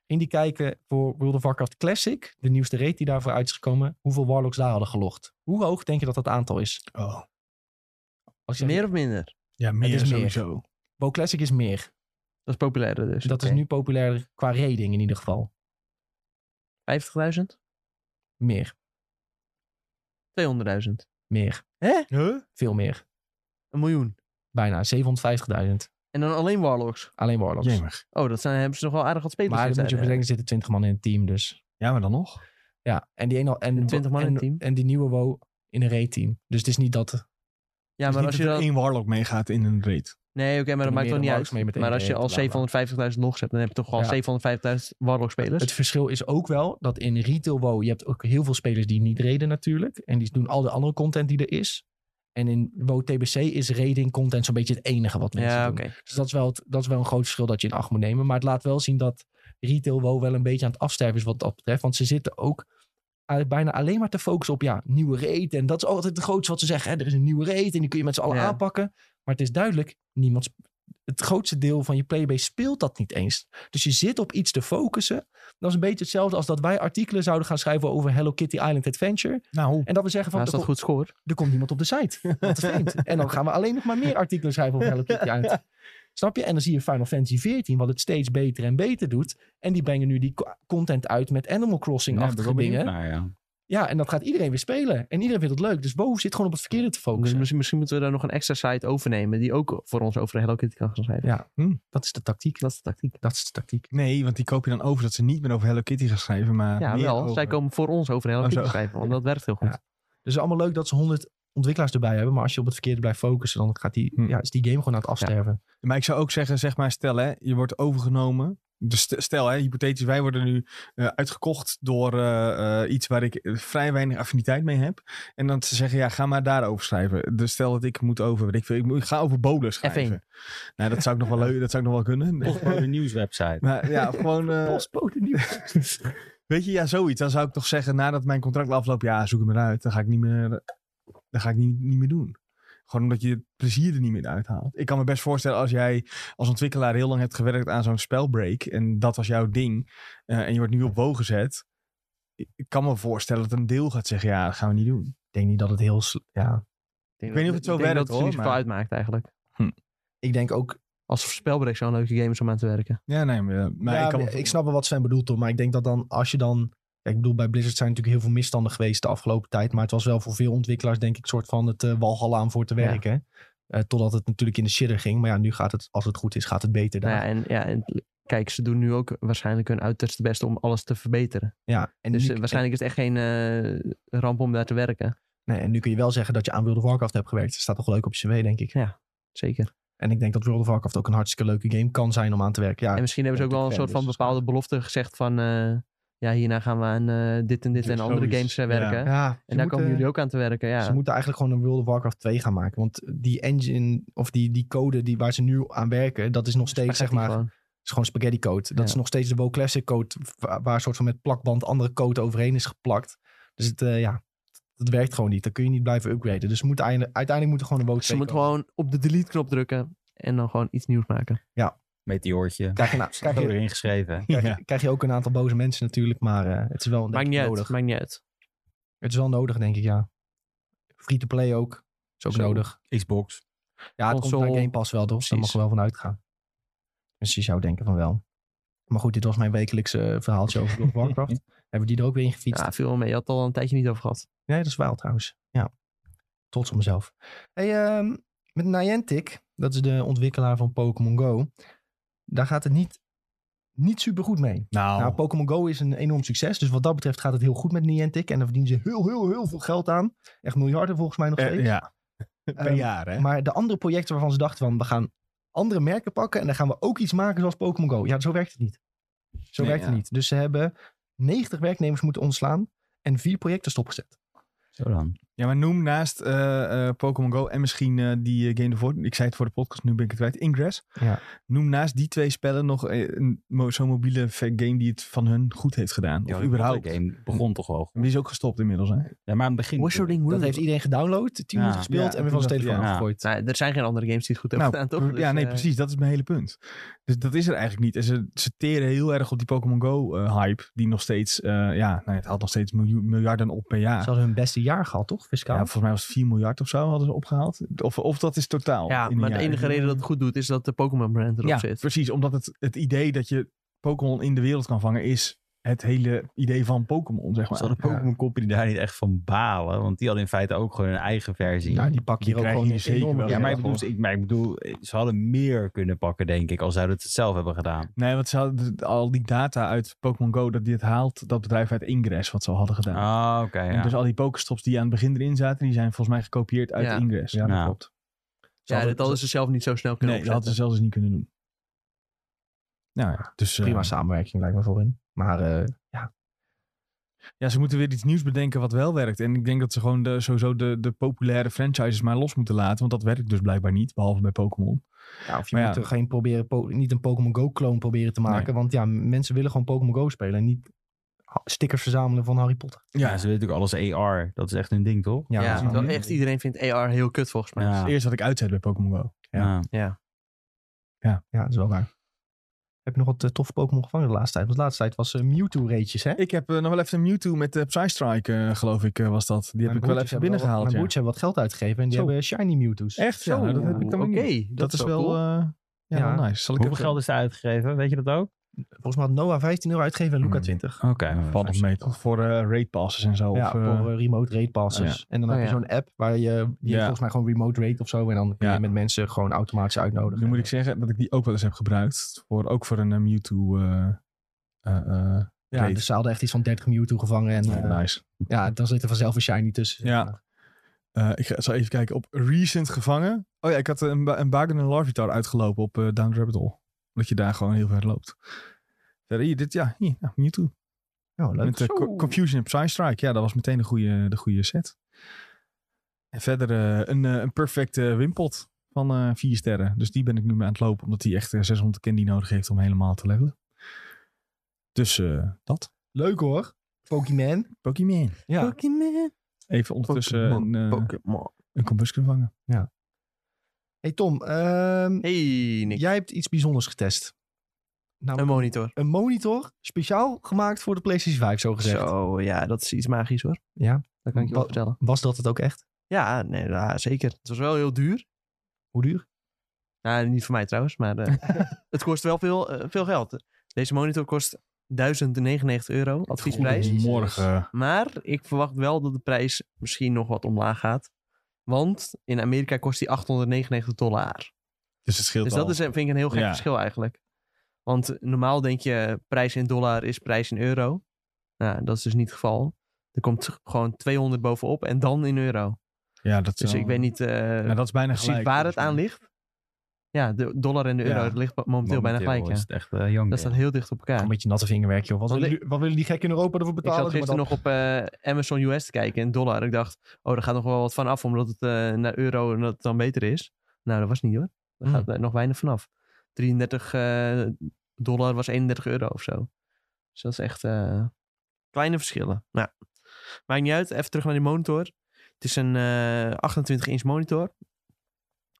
Ging die kijken voor World of Warcraft Classic, de nieuwste raid die daarvoor uit is gekomen, hoeveel Warlocks daar hadden gelogd. Hoe hoog denk je dat dat aantal is?
Oh.
Als je
Meer of minder?
Ja,
Het
meer
is meer.
sowieso.
WoW Classic is meer.
Dat is populairder dus.
dat is nu populairder qua raiding in ieder geval.
50.000?
Meer,
200.000?
meer,
Huh?
veel meer.
Een miljoen?
Bijna 750.000.
En dan alleen Warlocks?
Alleen Warlocks.
Jemig.
Oh, dat zijn, hebben ze nog wel aardig wat spelers.
maar dan moet je
daar, hè?
bedenken, er zitten 20 man in het team, dus
Ja, maar dan nog?
Ja, en die, ene, en,
Een 20 man in
en,
het team.
en die nieuwe WoW in een raid-team. Dus het is niet dat...
Ja, maar als je dan...
één Warlock meegaat in een raid.
Nee, oké, maar
kunnen
dat maakt
meerdere
toch niet
Warlocks
uit.
mee meteen
Maar als je
creëren,
al
bla, bla.
750.000 logs hebt, dan heb je toch
Ja.
al 750.000 Warlock spelers.
Het verschil is ook wel dat in retail WoW... je hebt ook heel veel spelers die niet raiden natuurlijk. En die doen al de andere content die er is. En in WoW TBC is raiding content zo'n beetje het enige wat mensen
ja,
doen.
oké.
Dus dat is, wel het, dat is wel een groot verschil dat je in acht moet nemen. Maar het laat wel zien dat retail WoW wel een beetje aan het afsterven is wat dat betreft. Want ze zitten ook eigenlijk bijna alleen maar te focussen op ja, nieuwe raid. En dat is altijd het grootste wat ze zeggen. Hè? Er is een nieuwe raid en die kun je met z'n allen
Ja.
aanpakken. Maar het is duidelijk, niemand, sp- het grootste deel van je playbase speelt dat niet eens. Dus je zit op iets te focussen. Dat is een beetje hetzelfde als dat wij artikelen zouden gaan schrijven over Hello Kitty Island Adventure.
Nou,
En dat we zeggen van,
Maar als
er,
dat
kom-
goed scoort.
er komt niemand op de site. Wat vreemd. En dan gaan we alleen nog maar meer artikelen schrijven over Hello Kitty Island. Snap je? En dan zie je Final Fantasy 14, wat het steeds beter en beter doet. En die brengen nu die co- content uit met Animal Crossing-achtige dingen.
Nou, ja.
Ja, en dat gaat iedereen weer spelen. En iedereen vindt het leuk. Dus WoW zit gewoon op het verkeerde te
Dus
focussen.
misschien, misschien moeten we daar nog een extra site overnemen die ook voor ons over Hello Kitty kan gaan schrijven.
Ja. Dat is de tactiek.
Dat is de tactiek.
Dat is de tactiek.
nee, want die koop je dan over dat ze niet meer over Hello Kitty gaan schrijven, maar
Ja,
meer
wel.
over-
Zij komen voor ons over Hello
Oh,
Kitty
zo.
schrijven, want dat werkt heel goed.
Ja. Dus allemaal leuk dat ze 100 ontwikkelaars erbij hebben. Maar als je op het verkeerde blijft focussen, dan gaat die,
Hm.
ja, is die game gewoon aan het afsterven.
Maar ik zou ook zeggen, zeg maar, stel hè, je wordt overgenomen. Dus st- stel hè, hypothetisch, wij worden nu eh, uitgekocht door eh, eh, iets waar ik eh, vrij weinig affiniteit mee heb. En dan ze zeggen, ja, ga maar daarover schrijven. Dus stel dat ik moet over, weet ik veel, ik, moet, ik ga over bolen schrijven. Nou, dat zou ik nog wel leuk, dat zou ik nog wel kunnen.
Of gewoon de nieuwswebsite.
Maar ja, of gewoon... eh, Weet je, ja, zoiets. Dan zou ik toch zeggen, nadat mijn contract afloopt, ja, zoek hem eruit. Dan ga ik niet meer, dan ga ik niet, niet meer doen. Gewoon omdat je het plezier er niet meer uit haalt. Ik kan me best voorstellen als jij als ontwikkelaar heel lang hebt gewerkt aan zo'n spelbreak. En dat was jouw ding. eh, en je wordt nu op WoW gezet. Ik ik kan me voorstellen dat een deel gaat zeggen, ja, dat gaan we niet doen.
Ik denk niet dat het heel... sl- Ja,
Ik
weet niet of het zo
ik denk
werkt,
dat het er niet
hoor,
zoveel
maar-
uitmaakt eigenlijk.
Hm.
Ik denk ook...
Alsof Spellbreak zo'n leuke game is om aan te werken.
Ja, nee, maar, eh, maar
ja,
ik kan
ik,
het-
snap wel wat Sven bedoelt, Tom. Maar ik denk dat dan, als je dan... ja, Ik bedoel, bij Blizzard zijn natuurlijk heel veel misstanden geweest de afgelopen tijd. Maar het was wel voor veel ontwikkelaars, denk ik, soort van het eh, walhalla aan voor te
Ja.
werken. Eh, totdat het natuurlijk in de shitter ging. Maar ja, nu gaat het, als het goed is, gaat het beter daar.
Nou ja, en, ja, en kijk, ze doen nu ook waarschijnlijk hun uiterste best om alles te verbeteren.
Ja, en,
dus
nu,
eh, waarschijnlijk is het echt geen eh, ramp om daar te werken.
nee, en nu kun je wel zeggen dat je aan World of Warcraft hebt gewerkt. Dat staat toch leuk op je cv, denk ik.
Zeker.
En ik denk dat World of Warcraft ook een hartstikke leuke game kan zijn om aan te werken. Ja,
en misschien hebben ze ook
ben
wel een
natuurlijk
soort van
fan, dus
bepaalde belofte gezegd van... eh, ja, hierna gaan we aan eh, dit en dit en
Zoiets.
andere games eh,
Ja.
werken.
ja, ze
En daar komen
moeten-
jullie ook aan te werken, ja.
Ze moeten eigenlijk gewoon een World of Warcraft 2 gaan maken. Want die engine, of die, die code die, waar ze nu aan werken, dat is nog steeds, zeg
Spaghetti
maar,
gewoon.
is gewoon spaghetti code. Dat
Ja.
is nog steeds de WoW Classic code, wa- waar soort van met plakband andere code overheen is geplakt. Dus het, eh, ja, dat werkt gewoon niet. Dan kun je niet blijven upgraden. Dus moet uiteindelijk, uiteindelijk moet er gewoon een WoW 2
Dus Ze moeten
komen.
gewoon op de delete-knop drukken en dan gewoon iets nieuws maken.
Meteoortje.
Krijg je, nou-
Heb
krijg, je,
erin geschreven.
krijg, je-
Ja.
krijg je ook een aantal boze mensen natuurlijk, maar eh, het is wel denk
Maakt
ik,
niet
nodig.
uit, maakt niet uit.
Het is wel nodig, denk ik, ja. Free-to-play ook. Is ook
Zo.
nodig.
Xbox.
Ja, het komt
Console.
bij Game Pass wel, toch? Daar
Precies.
mag je wel van uitgaan. Dus je zou denken van wel. Maar goed, dit was mijn wekelijkse eh, verhaaltje over World of Warcraft. Hebben we die er ook weer in gefietst?
Ja, veel mee. Je had het al een tijdje niet over gehad.
Nee, dat is wild trouwens. Ja. Trots op mezelf. Hey, ehm, met Niantic, dat is de ontwikkelaar van Pokémon Go. Daar gaat het niet, niet super goed mee.
Nou,
Nou, Pokémon Go is een enorm succes. Dus wat dat betreft gaat het heel goed met Niantic. En daar verdienen ze heel, heel, heel veel geld aan. Echt miljarden volgens mij nog
eh,
steeds.
ja. Per
Ehm,
jaar, hè?
Maar de andere projecten waarvan ze dachten van, we gaan andere merken pakken en dan gaan we ook iets maken zoals Pokémon Go. Ja, zo werkt het niet. Zo
Nee,
werkt het
ja.
niet. Dus ze hebben 90 werknemers moeten ontslaan en vier projecten stopgezet.
Zo dan.
Ja, maar noem naast eh, eh, Pokémon Go en misschien eh, die eh, game ervoor. Ik zei het voor de podcast, nu ben ik het kwijt. Ingress.
Ja.
Noem naast die twee spellen nog eh, een mo- zo'n mobiele ve- game die het van hun goed heeft gedaan. of überhaupt.
game begon toch wel.
Die is ook gestopt inmiddels, hè?
Ja, maar aan het begin.
Wizarding
Dat
World.
heeft iedereen gedownload, 10
Ja.
minuten gespeeld
Ja,
en weer van zijn
toen
telefoon
dacht-
ja.
afgegooid.
Nou, er zijn geen andere games die het goed hebben gedaan, toch?
pr- Nou, ja,
Dus,
nee,
eh,
precies. Dat is mijn hele punt. Dus dat is er eigenlijk niet. En ze, ze teren heel erg op die Pokémon Go-hype, die nog steeds, eh, ja, nou, het haalt nog steeds miljoen- miljarden op per jaar.
Ze hadden hun beste jaar gehad, toch?
Ja,
Fiscaal.
volgens mij was het 4 miljard of zo hadden ze opgehaald. Of, of dat is totaal.
Ja,
in een
maar de
jaar.
enige reden dat het goed doet is dat de Pokémon-brand erop
ja,
zit.
precies. Omdat het, het idee dat je Pokémon in de wereld kan vangen is het hele idee van Pokémon, zeg maar.
Zal de Pokémon Company daar niet echt van balen? Want die hadden in feite ook gewoon hun eigen versie.
Nou, die pak je
Die
hier ook
krijg
gewoon
je zeker
enorm
wel.
ja, maar ik,
ja,
bedoel, ik, maar ik bedoel, ze hadden meer kunnen pakken, denk ik, als zouden het zelf hebben gedaan.
Nee, want ze hadden al die data uit Pokémon Go, dat die het haalt, dat bedrijf uit Ingress, wat ze al hadden gedaan.
Ah, oké.
En
ja.
dus al die Pokestops die aan het begin erin zaten, die zijn volgens mij gekopieerd uit
Ja.
Ingress. Ja, dat
Ja.
klopt.
Ja,
hadden-
dat hadden ze zelf niet zo snel kunnen
Nee, dat hadden ze zelfs niet kunnen doen. Nou ja, dus eh,
Prima samenwerking lijkt me voor hun. Maar eh,
ja, ze moeten weer iets nieuws bedenken wat wel werkt. En ik denk dat ze gewoon de, sowieso de, de populaire franchises maar los moeten laten. Want dat werkt dus blijkbaar niet, behalve bij Pokémon.
ja, of je
Maar
moet
ja.
er geen proberen, po- niet een Pokémon Go-kloon proberen te maken. Want ja, m- mensen willen gewoon Pokémon Go spelen en niet ha- stickers verzamelen van Harry Potter.
ja. ze weten natuurlijk alles AR. Dat is echt hun ding, toch?
Ja,
dat is wel-
terwijl echt iedereen vindt AR heel kut volgens mij.
Ja.
Het eerste wat ik uitzet bij Pokémon Go.
Ja.
Ja, dat is wel waar. Heb je nog wat eh, toffe Pokémon gevangen de laatste tijd? Want de laatste tijd was eh, Mewtwo-reetjes, hè?
Ik heb eh, nog wel even een Mewtwo met de Psystrike, eh, geloof ik, eh, was dat. Die heb ik wel even binnengehaald.
Mijn
Ja.
broertjes hebben wat geld uitgegeven en die
Zo.
hebben shiny Mewtwo's.
Echt? Ja, nou, dat heb ik dan
Oké,
weer niet.
dat,
Dat, is wel,
cool.
eh, ja,
Ja.
wel nice. Zal ik
Hoeveel
even-
geld is er uitgegeven? Weet je dat ook?
Volgens mij had Noah 15 euro uitgegeven en Luca
Hmm.
20.
Oké.
Valt nog mee, toch? Voor eh raid passes en zo.
Ja,
of,
voor
eh,
eh, remote raid passes. En dan
Oh,
heb je
ja.
zo'n app waar je, die heeft
Ja.
volgens mij gewoon remote raid of zo. En dan kun je
Ja.
met mensen gewoon automatisch uitnodigen.
Nu moet ik zeggen dat ik die ook wel eens heb gebruikt. Voor, ook voor een eh, Mewtwo. eh eh, eh,
ja,
raid.
dus ze hadden echt iets van 30 Mewtwo gevangen. En eh,
Ja, nice.
ja, dan zit er vanzelf een shiny tussen.
Ja. Eh, ik ga- zal even kijken. Op recent gevangen. Oh ja, ik had een, ba- een Bagon en Larvitar uitgelopen op eh, Down the Rabbit Hole. Omdat je daar gewoon heel ver loopt. Verder hier, dit, ja, hier, nou, Mewtwo.
Ja, oh, leuk.
Met eh,
Zo.
Co- Confusion en Psystrike. Ja, dat was meteen de goede, de goede set. En verder eh, een, eh, een perfecte Wimpot van eh, vier sterren. Dus die ben ik nu mee aan het lopen. Omdat die echt eh, 600 candy nodig heeft om helemaal te levelen. Dus eh, dat.
Leuk hoor. Pokémon.
Pokémon.
Ja.
Pokémon.
Even ondertussen een, eh,
Pokémon.
een combustion vangen.
Hey Tom, ehm,
Hey, Nick.
jij hebt iets bijzonders getest.
Een
Namelijk
monitor.
een monitor speciaal gemaakt voor de PlayStation 5, zo gezegd.
Zo, ja, dat is iets magisch hoor.
Ja.
Dat kan ik je wel
Wat-
vertellen.
Was dat het ook echt?
Ja, nee, ja, zeker. Het was wel heel duur.
Hoe duur?
Nou, niet voor mij trouwens, maar eh, het kost wel veel, eh, veel geld. Deze monitor kost 1099 euro, adviesprijs.
Morgen.
Maar ik verwacht wel dat de prijs misschien nog wat omlaag gaat. Want in Amerika kost die 899 dollar.
Dus het scheelt
Dus
al.
dat is, eh, vind ik een heel gek
Ja.
verschil eigenlijk. Want eh, normaal denk je eh, prijs in dollar is prijs in euro. Nou, dat is dus niet het geval. Er komt gewoon 200 bovenop en dan in euro.
Ja, dat
Dus
wel-
ik weet niet eh,
Nou, dat is bijna
precies
gelijk,
waar het
volgens
aan
mij.
ligt. Ja, de dollar en de euro
Ja.
dat ligt momenteel bijna gelijk.
Is
Ja.
het echt eh, jong.
Dat staat heel dicht op elkaar.
Een beetje natte vingerwerk, joh. Wat
Want
willen, jullie- wat willen die gek in Europa ervoor
Ik
betalen?
zat
Doe maar
gisteren nog op eh, Amazon US te kijken in dollar. Ik dacht, oh, daar gaat nog wel wat van af, omdat het eh, naar euro en dat het dan beter is. Nou, dat was niet hoor. Daar
Hmm.
gaat eh, nog weinig vanaf. 33 eh, dollar was 31 euro of zo. Dus dat is echt eh, kleine verschillen. Nou, maakt niet uit. Even terug naar die monitor. Het is een eh 28-inch monitor.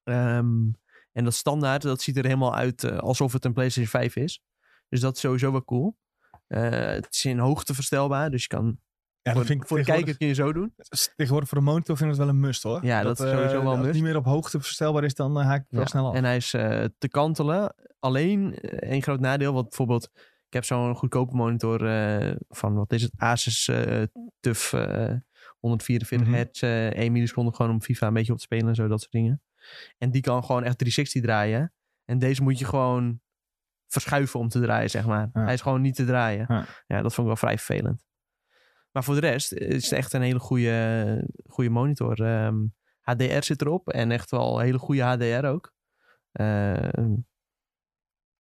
Ehm, en dat standaard, dat ziet er helemaal uit eh, alsof het een PlayStation 5 is. Dus dat is sowieso wel cool. Eh, het is in hoogte verstelbaar, dus je kan
Ja, dat vind ik
voor de kijker
tegenwoordig,
kun je zo doen.
tegenwoordig voor de monitor vind ik het wel een must hoor.
Ja, dat is
eh,
sowieso wel
Als
een
het
must.
niet meer op hoogte verstelbaar is, dan eh, haak ik wel
Ja,
snel af.
En hij is eh, te kantelen. Alleen eh, één groot nadeel, wat bijvoorbeeld... Ik heb zo'n goedkope monitor eh, van, wat is het, Asus eh, TUF eh, 144
Mhm.
hertz, eh 1 milliseconde gewoon om FIFA een beetje op te spelen en zo, dat soort dingen. En die kan gewoon echt 360 draaien. En deze moet je gewoon verschuiven om te draaien, zeg maar.
Ja.
Hij is gewoon niet te draaien.
Ja.
Ja. dat vond ik wel vrij vervelend. Maar voor de rest eh, is het echt een hele goede, goede monitor. Ehm, HDR zit erop en echt wel hele goede HDR ook. Ehm,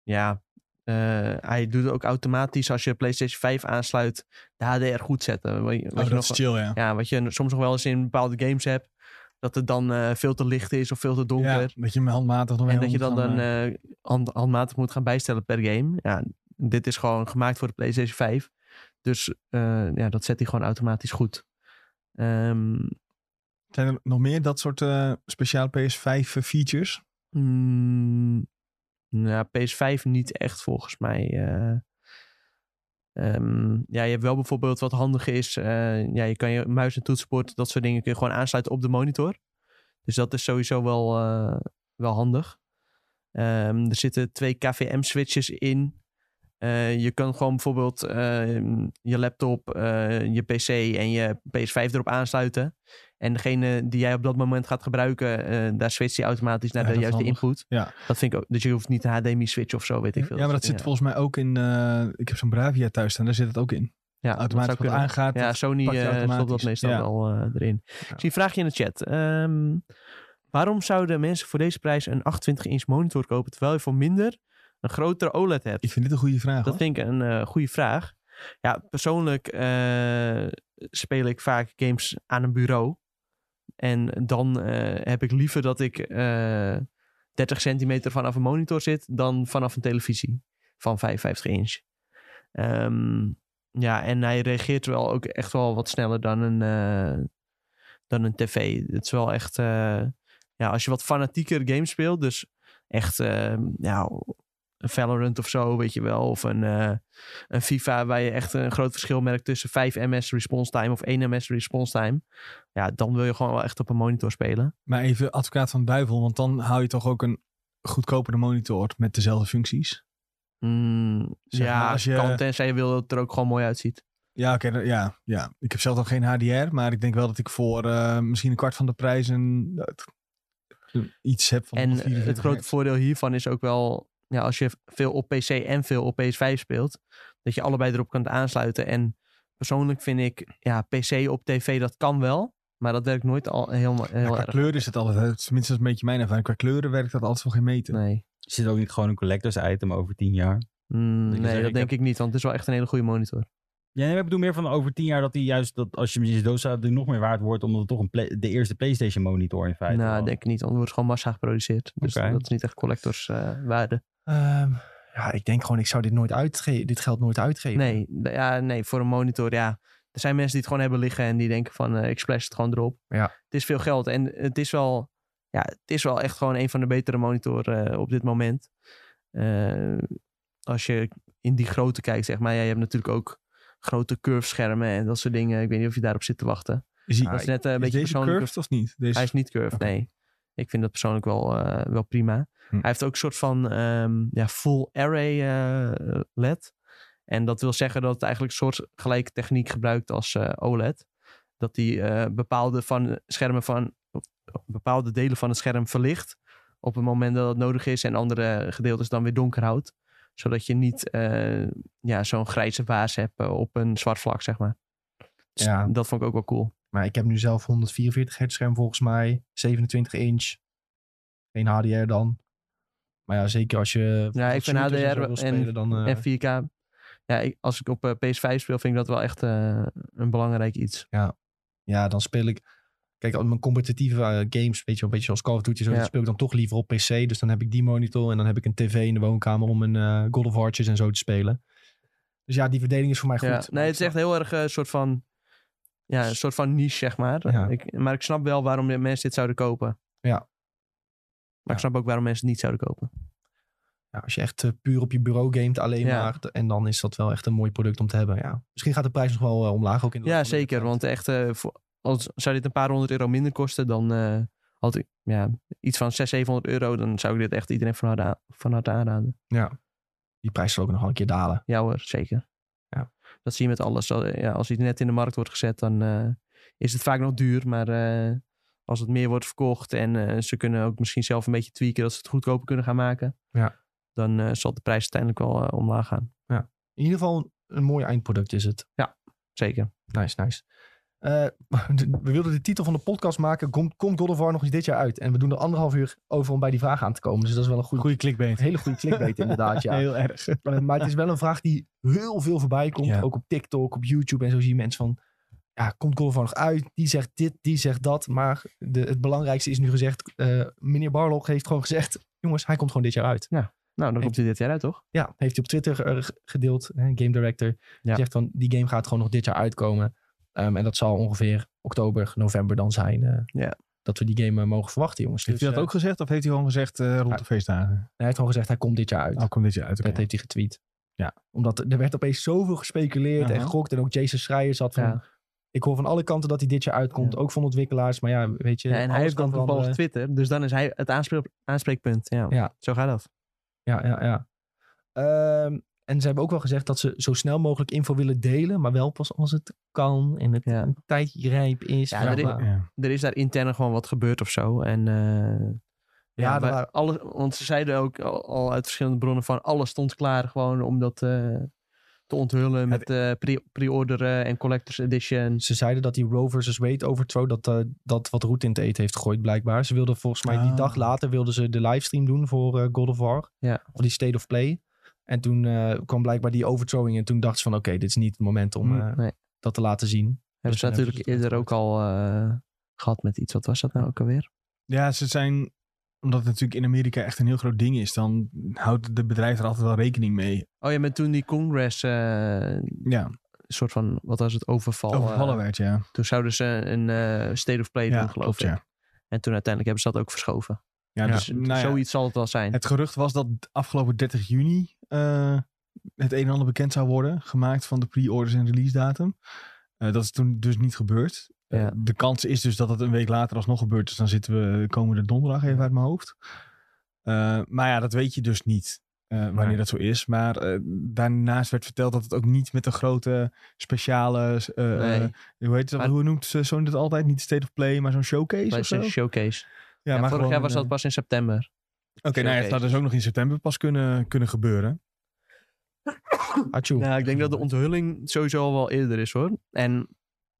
ja, eh, hij doet ook automatisch als je PlayStation 5 aansluit de HDR goed zetten. Wat je, wat
Oh,
je
dat
nog-
is chill, ja.
ja, wat je soms nog wel eens in bepaalde games hebt. Dat het dan eh, veel te licht is of veel te donker.
Ja, dat je hem handmatig nog
en
helemaal
dat je dan,
moet gaan,
dan
eh,
eh, hand- handmatig moet gaan bijstellen per game. Ja, dit is gewoon gemaakt voor de PlayStation 5. Dus eh, ja, dat zet hij gewoon automatisch goed. Ehm,
Zijn er nog meer dat soort eh speciale PS5 eh, features?
Mm, nou, PS5 niet echt volgens mij. eh. Ehm, ja, je hebt wel bijvoorbeeld wat handig is. eh, ja, je kan je muis en toetsenbord, dat soort dingen kun je gewoon aansluiten op de monitor. Dus dat is sowieso wel, eh, wel handig. Ehm, er zitten twee KVM-switches in. Eh, je kan gewoon bijvoorbeeld eh, je laptop, eh, je PC en je PS5 erop aansluiten. En degene die jij op dat moment gaat gebruiken, eh, daar switcht hij automatisch naar
Ja,
de
dat is
juiste
handig.
input.
Ja.
Dat vind ik ook. Dus je hoeft niet een HDMI-switch of zo, weet ik
Ja,
veel. Dus
maar dat
soort
zit
dingen.
volgens mij ook in. eh, ik heb zo'n Bravia thuis staan, daar zit het ook in.
ja, dat zou
Automatisch wat
kunnen.
aangaat.
Ja,
dat-
Sony
pak je
eh, stopt dat
automatisch.
meestal
Ja.
wel eh, erin. Ik zie een vraagje in de chat. Ehm, waarom zouden mensen voor deze prijs een 28-inch monitor kopen, terwijl je voor minder een grotere OLED hebt?
Ik vind dit een goede vraag.
Dat
hoor.
vind ik een eh, goede vraag. Ja, persoonlijk eh, speel ik vaak games aan een bureau. En dan eh, heb ik liever dat ik eh, 30 centimeter vanaf een monitor zit dan vanaf een televisie van 55 inch. Ehm, ja, en hij reageert wel ook echt wel wat sneller dan een, eh, dan een tv. Het is wel echt, eh, ja, als je wat fanatieker games speelt, dus echt, eh, nou, een Valorant of zo, weet je wel. Of een, eh, een FIFA waar je echt een groot verschil merkt tussen 5 ms response time of 1 ms response time. Ja, dan wil je gewoon wel echt op een monitor spelen.
Maar even advocaat van de duivel, want dan hou je toch ook een goedkopere monitor met dezelfde functies.
Mm,
Zeg
ja,
maar, als je-
kan tenzij je wil dat het er ook gewoon mooi uitziet.
Ja, oké, dan- ja, ja. Ik heb zelf nog geen HDR, maar ik denk wel dat ik voor eh, misschien een kwart van de prijs een, een- iets heb van.
En eh,
144
het grote
hertz.
voordeel hiervan is ook wel, ja, als je veel op PC en veel op PS5 speelt, dat je allebei erop kunt aansluiten. En persoonlijk vind ik, ja, PC op tv, dat kan wel. Maar dat werkt nooit al heel,
Ja,
heel
qua
erg.
kleur is het altijd, hè, tenminste dat is een beetje mijn ervaring. Qua kleuren werkt dat altijd wel geen meter.
Nee.
Zit ook niet gewoon een collectors item over tien jaar?
Mm,
Dat je
nee,
zegt,
dat
ik
denk
heb-
ik niet, want het is wel echt een hele goede monitor.
Ja, nee, ik bedoel meer van over tien jaar dat die juist dat als je hem in je doos houdt, die nog meer waard wordt omdat het toch een play- de eerste PlayStation monitor in feite.
nou,
was.
denk ik niet, want er wordt gewoon massa geproduceerd. Dus
Oké.
dat is niet echt collectorswaarde. waarde.
Ehm, ja, ik denk gewoon, ik zou dit nooit uitgeven. Dit geld nooit uitgeven.
nee, d- ja, nee, voor een monitor, ja. Er zijn mensen die het gewoon hebben liggen en die denken van, eh, ik splash het gewoon erop.
Ja.
Het is veel geld en het is wel, ja, het is wel echt gewoon een van de betere monitoren eh, op dit moment. Eh, als je in die grootte kijkt, zeg maar. Ja, je hebt natuurlijk ook grote curveschermen en dat soort dingen. Ik weet niet of je daarop zit te wachten.
Is, die,
Dat is net eh, een
Nou, is
beetje
deze
persoonlijk.
curved of niet? Deze,
Hij is niet curved, nee. Ik vind dat persoonlijk wel, eh, wel prima.
Hm.
Hij heeft ook een soort van ehm, ja, full array eh, LED. En dat wil zeggen dat het eigenlijk een soort gelijke techniek gebruikt als eh, OLED. Dat hij eh, bepaalde, van schermen van, bepaalde delen van het scherm verlicht op het moment dat dat nodig is. En andere gedeeltes dan weer donker houdt. Zodat je niet eh, ja, zo'n grijze baas hebt eh, op een zwart vlak, zeg maar. Dus
Ja.
dat vond ik ook wel cool.
Maar ik heb nu zelf 144 hertz scherm volgens mij. 27 inch. Geen HDR dan. Maar ja, zeker als je...
Ja, ik vind
shooters en zo
HDR
wil
en-
spelen, dan, eh,
En 4K. Ja, ik- als ik op eh, PS5 speel, vind ik dat wel echt eh, een belangrijk iets.
Ja, dan speel ik... Kijk, als mijn competitieve eh, games, weet je wel, een beetje zoals Call of Duty, zo,
Ja.
dat speel ik dan toch liever op PC. Dus dan heb ik die monitor en dan heb ik een tv in de woonkamer om een eh God of Wartjes en zo te spelen. Dus ja, die verdeling is voor mij goed.
Ja.
Maar
Nee,
ik
het is
snap-
echt heel erg eh, een soort van... Ja, een soort van niche, zeg maar.
Ja.
Ik, maar ik snap wel waarom de mensen dit zouden kopen.
Ja.
Maar ik snap ook waarom mensen het niet zouden kopen.
Ja, als je echt eh, puur op je bureau gamet alleen
Ja.
maar. En dan is dat wel echt een mooi product om te hebben. Ja. Misschien gaat de prijs nog wel eh, omlaag. Ook in de
Ja,
loop van de
zeker.
tijd.
Want echt, eh, voor- als, zou dit een paar honderd euro minder kosten, dan eh, had ik ja, iets van 600, 700 euro. Dan zou ik dit echt iedereen van harte, aan- van harte aanraden.
Die prijs zal ook nog wel een keer dalen.
Ja hoor, zeker.
Ja.
Dat zie je met alles. Al- eh, Ja, als iets net in de markt wordt gezet, dan eh, is het vaak nog duur. Maar eh, als het meer wordt verkocht en eh, ze kunnen ook misschien zelf een beetje tweaken dat ze het goedkoper kunnen gaan maken.
Ja.
Dan eh, zal de prijs uiteindelijk wel eh, omlaag gaan.
In ieder geval een, een mooi eindproduct is het.
Zeker.
Nice, nice. Eh, we wilden de titel van de podcast maken. Komt komt God of War nog eens dit jaar uit? En we doen er anderhalf uur over om bij die vraag aan te komen. Dus dat is wel een goede,
Goede clickbait.
hele goede clickbait inderdaad. Ja.
Heel erg.
Eh, maar het is wel een vraag die heel veel voorbij komt.
Ja.
Ook op TikTok, op YouTube en zo zie je mensen van... Ja, komt God of War nog uit? Die zegt dit, die zegt dat. Maar de, het belangrijkste is nu gezegd... eh, meneer Barlog heeft gewoon gezegd... Jongens, hij komt gewoon dit jaar uit.
Nou, dan
Ik-
komt hij dit jaar uit, toch?
Ja, heeft hij op Twitter eh, g- gedeeld. Hè, game director. Die
Ja.
zegt van, die game gaat gewoon nog dit jaar uitkomen. Ehm, en dat zal ongeveer oktober, november dan zijn. eh,
Ja.
Dat we die game eh, mogen verwachten, jongens.
Heeft
Dus,
hij dat
eh,
ook gezegd of heeft hij gewoon gezegd eh, rond de feestdagen?
Hij heeft gewoon gezegd, hij komt dit jaar uit.
Oh, komt dit jaar uit. oké.
Dat heeft hij getweet.
Ja.
Omdat er er werd opeens zoveel gespeculeerd en
Aha.
gegokt. En ook Jason Schreier zat van...
Uh-huh. Ja.
Ik hoor van alle kanten dat hij dit jaar uitkomt.
Ja.
Ook van ontwikkelaars. Maar ja, weet je...
Ja, en hij
alles
heeft
kan
dan toevallig
veranderen.
Twitter. Dus dan is hij het aanspreek- aanspreekpunt. Ja.
Ja.
Zo gaat dat.
Ja, ja, ja. Ehm, en ze hebben ook wel gezegd dat ze zo snel mogelijk info willen delen, maar wel pas als het kan en het
Ja.
een tijdje rijp is.
Ja,
bla,
er is-
bla.
Ja.
er is daar intern gewoon wat gebeurd of zo. En eh,
Ja,
ja,
er
wij-
waren-
alles, want ze zeiden ook al, al uit verschillende bronnen van alles stond klaar gewoon om dat eh, te onthullen met eh, pre- pre-order eh, en collectors editions.
Ze zeiden dat die Roe versus Wade overthrow, dat, eh, dat wat roet in het eten heeft gegooid blijkbaar. Ze wilden volgens mij die
Ah.
dag later wilden ze de livestream doen voor eh, God of War.
Ja.
Of die State of Play. En toen eh, kwam blijkbaar die overthrowing en toen dachten ze van oké, dit is niet het moment om
Hmm,
eh,
nee.
dat te laten zien.
Hebben ze
dan hebben
natuurlijk
ze het
eerder ook al eh, gehad met iets. Wat was dat nou ook alweer?
Ja, ze zijn, omdat het natuurlijk in Amerika echt een heel groot ding is, dan houdt de bedrijf er altijd wel rekening mee.
Oh ja, met toen die Congress eh,
Ja,
soort van, wat was het, overval.
overvallen
eh,
werd, ja.
toen zouden ze een eh, State of Play
Ja,
doen, geloof
klopt,
ik.
ja.
En toen uiteindelijk hebben ze dat ook verschoven.
Ja,
Ja.
dus
Dus
nou ja,
zoiets zal het wel zijn.
het gerucht was dat afgelopen 30 juni eh, het een en ander bekend zou worden, gemaakt van de pre-orders en release datum. Eh, dat is toen dus niet gebeurd. Eh,
Ja.
de kans is dus dat het een week later alsnog gebeurt, dus dan zitten we komende donderdag even uit mijn hoofd. Eh, maar ja, dat weet je dus niet. eh, wanneer
Nee.
dat zo is. Maar eh, daarnaast werd verteld dat het ook niet met een grote speciale eh,
nee,
Hoe, heet het,
Maar-
hoe noemt ze- Sony dat altijd? Niet State of Play, maar zo'n showcase
bij
of zo?
zo'n showcase.
ja,
Ja,
maar
vorig
gewoon
jaar was
een,
dat
eh,
pas in september.
Oké, nou ja, het zou dus ook nog in september pas kunnen, kunnen gebeuren.
Atjoe.
Nou, ik denk dat de onthulling sowieso al wel eerder is hoor. En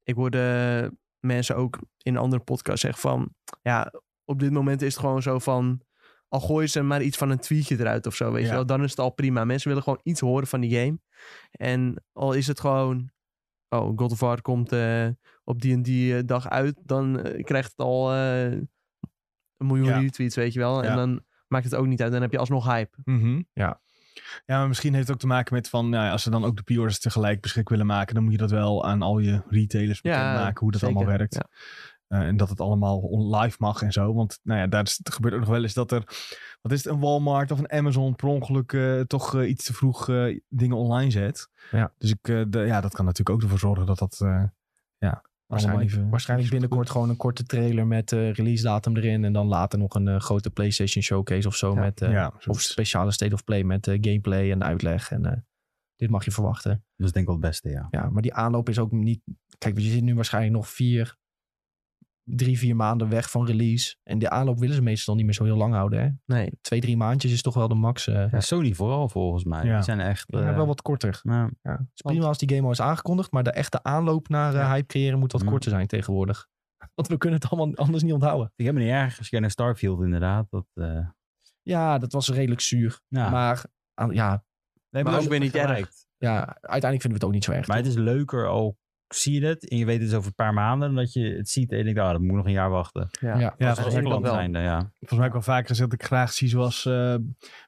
ik hoorde mensen ook in andere podcasts zeggen van... Ja, op dit moment is het gewoon zo van... Al gooien ze maar iets van een tweetje eruit of zo, weet je
Ja.
wel. Dan is het al prima. Mensen willen gewoon iets horen van die game. En al is het gewoon... Oh, God of War komt eh, op die en die eh, dag uit. Dan eh, krijgt het al eh, een miljoen
Ja.
retweets, weet je wel.
Ja.
En dan maakt het ook niet uit. Dan heb je alsnog hype.
Mhm.
Ja.
Ja, maar misschien heeft het ook te maken met van... Nou ja, als ze dan ook de pre-orders tegelijk beschikbaar willen maken... dan moet je dat wel aan al je retailers
Ja,
bekendmaken... hoe dat
zeker,
allemaal werkt.
ja.
Eh, en dat het allemaal on- live mag en zo. Want nou ja, daar is, er gebeurt ook nog wel eens dat er... Wat is het, een Walmart of een Amazon per ongeluk... eh, toch eh, iets te vroeg eh, dingen online zet.
Ja.
Dus ik, eh, de- ja, dat kan natuurlijk ook ervoor zorgen dat dat... eh, ja, Allemaal
Waarschijnlijk,
even.
waarschijnlijk binnenkort gewoon een korte trailer met eh release datum erin. En dan later nog een eh, grote PlayStation showcase of zo.
Ja.
Met, eh,
ja,
Of
zoiets.
speciale state of play met eh, gameplay en uitleg. En eh, dit mag je verwachten.
Dat is denk ik wel het beste, ja.
Ja, maar die aanloop is ook niet... Kijk, je zit nu waarschijnlijk nog vier, drie, vier maanden weg van release. En de aanloop willen ze meestal niet meer zo heel lang houden. Hè?
Nee,
Twee, drie maandjes is toch wel de max. eh.
Ja, Sony vooral volgens mij.
Ja.
Die zijn echt...
Ja,
eh,
wel wat korter.
nou,
Ja, het is prima als die game al is aangekondigd, maar de echte aanloop naar eh, hype creëren moet wat
Mm.
korter zijn tegenwoordig. Want we kunnen het allemaal anders niet onthouden.
ik heb me niet erg als je kijkt naar Starfield inderdaad. Dat, eh, nou,
Ja, dat was redelijk zuur. Maar aan- ja,
nee,
maar
als
ook
je
weer niet
het
erg.
vergelijkt.
ja, uiteindelijk vinden we het ook niet zo erg.
Maar het is leuker al zie je het en je weet het is over een paar maanden. Dan dat je het ziet en je denkt, ah, dat moet nog een jaar wachten.
ja.
Ja.
Ja,
Als
volgens
is
mij,
ook
Nederland
wel.
zijnde, ja.
volgens mij heb ik wel vaker gezegd dat ik graag zie zoals eh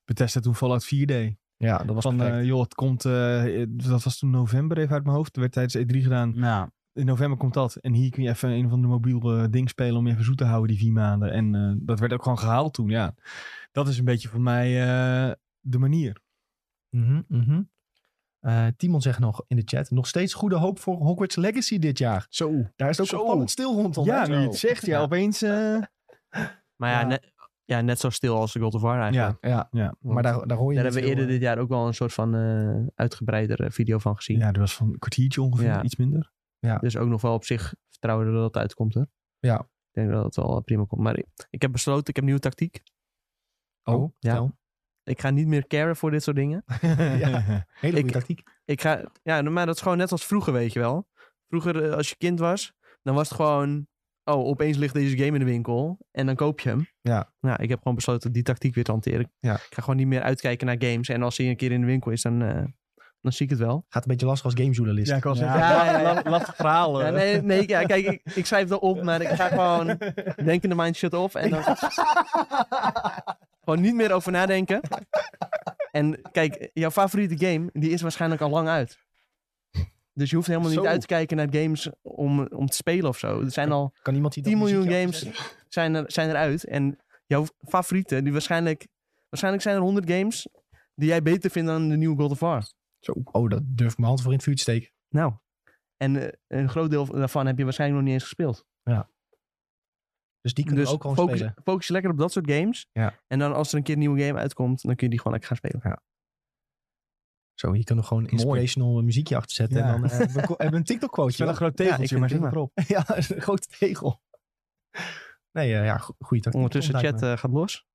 Bethesda toen Fallout 4D.
ja, dat was
Van,
perfect.
eh, joh, het komt, eh, eh, dat was toen november even uit mijn hoofd. Er werd tijdens E3 gedaan.
Nou,
In november komt dat. En hier kun je even een van de mobiel eh, ding spelen om je even zoet te houden die vier maanden. En eh, dat werd ook gewoon gehaald toen, ja. Dat is een beetje voor mij eh, de manier.
Mhm, mhm. Eh, Timon zegt nog in de chat, nog steeds goede hoop voor Hogwarts Legacy dit jaar.
Zo.
Daar is het
Zo.
ook opvallend stil rondom.
Ja,
hè?
nu je het zegt, ja,
Ja.
opeens. eh,
Maar ja,
Ja.
Net, ja, net zo stil als de God of War
ja.
eigenlijk.
Ja,
Ja.
maar daar, daar hoor je
Daar
niet
hebben we
veel,
eerder
eh.
dit jaar ook wel een soort van eh uitgebreidere video van gezien.
ja, dat was van een kwartiertje ongeveer,
Ja.
iets minder.
Dus ook nog wel op zich vertrouwen dat het uitkomt hoor.
Ja.
Ik denk dat het wel eh, prima komt. Maar ik, ik heb besloten, ik heb nieuwe tactiek.
Oh,
Ja.
ja.
Ik ga niet meer caren voor dit soort dingen.
ja.
Hele goede
Ik-
tactiek.
Ik ga, ja, nou, maar dat is gewoon net als vroeger, weet je wel. Vroeger, eh, als je kind was, dan was het gewoon... Oh, opeens ligt deze game in de winkel en dan koop je hem.
Ja.
Nou, ik heb gewoon besloten die tactiek weer te hanteren.
Ja.
Ik ga gewoon niet meer uitkijken naar games. En als die een keer in de winkel is, dan, eh, dan zie ik het wel.
Gaat een beetje lastig als gamejournalist.
ik was
Ja, ja, ja.
lastig verhaal.
Ja,
eh.
nee, nee ja, kijk, ik, ik schrijf het op, maar ik ga gewoon denkende mind shut off. En dan gewoon niet meer over nadenken. En kijk, jouw favoriete game, die is waarschijnlijk al lang uit. Dus je hoeft helemaal niet
Zo.
uit te kijken naar games om, om te spelen of zo. Er zijn al
Kan iemand die dat
10 miljoen
muziekje
games
afzetten?
zijn, er, zijn eruit. En jouw favoriete, die waarschijnlijk, waarschijnlijk zijn er 100 games die jij beter vindt dan de nieuwe God of War.
Zo. Oh, dat durf ik mijn hand voor in het vuur te steken.
Nou, en eh, een groot deel daarvan heb je waarschijnlijk nog niet eens gespeeld.
Dus die kunnen
dus
we ook gewoon
focus,
spelen.
focus je lekker op dat soort games.
Ja.
En dan als er een keer een nieuwe game uitkomt, dan kun je die gewoon lekker gaan spelen.
Zo, hier kunnen we gewoon inspirational muziekje achter zetten.
Ja.
En dan eh, hebben we ko- hebben we een
Het is wel
TikTok-quoteje.
een groot
Ja, ik
tegeltje,
vind
maar
het
zet het erop.
Ja, een grote tegel. Nee, eh, ja, go- goeie tactiek.
Ondertussen
lijkt
chat
me.
eh, gaat los.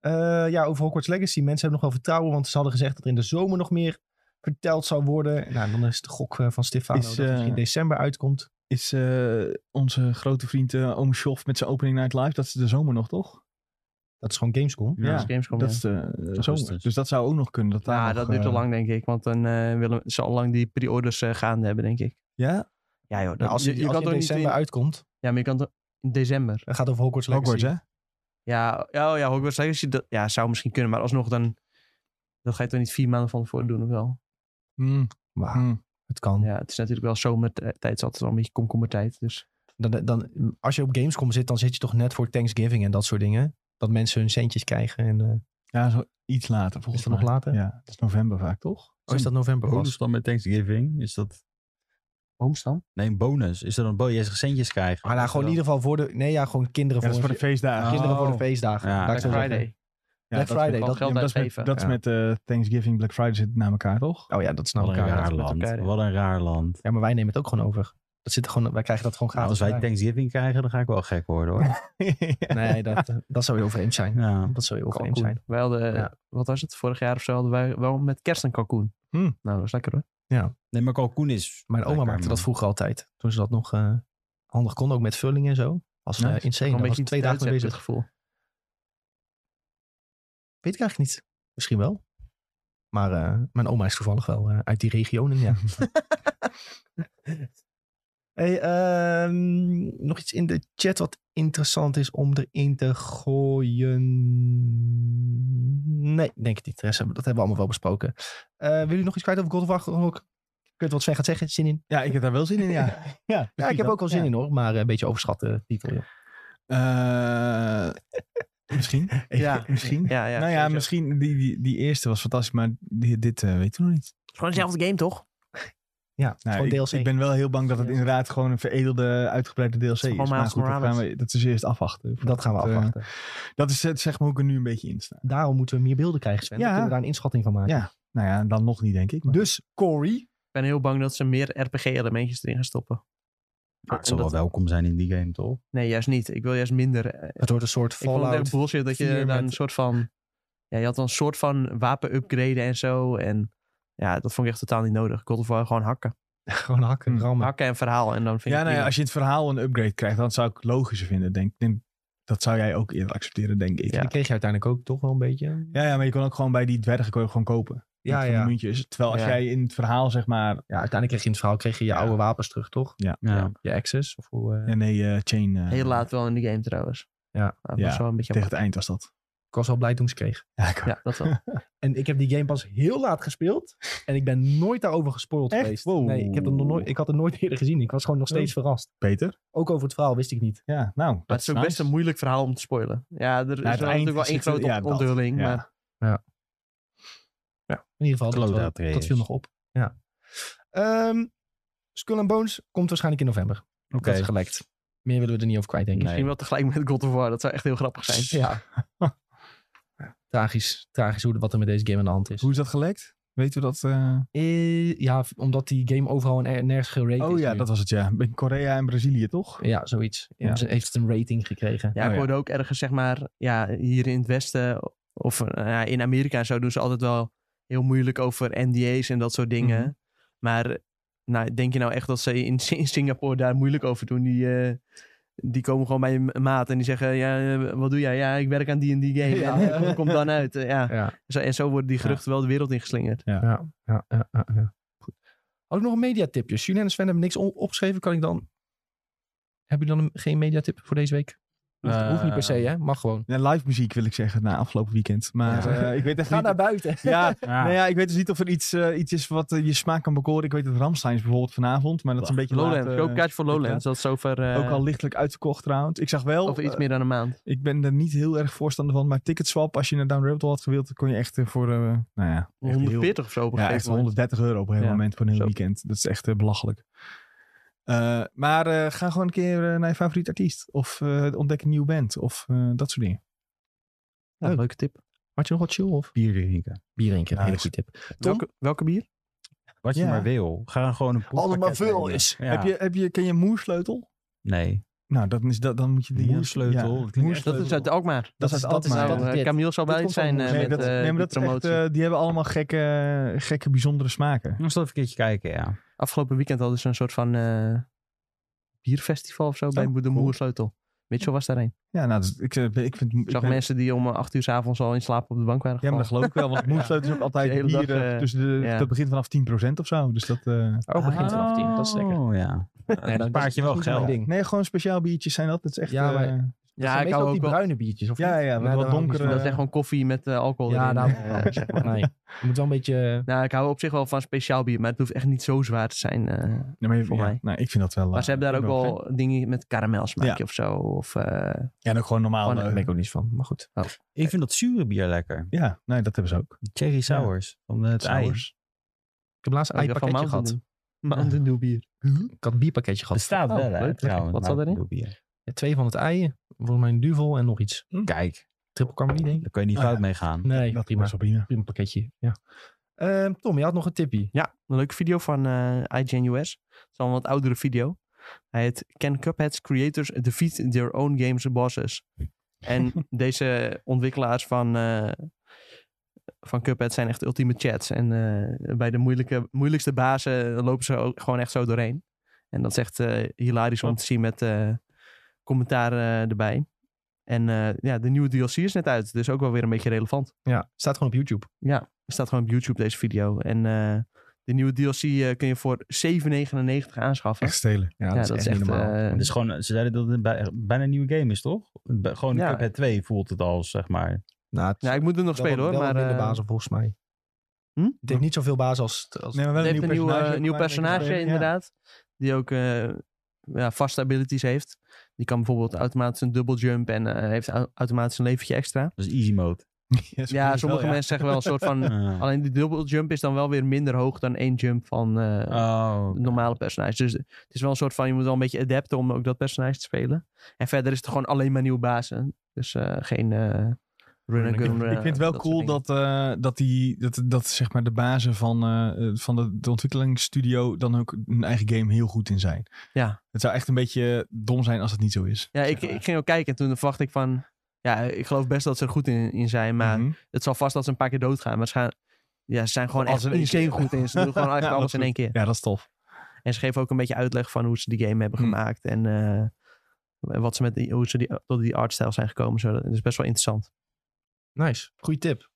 Eh, ja, over Hogwarts Legacy. Mensen hebben nog wel vertrouwen, want ze hadden gezegd dat er in de zomer nog meer verteld zou worden. Nou, dan is de gok eh, van Stefano
Is,
dat het
eh,
misschien in december uitkomt.
Is eh, onze grote vriend eh Oom Schof met zijn opening night live, dat is de zomer nog, toch?
Dat is gewoon Gamescom.
Ja,
Als Gamescom,
Dat
Oh, ja.
is de eh, zomer.
Augustus.
Dus dat zou ook nog kunnen. Dat, daar
Ja,
nog,
dat duurt te
eh,
lang, denk ik. Want dan eh, willen ze al lang die pre-orders eh, gaande hebben, denk ik.
Ja,
Ja, joh.
Nou, als je, in
toch
december
in-
uitkomt,
Ja, maar je kan toch... In december.
dan gaat het over Hogwarts Legacy.
Hogwarts, hè?
Ja, ja, oh ja Hogwarts Legacy. Dat, ja, zou misschien kunnen. Maar alsnog dan... Dat ga je toch niet vier maanden van tevoren doen, of wel?
Mm,
Maar
mm.
het kan.
Ja, het is natuurlijk wel zomertijd. Het is altijd wel een beetje komkommertijd. Dus
Dan, dan, als je op Gamescom zit, dan zit je toch net voor Thanksgiving en dat soort dingen. Dat mensen hun centjes krijgen. En, eh,
Ja, zo iets later volgens
Is dat nog
mij.
later?
Ja, dat is november vaak, toch?
oh, is dat november? pas?
bonus dan met Thanksgiving? Is dat...
ooms dan?
Nee, een bonus. Is dat een bonus? Je centjes krijgen.
Maar nou, gewoon in ieder geval voor de... Nee, ja, gewoon kinderen,
Ja, dat is
voor,
voor de feestdagen.
Ah,
kinderen voor de
Oh.
feestdagen.
Ja,
Laat ik
Black
zo zeggen.
Friday.
Ja,
Black
dat-
Friday.
wel
Dat,
geld
ja, dat is
uitgeven.
met, dat is
Ja.
met eh, Thanksgiving, Black Friday zit na elkaar, toch?
oh ja, dat snap
Wat een
ik. Ja,
raar
met
land.
elkaar, hè.
Wat een raar land.
Ja, maar wij nemen het ook gewoon over. Dat zit er gewoon, wij krijgen dat gewoon
Nou,
gratis.
als wij
erbij.
Thanksgiving krijgen, dan ga ik wel gek worden hoor.
Nee, dat, eh, dat zou heel vreemd zijn.
ja.
Dat zou heel vreemd
Kalkoen.
zijn.
Wij hadden,
Ja.
wat was het? Vorig jaar of zo hadden wij wel met kerst een kalkoen.
Hmm.
Nou, dat is lekker hoor.
Nee, maar kalkoen is...
Mijn oma
lekker,
maakte
man.
dat vroeger altijd. Toen ze dat nog eh, handig kon, ook met vulling en zo. Als eh,
Nice.
insane. Daar
Gewoon een
was
beetje
ik twee dagen mee
bezig het
bezig.
gevoel.
Weet ik eigenlijk niet. Misschien wel. Maar eh, mijn oma is toevallig wel eh, uit die regionen, ja. hey, ehm, nog iets in de chat wat interessant is om erin te gooien. Nee, denk ik niet. De rest hebben- Dat hebben we allemaal wel besproken. Eh wil jullie nog iets kwijt over God of War? Gewoon ook- Ik weet wat Sven gaat zeggen. Zin in?
Ja, ik heb daar wel zin in, ja. ja,
Ja, ik heb ook wel zin in hoor. Maar eh, een beetje overschatte titel. joh.
Eh, misschien.
Ja.
misschien.
Ja, ja,
nou ja,
sowieso.
misschien die, die, die eerste was fantastisch, maar die, dit eh, weten we nog niet.
Het is gewoon dezelfde game, toch?
Ja,
Nou,
gewoon
ik,
DLC.
ik ben wel heel bang dat het inderdaad gewoon een veredelde, uitgebreide DLC is.
gewoon
Maar
Miles
goed, dat, gaan
Morales.
we, dat is eerst afwachten.
Dat gaan we
Eh,
afwachten.
Dat is het, zeg maar, hoe ik er nu een beetje in sta.
Daarom moeten we meer beelden krijgen, Sven.
Ja.
Dan kunnen we daar een inschatting van maken.
Ja. Nou ja, dan nog niet, denk ik. Maar...
Dus Corey,
Ik ben heel bang dat ze meer RPG-elementjes erin gaan stoppen.
Dat
En
zal wel welkom zijn in die game, toch?
Nee, juist niet. Ik wil juist minder. eh,
het wordt een soort
ik vond het
Fallout.
echt bullshit dat je
4
daar
met-
een soort van... Ja, je had dan een soort van wapen upgraden en zo. En ja, dat vond ik echt totaal niet nodig. Ik wilde voor gewoon hakken.
Gewoon hakken,
Hmm.
rammen.
Hakken en verhaal. En dan vind
ja,
ik
nou ja,
prima.
als je het verhaal een upgrade krijgt, dan zou ik het logischer vinden. Denk, denk- dat zou jij ook eerder accepteren, denk ik.
Ja.
Ja.
Die kreeg je uiteindelijk ook toch wel een beetje.
Ja, maar je kon ook gewoon bij die dwergen kon je gewoon kopen.
Ja,
Met van
ja.
die muntjes. Terwijl als
Ja.
jij in het verhaal, zeg maar...
Ja, uiteindelijk kreeg je in het verhaal kreeg je je
Ja.
oude wapens terug, toch?
Ja.
Je access. Of hoe, eh,
Ja, nee, eh, chain... eh,
Heel laat wel in de game trouwens.
Ja.
dat
Ja,
was wel een beetje...
Tegen het eind was dat.
Ik was wel blij toen ik ze kreeg.
Ja, ik
Ja, dat wel.
En ik heb die game pas heel laat gespeeld. En ik ben nooit daarover gespoild
Echt?
geweest.
Wow.
Nee, ik, heb dat nog nooit, ik had het nooit eerder gezien. Ik was gewoon nog steeds verrast.
Beter.
Ook over het verhaal wist ik niet.
Ja, nou.
Maar het is ook best een moeilijk verhaal om te spoilen. Ja, er is
het
wel
eind
natuurlijk wel
is
één
het-
grote
ja, dat.
onthulling.
Ja.
Maar
In ieder geval, dat,
Klote
wel-
Atreus.
dat viel nog op. Ja. Ehm, Skull and Bones komt waarschijnlijk in november.
Oké.
Dat is gelekt. Meer willen we er niet over kwijt, denk ik.
Nee.
misschien wel tegelijk met God of War. Dat zou echt heel grappig zijn.
Ja. tragisch, tragisch hoe, wat er met deze game aan de hand is.
Hoe is dat gelekt? Weet u dat? eh?
Eh, ja, omdat die game overal en er- nergens gerate is.
Oh ja,
nu.
dat was het ja. In Korea en Brazilië toch?
Ja, zoiets.
Ja.
Dus heeft het een rating gekregen.
Ja, ik
Oh ja.
hoorde ook ergens, zeg maar, ja, hier in het Westen of eh, ja, in Amerika en zo doen ze altijd wel heel moeilijk over NDA's en dat soort dingen.
Mhm.
Maar nou, denk je nou echt dat ze in, in Singapore daar moeilijk over doen? Die, eh, die komen gewoon bij een maat en die zeggen, ja, eh, wat doe jij? Ja, ik werk aan die en die game.
Ja.
En, eh, kom, kom dan uit. Eh, ja.
Ja.
Zo, en zo worden die geruchten wel de wereld ingeslingerd.
Ja, ja, ja, ja, ja. Goed. Had ik nog een mediatipje? Julien en Sven hebben niks on- opgeschreven. Kan ik dan... Hebben jullie dan een- geen mediatip voor deze week? Hoeft, hoeft niet per se, hè? Mag gewoon.
Ja, live muziek wil ik zeggen na afgelopen weekend. Maar
Ja.
eh, ik weet echt
Ga
niet.
naar buiten.
Ja,
Ja.
nou ja, ik weet dus niet of er iets, eh, iets is wat eh, je smaak kan bekoren. Ik weet dat Ramstein is bijvoorbeeld vanavond, maar dat is een beetje
Lowlands,
laat, eh,
ik ook kaartje voor Lowlands. Dat is over, eh,
ook al lichtelijk uitverkocht trouwens. Ik zag wel,
over iets
eh,
meer dan een maand.
ik ben er niet heel erg voorstander van, maar Ticketswap, als je naar Down Rabbit Hole had gewild, dan kon je echt eh, voor, eh, nou ja, echt heel-
140 of zo op een
ja, echt
gegeven moment.
130 euro op een heel
Ja,
moment voor een heel
zo.
weekend. Dat is echt eh, belachelijk. Eh, maar eh, ga gewoon een keer eh, naar je favoriete artiest. Of eh, ontdek een nieuwe band. Of eh, dat soort dingen.
Ja,
Leuk.
leuke tip.
Had je nog wat chill of?
Bier drinken.
Bier drinken,
Nice.
hele goede tip.
Welke, welke bier?
Wat je
Ja.
maar wil. Ga gewoon een
Als het maar
proefpakket
veel
nemen.
is.
Ja.
Heb je, heb je, ken je Moersleutel?
Nee.
Nou, dat is, dat, dan moet je die... eh,
Moersleutel.
Ja,
Dat klinkt echt-
Moersleutel.
Dat is uit Alkmaar.
Dat is uit
dat is
Alkmaar.
uit-
Nou,
dat is
eh,
dit.
Camille zal
Dit
blij
komt van
zijn eh,
ons.
Nee,
met
dat,
eh,
nee, maar
die
dat is echt,
promotie.
eh, die hebben allemaal gekke, eh, gekke bijzondere smaken.
Ik moest even een keertje kijken, ja.
Afgelopen weekend hadden ze een soort van eh, bierfestival of zo bij de Moersleutel. Mitchell was daarheen.
Ja, nou, dus ik, eh, ik vind... Ik
Ik zag
ben-
mensen die om eh, acht uur 's avonds al in slaap op de bank waren
ja, maar
gevallen.
dat geloof ik wel. Want Moersleutel is ook
De
altijd
hele dag,
bier. eh,
eh,
tussen de,
ja.
Dat begint vanaf 10% of zo. Dus dat... eh,
Oh, begint vanaf tien. Dat is lekker.
Oh, ja.
Nee, dat
spaart je
dat
wel
niet mijn
geld.
ding.
nee, gewoon speciaal biertjes zijn dat. Dat is echt...
Ja, maar-
eh,
ja, ik hou ook
die
wel-
bruine biertjes, of
Ja,
niet?
ja, wat
daar
wat
hou ik niet
donkere-
Dat
van.
is echt gewoon koffie met eh, alcohol
Ja,
erin.
daarom.
eh, zeg maar.
Nee. Je moet wel een beetje... eh,
Nou, ik hou op zich wel van speciaal bier, maar het hoeft echt niet zo zwaar te zijn. eh.
Ja, maar je-
Voor
ja,
mij.
Nou, ik vind dat wel.
maar ze hebben daar ook wel dingen met karamelsmaakje
Ja.
of zo. Of, eh,
Ja, en ook gewoon normaal.
Oh, nee,
eh,
Daar ben ik ook niet van, maar goed.
Ah,
Ik vind dat zure bier lekker.
ja, nee, dat hebben ze ook.
Die Cherry sours. Van het ei.
Sours.
Ik heb laatst een
ook wel van
pakketje
Mountain
gehad.
Dew. Mountain Dew bier.
Ik had een bierpakketje gehad.
Bestaat
Oh,
wel, hè,
leuk.
trouwens.
Wat zat
maar
erin?
ik bedoel bier.
Ja, twee van het ei, voor mijn duvel en nog iets.
Kijk,
Triple Carmel, denk ik.
daar kun je niet
Ah, ja.
fout mee gaan.
Nee,
Dat
prima.
is wel prima.
Prima pakketje, ja. Ehm, Tom, je had nog een tippie.
Ja, een leuke video van eh IGN US. Het is al een wat oudere video. Hij heet Can Cuphead's creators defeat their own games bosses? En deze ontwikkelaars van, eh, van Cuphead zijn echt ultieme chats. En eh, bij de moeilijke, moeilijkste bazen lopen ze ook gewoon echt zo doorheen. En dat is echt eh, hilarisch om te zien met eh, commentaar eh, erbij. En eh, ja, de nieuwe DLC is net uit. Dus ook wel weer een beetje relevant.
Ja, staat gewoon op YouTube.
Er staat gewoon op YouTube deze video. En eh, de nieuwe DLC eh, kun je voor 7,99 aanschaffen.
Echt stelen. Ja,
ja,
dat, is echt niet normaal.
eh,
Het is Dus gewoon, ze zeiden dat het bij- bijna een nieuwe game is, toch? Bij- gewoon
Ja.
Cuphead 2 voelt het als, zeg maar.
Nou, het
nou, ik moet het nog
wel
spelen
wat-
hoor.
wel wat
Maar
minder
eh,
bazen volgens mij.
Hm?
Het heeft niet zoveel bazen als... het- als
nee, maar wel
het eh, heeft een nieuw personage, nieuw
maar-
personage
Ja.
inderdaad. Die ook eh, ja, vaste abilities heeft. Die kan bijvoorbeeld automatisch een double jump en eh, heeft au- automatisch een leventje extra.
Dat is easy mode.
Ja, sommige mensen zeggen wel een soort van...
Oh.
Ah.
Alleen die double jump is dan wel weer minder hoog dan één jump van eh,
Oh.
het normale personage. Dus het is wel een soort van... Je moet wel een beetje adapten om ook dat personage te spelen. En verder is het gewoon alleen maar nieuwe bazen. Dus eh, geen... eh run and
Ik,
gun,
ik
eh,
vind het wel
soort
cool
dingen.
dat, eh, dat, die, dat, dat zeg maar de bazen van, eh, eh, van de, de ontwikkelingsstudio dan ook hun eigen game heel goed in zijn.
Ja.
Het zou echt een beetje dom zijn als het niet zo is.
Ja,
zeg
ik,
maar.
ik ging ook kijken en toen verwacht ik van... Ja, ik geloof best dat ze er goed in, in zijn, maar
Mhm.
het zal vast dat ze een paar keer doodgaan. Maar ze, gaan, ja, ze zijn gewoon
Als
echt
in één
insane
keer.
goed in. Ze doen gewoon
Ja,
eigenlijk
dat
alles in
is
één keer.
Ja, dat is tof.
En ze geven ook een beetje uitleg van hoe ze die game hebben
Hmm.
gemaakt. En eh, wat ze met die, hoe ze die, tot die artstijl zijn gekomen. Zo, dat is best wel interessant.
Nice.
Goeie tip.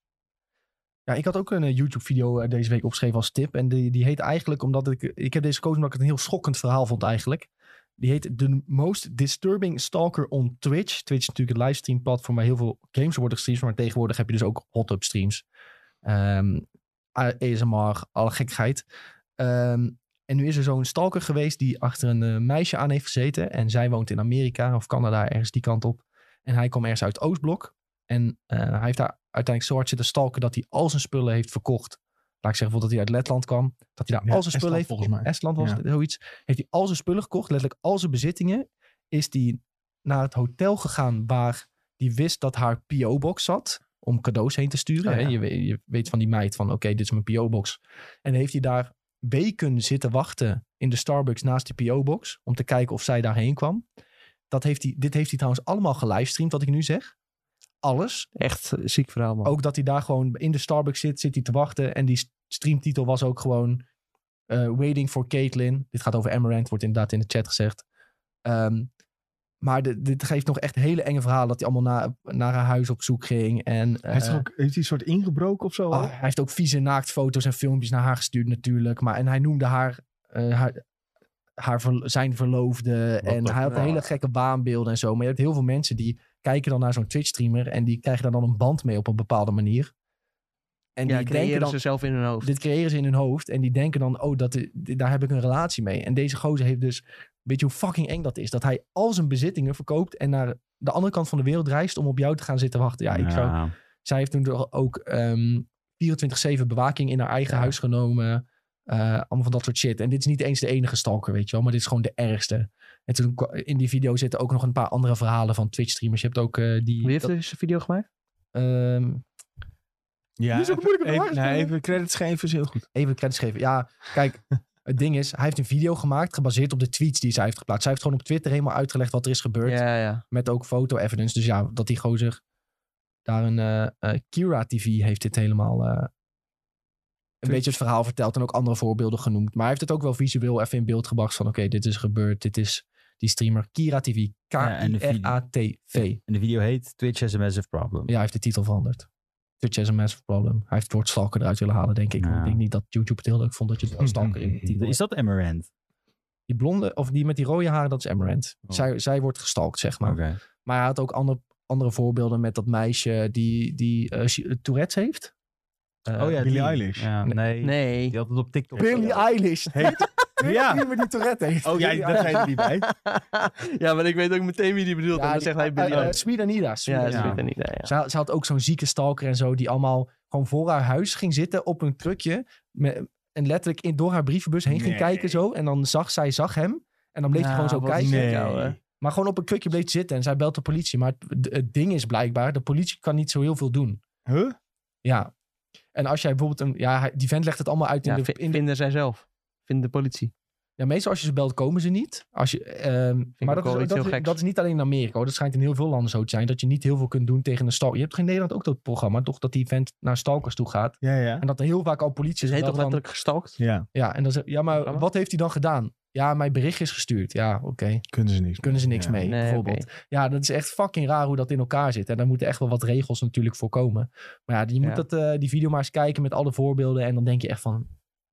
Ja, ik had ook een eh, YouTube-video eh, deze week opgeschreven als tip. En die, die heet eigenlijk, omdat ik... Ik heb deze gekozen omdat ik het een heel schokkend verhaal vond eigenlijk. Die heet The Most Disturbing Stalker on Twitch. Twitch is natuurlijk een livestream platform waar heel veel games worden gestreamd. Maar tegenwoordig heb je dus ook hot-up streams. Ehm, A- ASMR, alle gekheid. Ehm, en nu is er zo'n stalker geweest die achter een eh, meisje aan heeft gezeten. En zij woont in Amerika of Canada, ergens die kant op. En hij kwam ergens uit het Oostblok. En eh, hij heeft daar uiteindelijk zo hard zitten stalken dat hij al zijn spullen heeft verkocht. Laat ik zeggen, bijvoorbeeld dat hij uit Letland kwam. Dat hij daar
Ja,
al zijn spullen
Estland
heeft
volgens mij.
Estland was
Ja.
het, zoiets. Heeft hij al zijn spullen gekocht, letterlijk al zijn bezittingen. Is hij naar het hotel gegaan waar hij wist dat haar PO-box zat. Om cadeaus heen te sturen.
Oh,
hè.
ja.
je, weet, je weet van die meid van oké, dit is mijn PO-box. En heeft hij daar weken zitten wachten in de Starbucks naast die PO-box. Om te kijken of zij daarheen kwam. Dat heeft hij, dit heeft hij trouwens allemaal gelivestreamd, wat ik nu zeg. Alles.
Echt eh, ziek verhaal, man.
Ook dat hij daar gewoon in de Starbucks zit, zit hij te wachten. En die streamtitel was ook gewoon eh, Waiting for Caitlyn. Dit gaat over Amaranth, wordt inderdaad in de chat gezegd. Ehm, maar de- dit geeft nog echt hele enge verhalen. Dat hij allemaal na, naar haar huis op zoek ging. En,
Hij heeft,
eh,
toch ook, heeft hij een soort ingebroken of zo?
Ah, hij heeft ook vieze naaktfoto's en filmpjes naar haar gestuurd natuurlijk. Maar, en hij noemde haar, eh, haar, haar verlo- zijn verloofde.
Wat
en
de
hij had
fuck?
hele gekke waanbeelden en zo. Maar je hebt heel veel mensen die kijken dan naar zo'n Twitch-streamer... en die krijgen daar dan een band mee op een bepaalde manier. En
ja,
die denken
creëren
dan,
ze zelf in hun hoofd.
dit creëren ze in hun hoofd. En die denken dan, oh, dat, dit- daar heb ik een relatie mee. En deze gozer heeft dus... Weet je hoe fucking eng dat is? Dat hij al zijn bezittingen verkoopt... en naar de andere kant van de wereld reist... om op jou te gaan zitten wachten. Ja, ik zou...
Nou.
Zij heeft toen toch ook ehm, 24-7 bewaking in haar eigen
Ja.
huis genomen. Eh, allemaal van dat soort shit. En dit is niet eens de enige stalker, weet je wel. Maar dit is gewoon de ergste. En toen kwa- in die video zitten ook nog een paar andere verhalen van Twitch-streamers. Je hebt ook eh, die...
Wie heeft
dat-
deze video gemaakt?
ehm,
ja,
dit is ook moeilijk om te
even, nee,
stellen.
even credits geven is heel goed.
even credits geven. Ja, kijk, het ding is... Hij heeft een video gemaakt gebaseerd op de tweets die zij heeft geplaatst. Zij heeft gewoon op Twitter helemaal uitgelegd wat er is gebeurd.
Ja, ja.
Met ook foto-evidence. Dus ja, dat die gozer daar een... eh, eh, Kira TV heeft dit helemaal... eh, een beetje het verhaal verteld en ook andere voorbeelden genoemd. Maar hij heeft het ook wel visueel even in beeld gebracht van... oké, dit is gebeurd, dit is die streamer Kira TV.
Ja, en de video.
K-I-R-A-T-V.
En de video heet Twitch has a massive problem.
Ja, hij heeft de titel veranderd. Twitch is een massive problem. Hij heeft het woord stalker eruit willen halen, denk ik. Want
Ja.
Ik denk niet dat YouTube het heel leuk vond dat je het stalker in de titel
Is
hebt.
dat Emerand?
Die blonde, of die met die rode haren, dat is Amaranth.
Oh.
Zij, zij wordt gestalkt, zeg maar.
Oké.
Maar hij had ook ander, andere voorbeelden met dat meisje die, die eh, Chi- Tourette's heeft. Eh,
Oh ja,
Billie
die.
Eilish.
Ja,
Nee.
nee.
Nee.
Die had het op TikTok.
Billie Eilish.
Heet- ja.
Die met die Tourette heeft.
Oh ja,
Billie
daar zijn er niet bij.
ja, maar ik weet ook meteen wie die bedoelt. en dan
die-
zegt hij
eh,
Billy.
eh,
Eilish.
Sweet Anita. Sweet
ja, dat
Anita.
weet ik niet. Ja, ja.
Ze, ze had ook zo'n zieke stalker en zo, die allemaal gewoon voor haar huis ging zitten op een krukje. me- en letterlijk in, door haar brievenbus heen ging
Nee.
kijken zo. En dan zag zij, zag hem. En dan bleef hij
Nou,
gewoon zo
wat
kijken.
gek, ouwe.
Maar gewoon op een krukje bleef ze zitten en zij belt de politie. Maar het, d- het ding is blijkbaar, de politie kan niet zo heel veel doen.
Huh?
Ja. En als jij bijvoorbeeld een... Ja, hij- die vent legt het allemaal uit in
Ja,
de...
vi-
in de-
vinden zij zelf. Vinden de politie.
ja, meestal als je ze belt, komen ze niet. Als je, ehm,
ik
maar dat
ook wel
is,
iets
dat,
heel
is,
geks.
dat is niet alleen in Amerika. Hoor. Dat schijnt in heel veel landen zo te zijn. Dat je niet heel veel kunt doen tegen een stalker. Je hebt toch in Nederland ook dat programma. Toch dat die vent naar stalkers toe gaat.
Ja, ja.
En dat er heel vaak al politie
Ze
is.
heet
gebeld
toch
van-
letterlijk gestalkt?
Ja,
Ja, en dan zeg- ja, maar
Programma?
wat heeft hij dan gedaan? Ja, mijn bericht is gestuurd. Ja, oké.
kunnen ze niks.
Kunnen ze niks
Ja.
mee,
Nee,
bijvoorbeeld. Ja, dat is echt fucking raar hoe dat in elkaar zit. En daar moeten echt wel wat regels natuurlijk voor komen. Maar ja, je moet
Ja.
dat, eh, die video maar eens kijken met alle voorbeelden. En dan denk je echt van,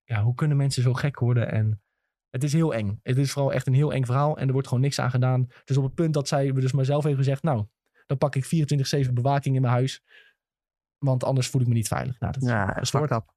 ja, hoe kunnen mensen zo gek worden? En het is heel eng. Het is vooral echt een heel eng verhaal. En er wordt gewoon niks aan gedaan. Dus op het punt dat zij dus maar zelf heeft gezegd... nou, dan pak ik 24-7 bewaking in mijn huis. Want anders voel ik me niet veilig. Nou, dat is
Ja,
een
fucked
soort,
up.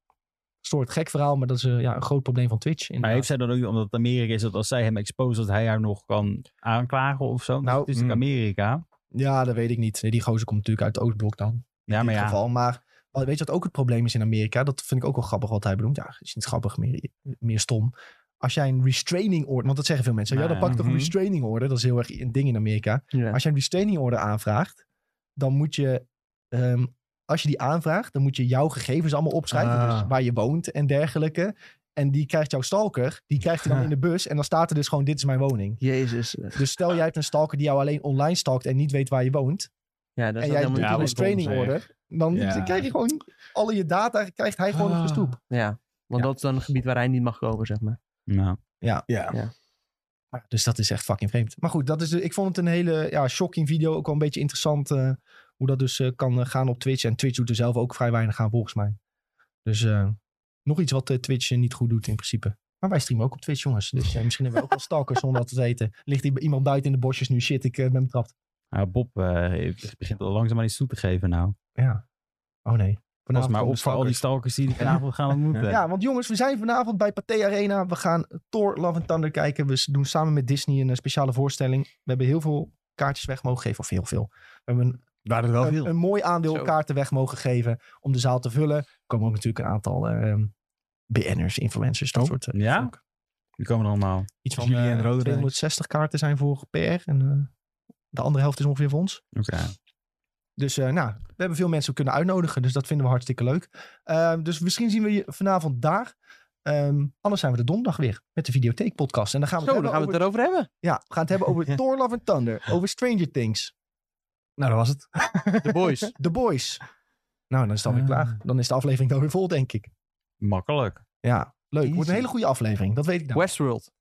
soort gek verhaal. Maar dat is eh, ja, een groot probleem van Twitch.
Maar
inderdaad.
heeft zij dan ook, omdat het Amerika is, dat als zij hem expose, dat hij haar nog kan aanklagen of zo?
Nou,
Nou, het is natuurlijk
mm.
Amerika.
Ja, dat weet ik niet. Nee, die gozer komt natuurlijk uit het Oostblok dan.
Ja, maar
dit
ja.
geval. Maar oh, weet je wat ook het probleem is in Amerika? Dat vind ik ook wel grappig wat hij benoemt. Ja, het is niet grappig, meer, meer stom. Als jij een restraining order, want dat zeggen veel mensen. ja,
Nou
dan pak
ja.
toch een
Mhm.
restraining order. Dat is heel erg een ding in Amerika.
Ja.
Als jij een restraining order aanvraagt, dan moet je... ehm, als je die aanvraagt, dan moet je jouw gegevens allemaal opschrijven.
Ah.
Dus waar je woont en dergelijke. En die krijgt jouw stalker, die krijgt hij dan in de bus. En dan staat er dus gewoon, dit is mijn woning.
Jezus.
Dus stel jij hebt een stalker die jou alleen online stalkt en niet weet waar je woont
Ja, dat is
en
dan
jij doet
helemaal
Ja,
een
niet
wat
restraining
dom, zeg.
order, dan
Ja.
krijg je gewoon alle je data, krijgt hij gewoon op de
Ah.
stoep.
Ja, want dat is dan een gebied waar hij niet mag komen, zeg maar.
Nou,
Ja.
Maar, dus dat is echt fucking vreemd. Maar goed, dat is, eh, ik vond het een hele ja, shocking video. Ook wel een beetje interessant eh, hoe dat dus eh, kan eh, gaan op Twitch. En Twitch doet er zelf ook vrij weinig aan volgens mij. Dus eh, nog iets wat eh, Twitch eh, niet goed doet in principe. Maar wij streamen ook op Twitch, jongens. Dus eh, misschien hebben we ook wel stalkers zonder dat te weten. Ligt hier iemand buiten in de bosjes nu? Shit, ik eh, ben betrapt.
nou, Bob eh, heeft- begint al langzaam aan iets toe te geven nou.
Ja. Oh nee.
Pas
Vanavond
maar
komen
op
de
voor al die stalkers die die vanavond gaan ontmoeten.
Ja, want jongens, we zijn vanavond bij Pathé Arena. We gaan Thor Love and Thunder kijken. We s- doen samen met Disney een eh, speciale voorstelling. We hebben heel veel kaartjes weg mogen geven. Of heel veel. We hebben een,
Waren er wel
een,
veel.
een mooi aandeel
Zo.
kaarten weg mogen geven om de zaal te vullen. Er komen ook natuurlijk een aantal ehm BN'ers, influencers, dat
Oh,
soort. eh,
ja?
volk.
Die komen er allemaal.
Iets
Dus
van
jullie en
eh,
Roderick.
260 kaarten zijn voor PR. En eh, de andere helft is ongeveer voor ons.
Oké.
Dus eh, nou, we hebben veel mensen kunnen uitnodigen. Dus dat vinden we hartstikke leuk. Ehm, dus misschien zien we je vanavond daar. Ehm, anders zijn we de donderdag weer met de Videotheek podcast. En dan gaan we,
Zo,
het,
dan gaan
hebben
we het erover hebben.
over, ja, we gaan het hebben over Thor Love and Thunder. Over Stranger Things.
Nou, dat was het.
De boys.
The Boys. Nou, dan is het alweer
Ah.
klaar. Dan is de aflevering wel weer vol, denk ik.
Makkelijk.
Ja, leuk. Wordt een
Easy.
hele goede aflevering. Dat weet ik nou.
Westworld.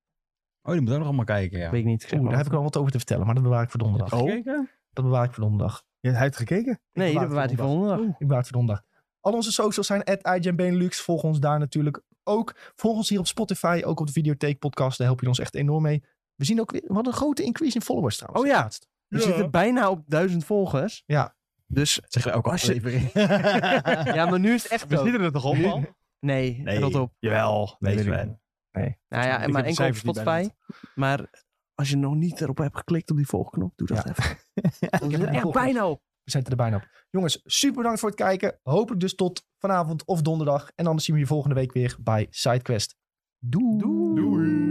Oh, die moet ook nog allemaal kijken, ja.
Weet ik niet. zeg
Oeh,
maar. Oh.
daar heb ik wel wat over te vertellen. Maar dat bewaar ik voor donderdag.
Gekeken?
Dat bewaar ik voor donderdag.
Je hebt gekeken?
bewaar
Nee, dat
het
bewaart hij
voor
voor donderdag.
Ik bewaar het voor donderdag. Al onze socials zijn at Benelux. Volg ons daar natuurlijk ook. Volg ons hier op Spotify, ook op de Videotheek podcast. Daar help je ons echt enorm mee. We zien ook weer, we hadden een grote increase in followers trouwens.
Oh ja.
laatst.
We zitten bijna op duizend volgers.
Ja.
Dus,
Zeg je ook
Als je-
aflevering.
ja, maar nu is het echt zo.
er toch
op, man? Nee,
Nee.
rot op.
Jawel.
Nee,
Nee,
weet ik
Sven.
niet.
Nou
Ik
ja,
heb
en maar
de
enkel op
cijfers niet bij
Spotify. Maar als je nog niet erop hebt geklikt op die volgknop, doe dat
Ja.
even.
Ik
Dan
heb
zit er
hem
echt
volgens-
bijna op.
We zijn er bijna op. Jongens, super bedankt voor het kijken. Hopelijk dus tot vanavond of donderdag. En anders zien we je volgende week weer bij SideQuest. Doei.
Doei.
Doei.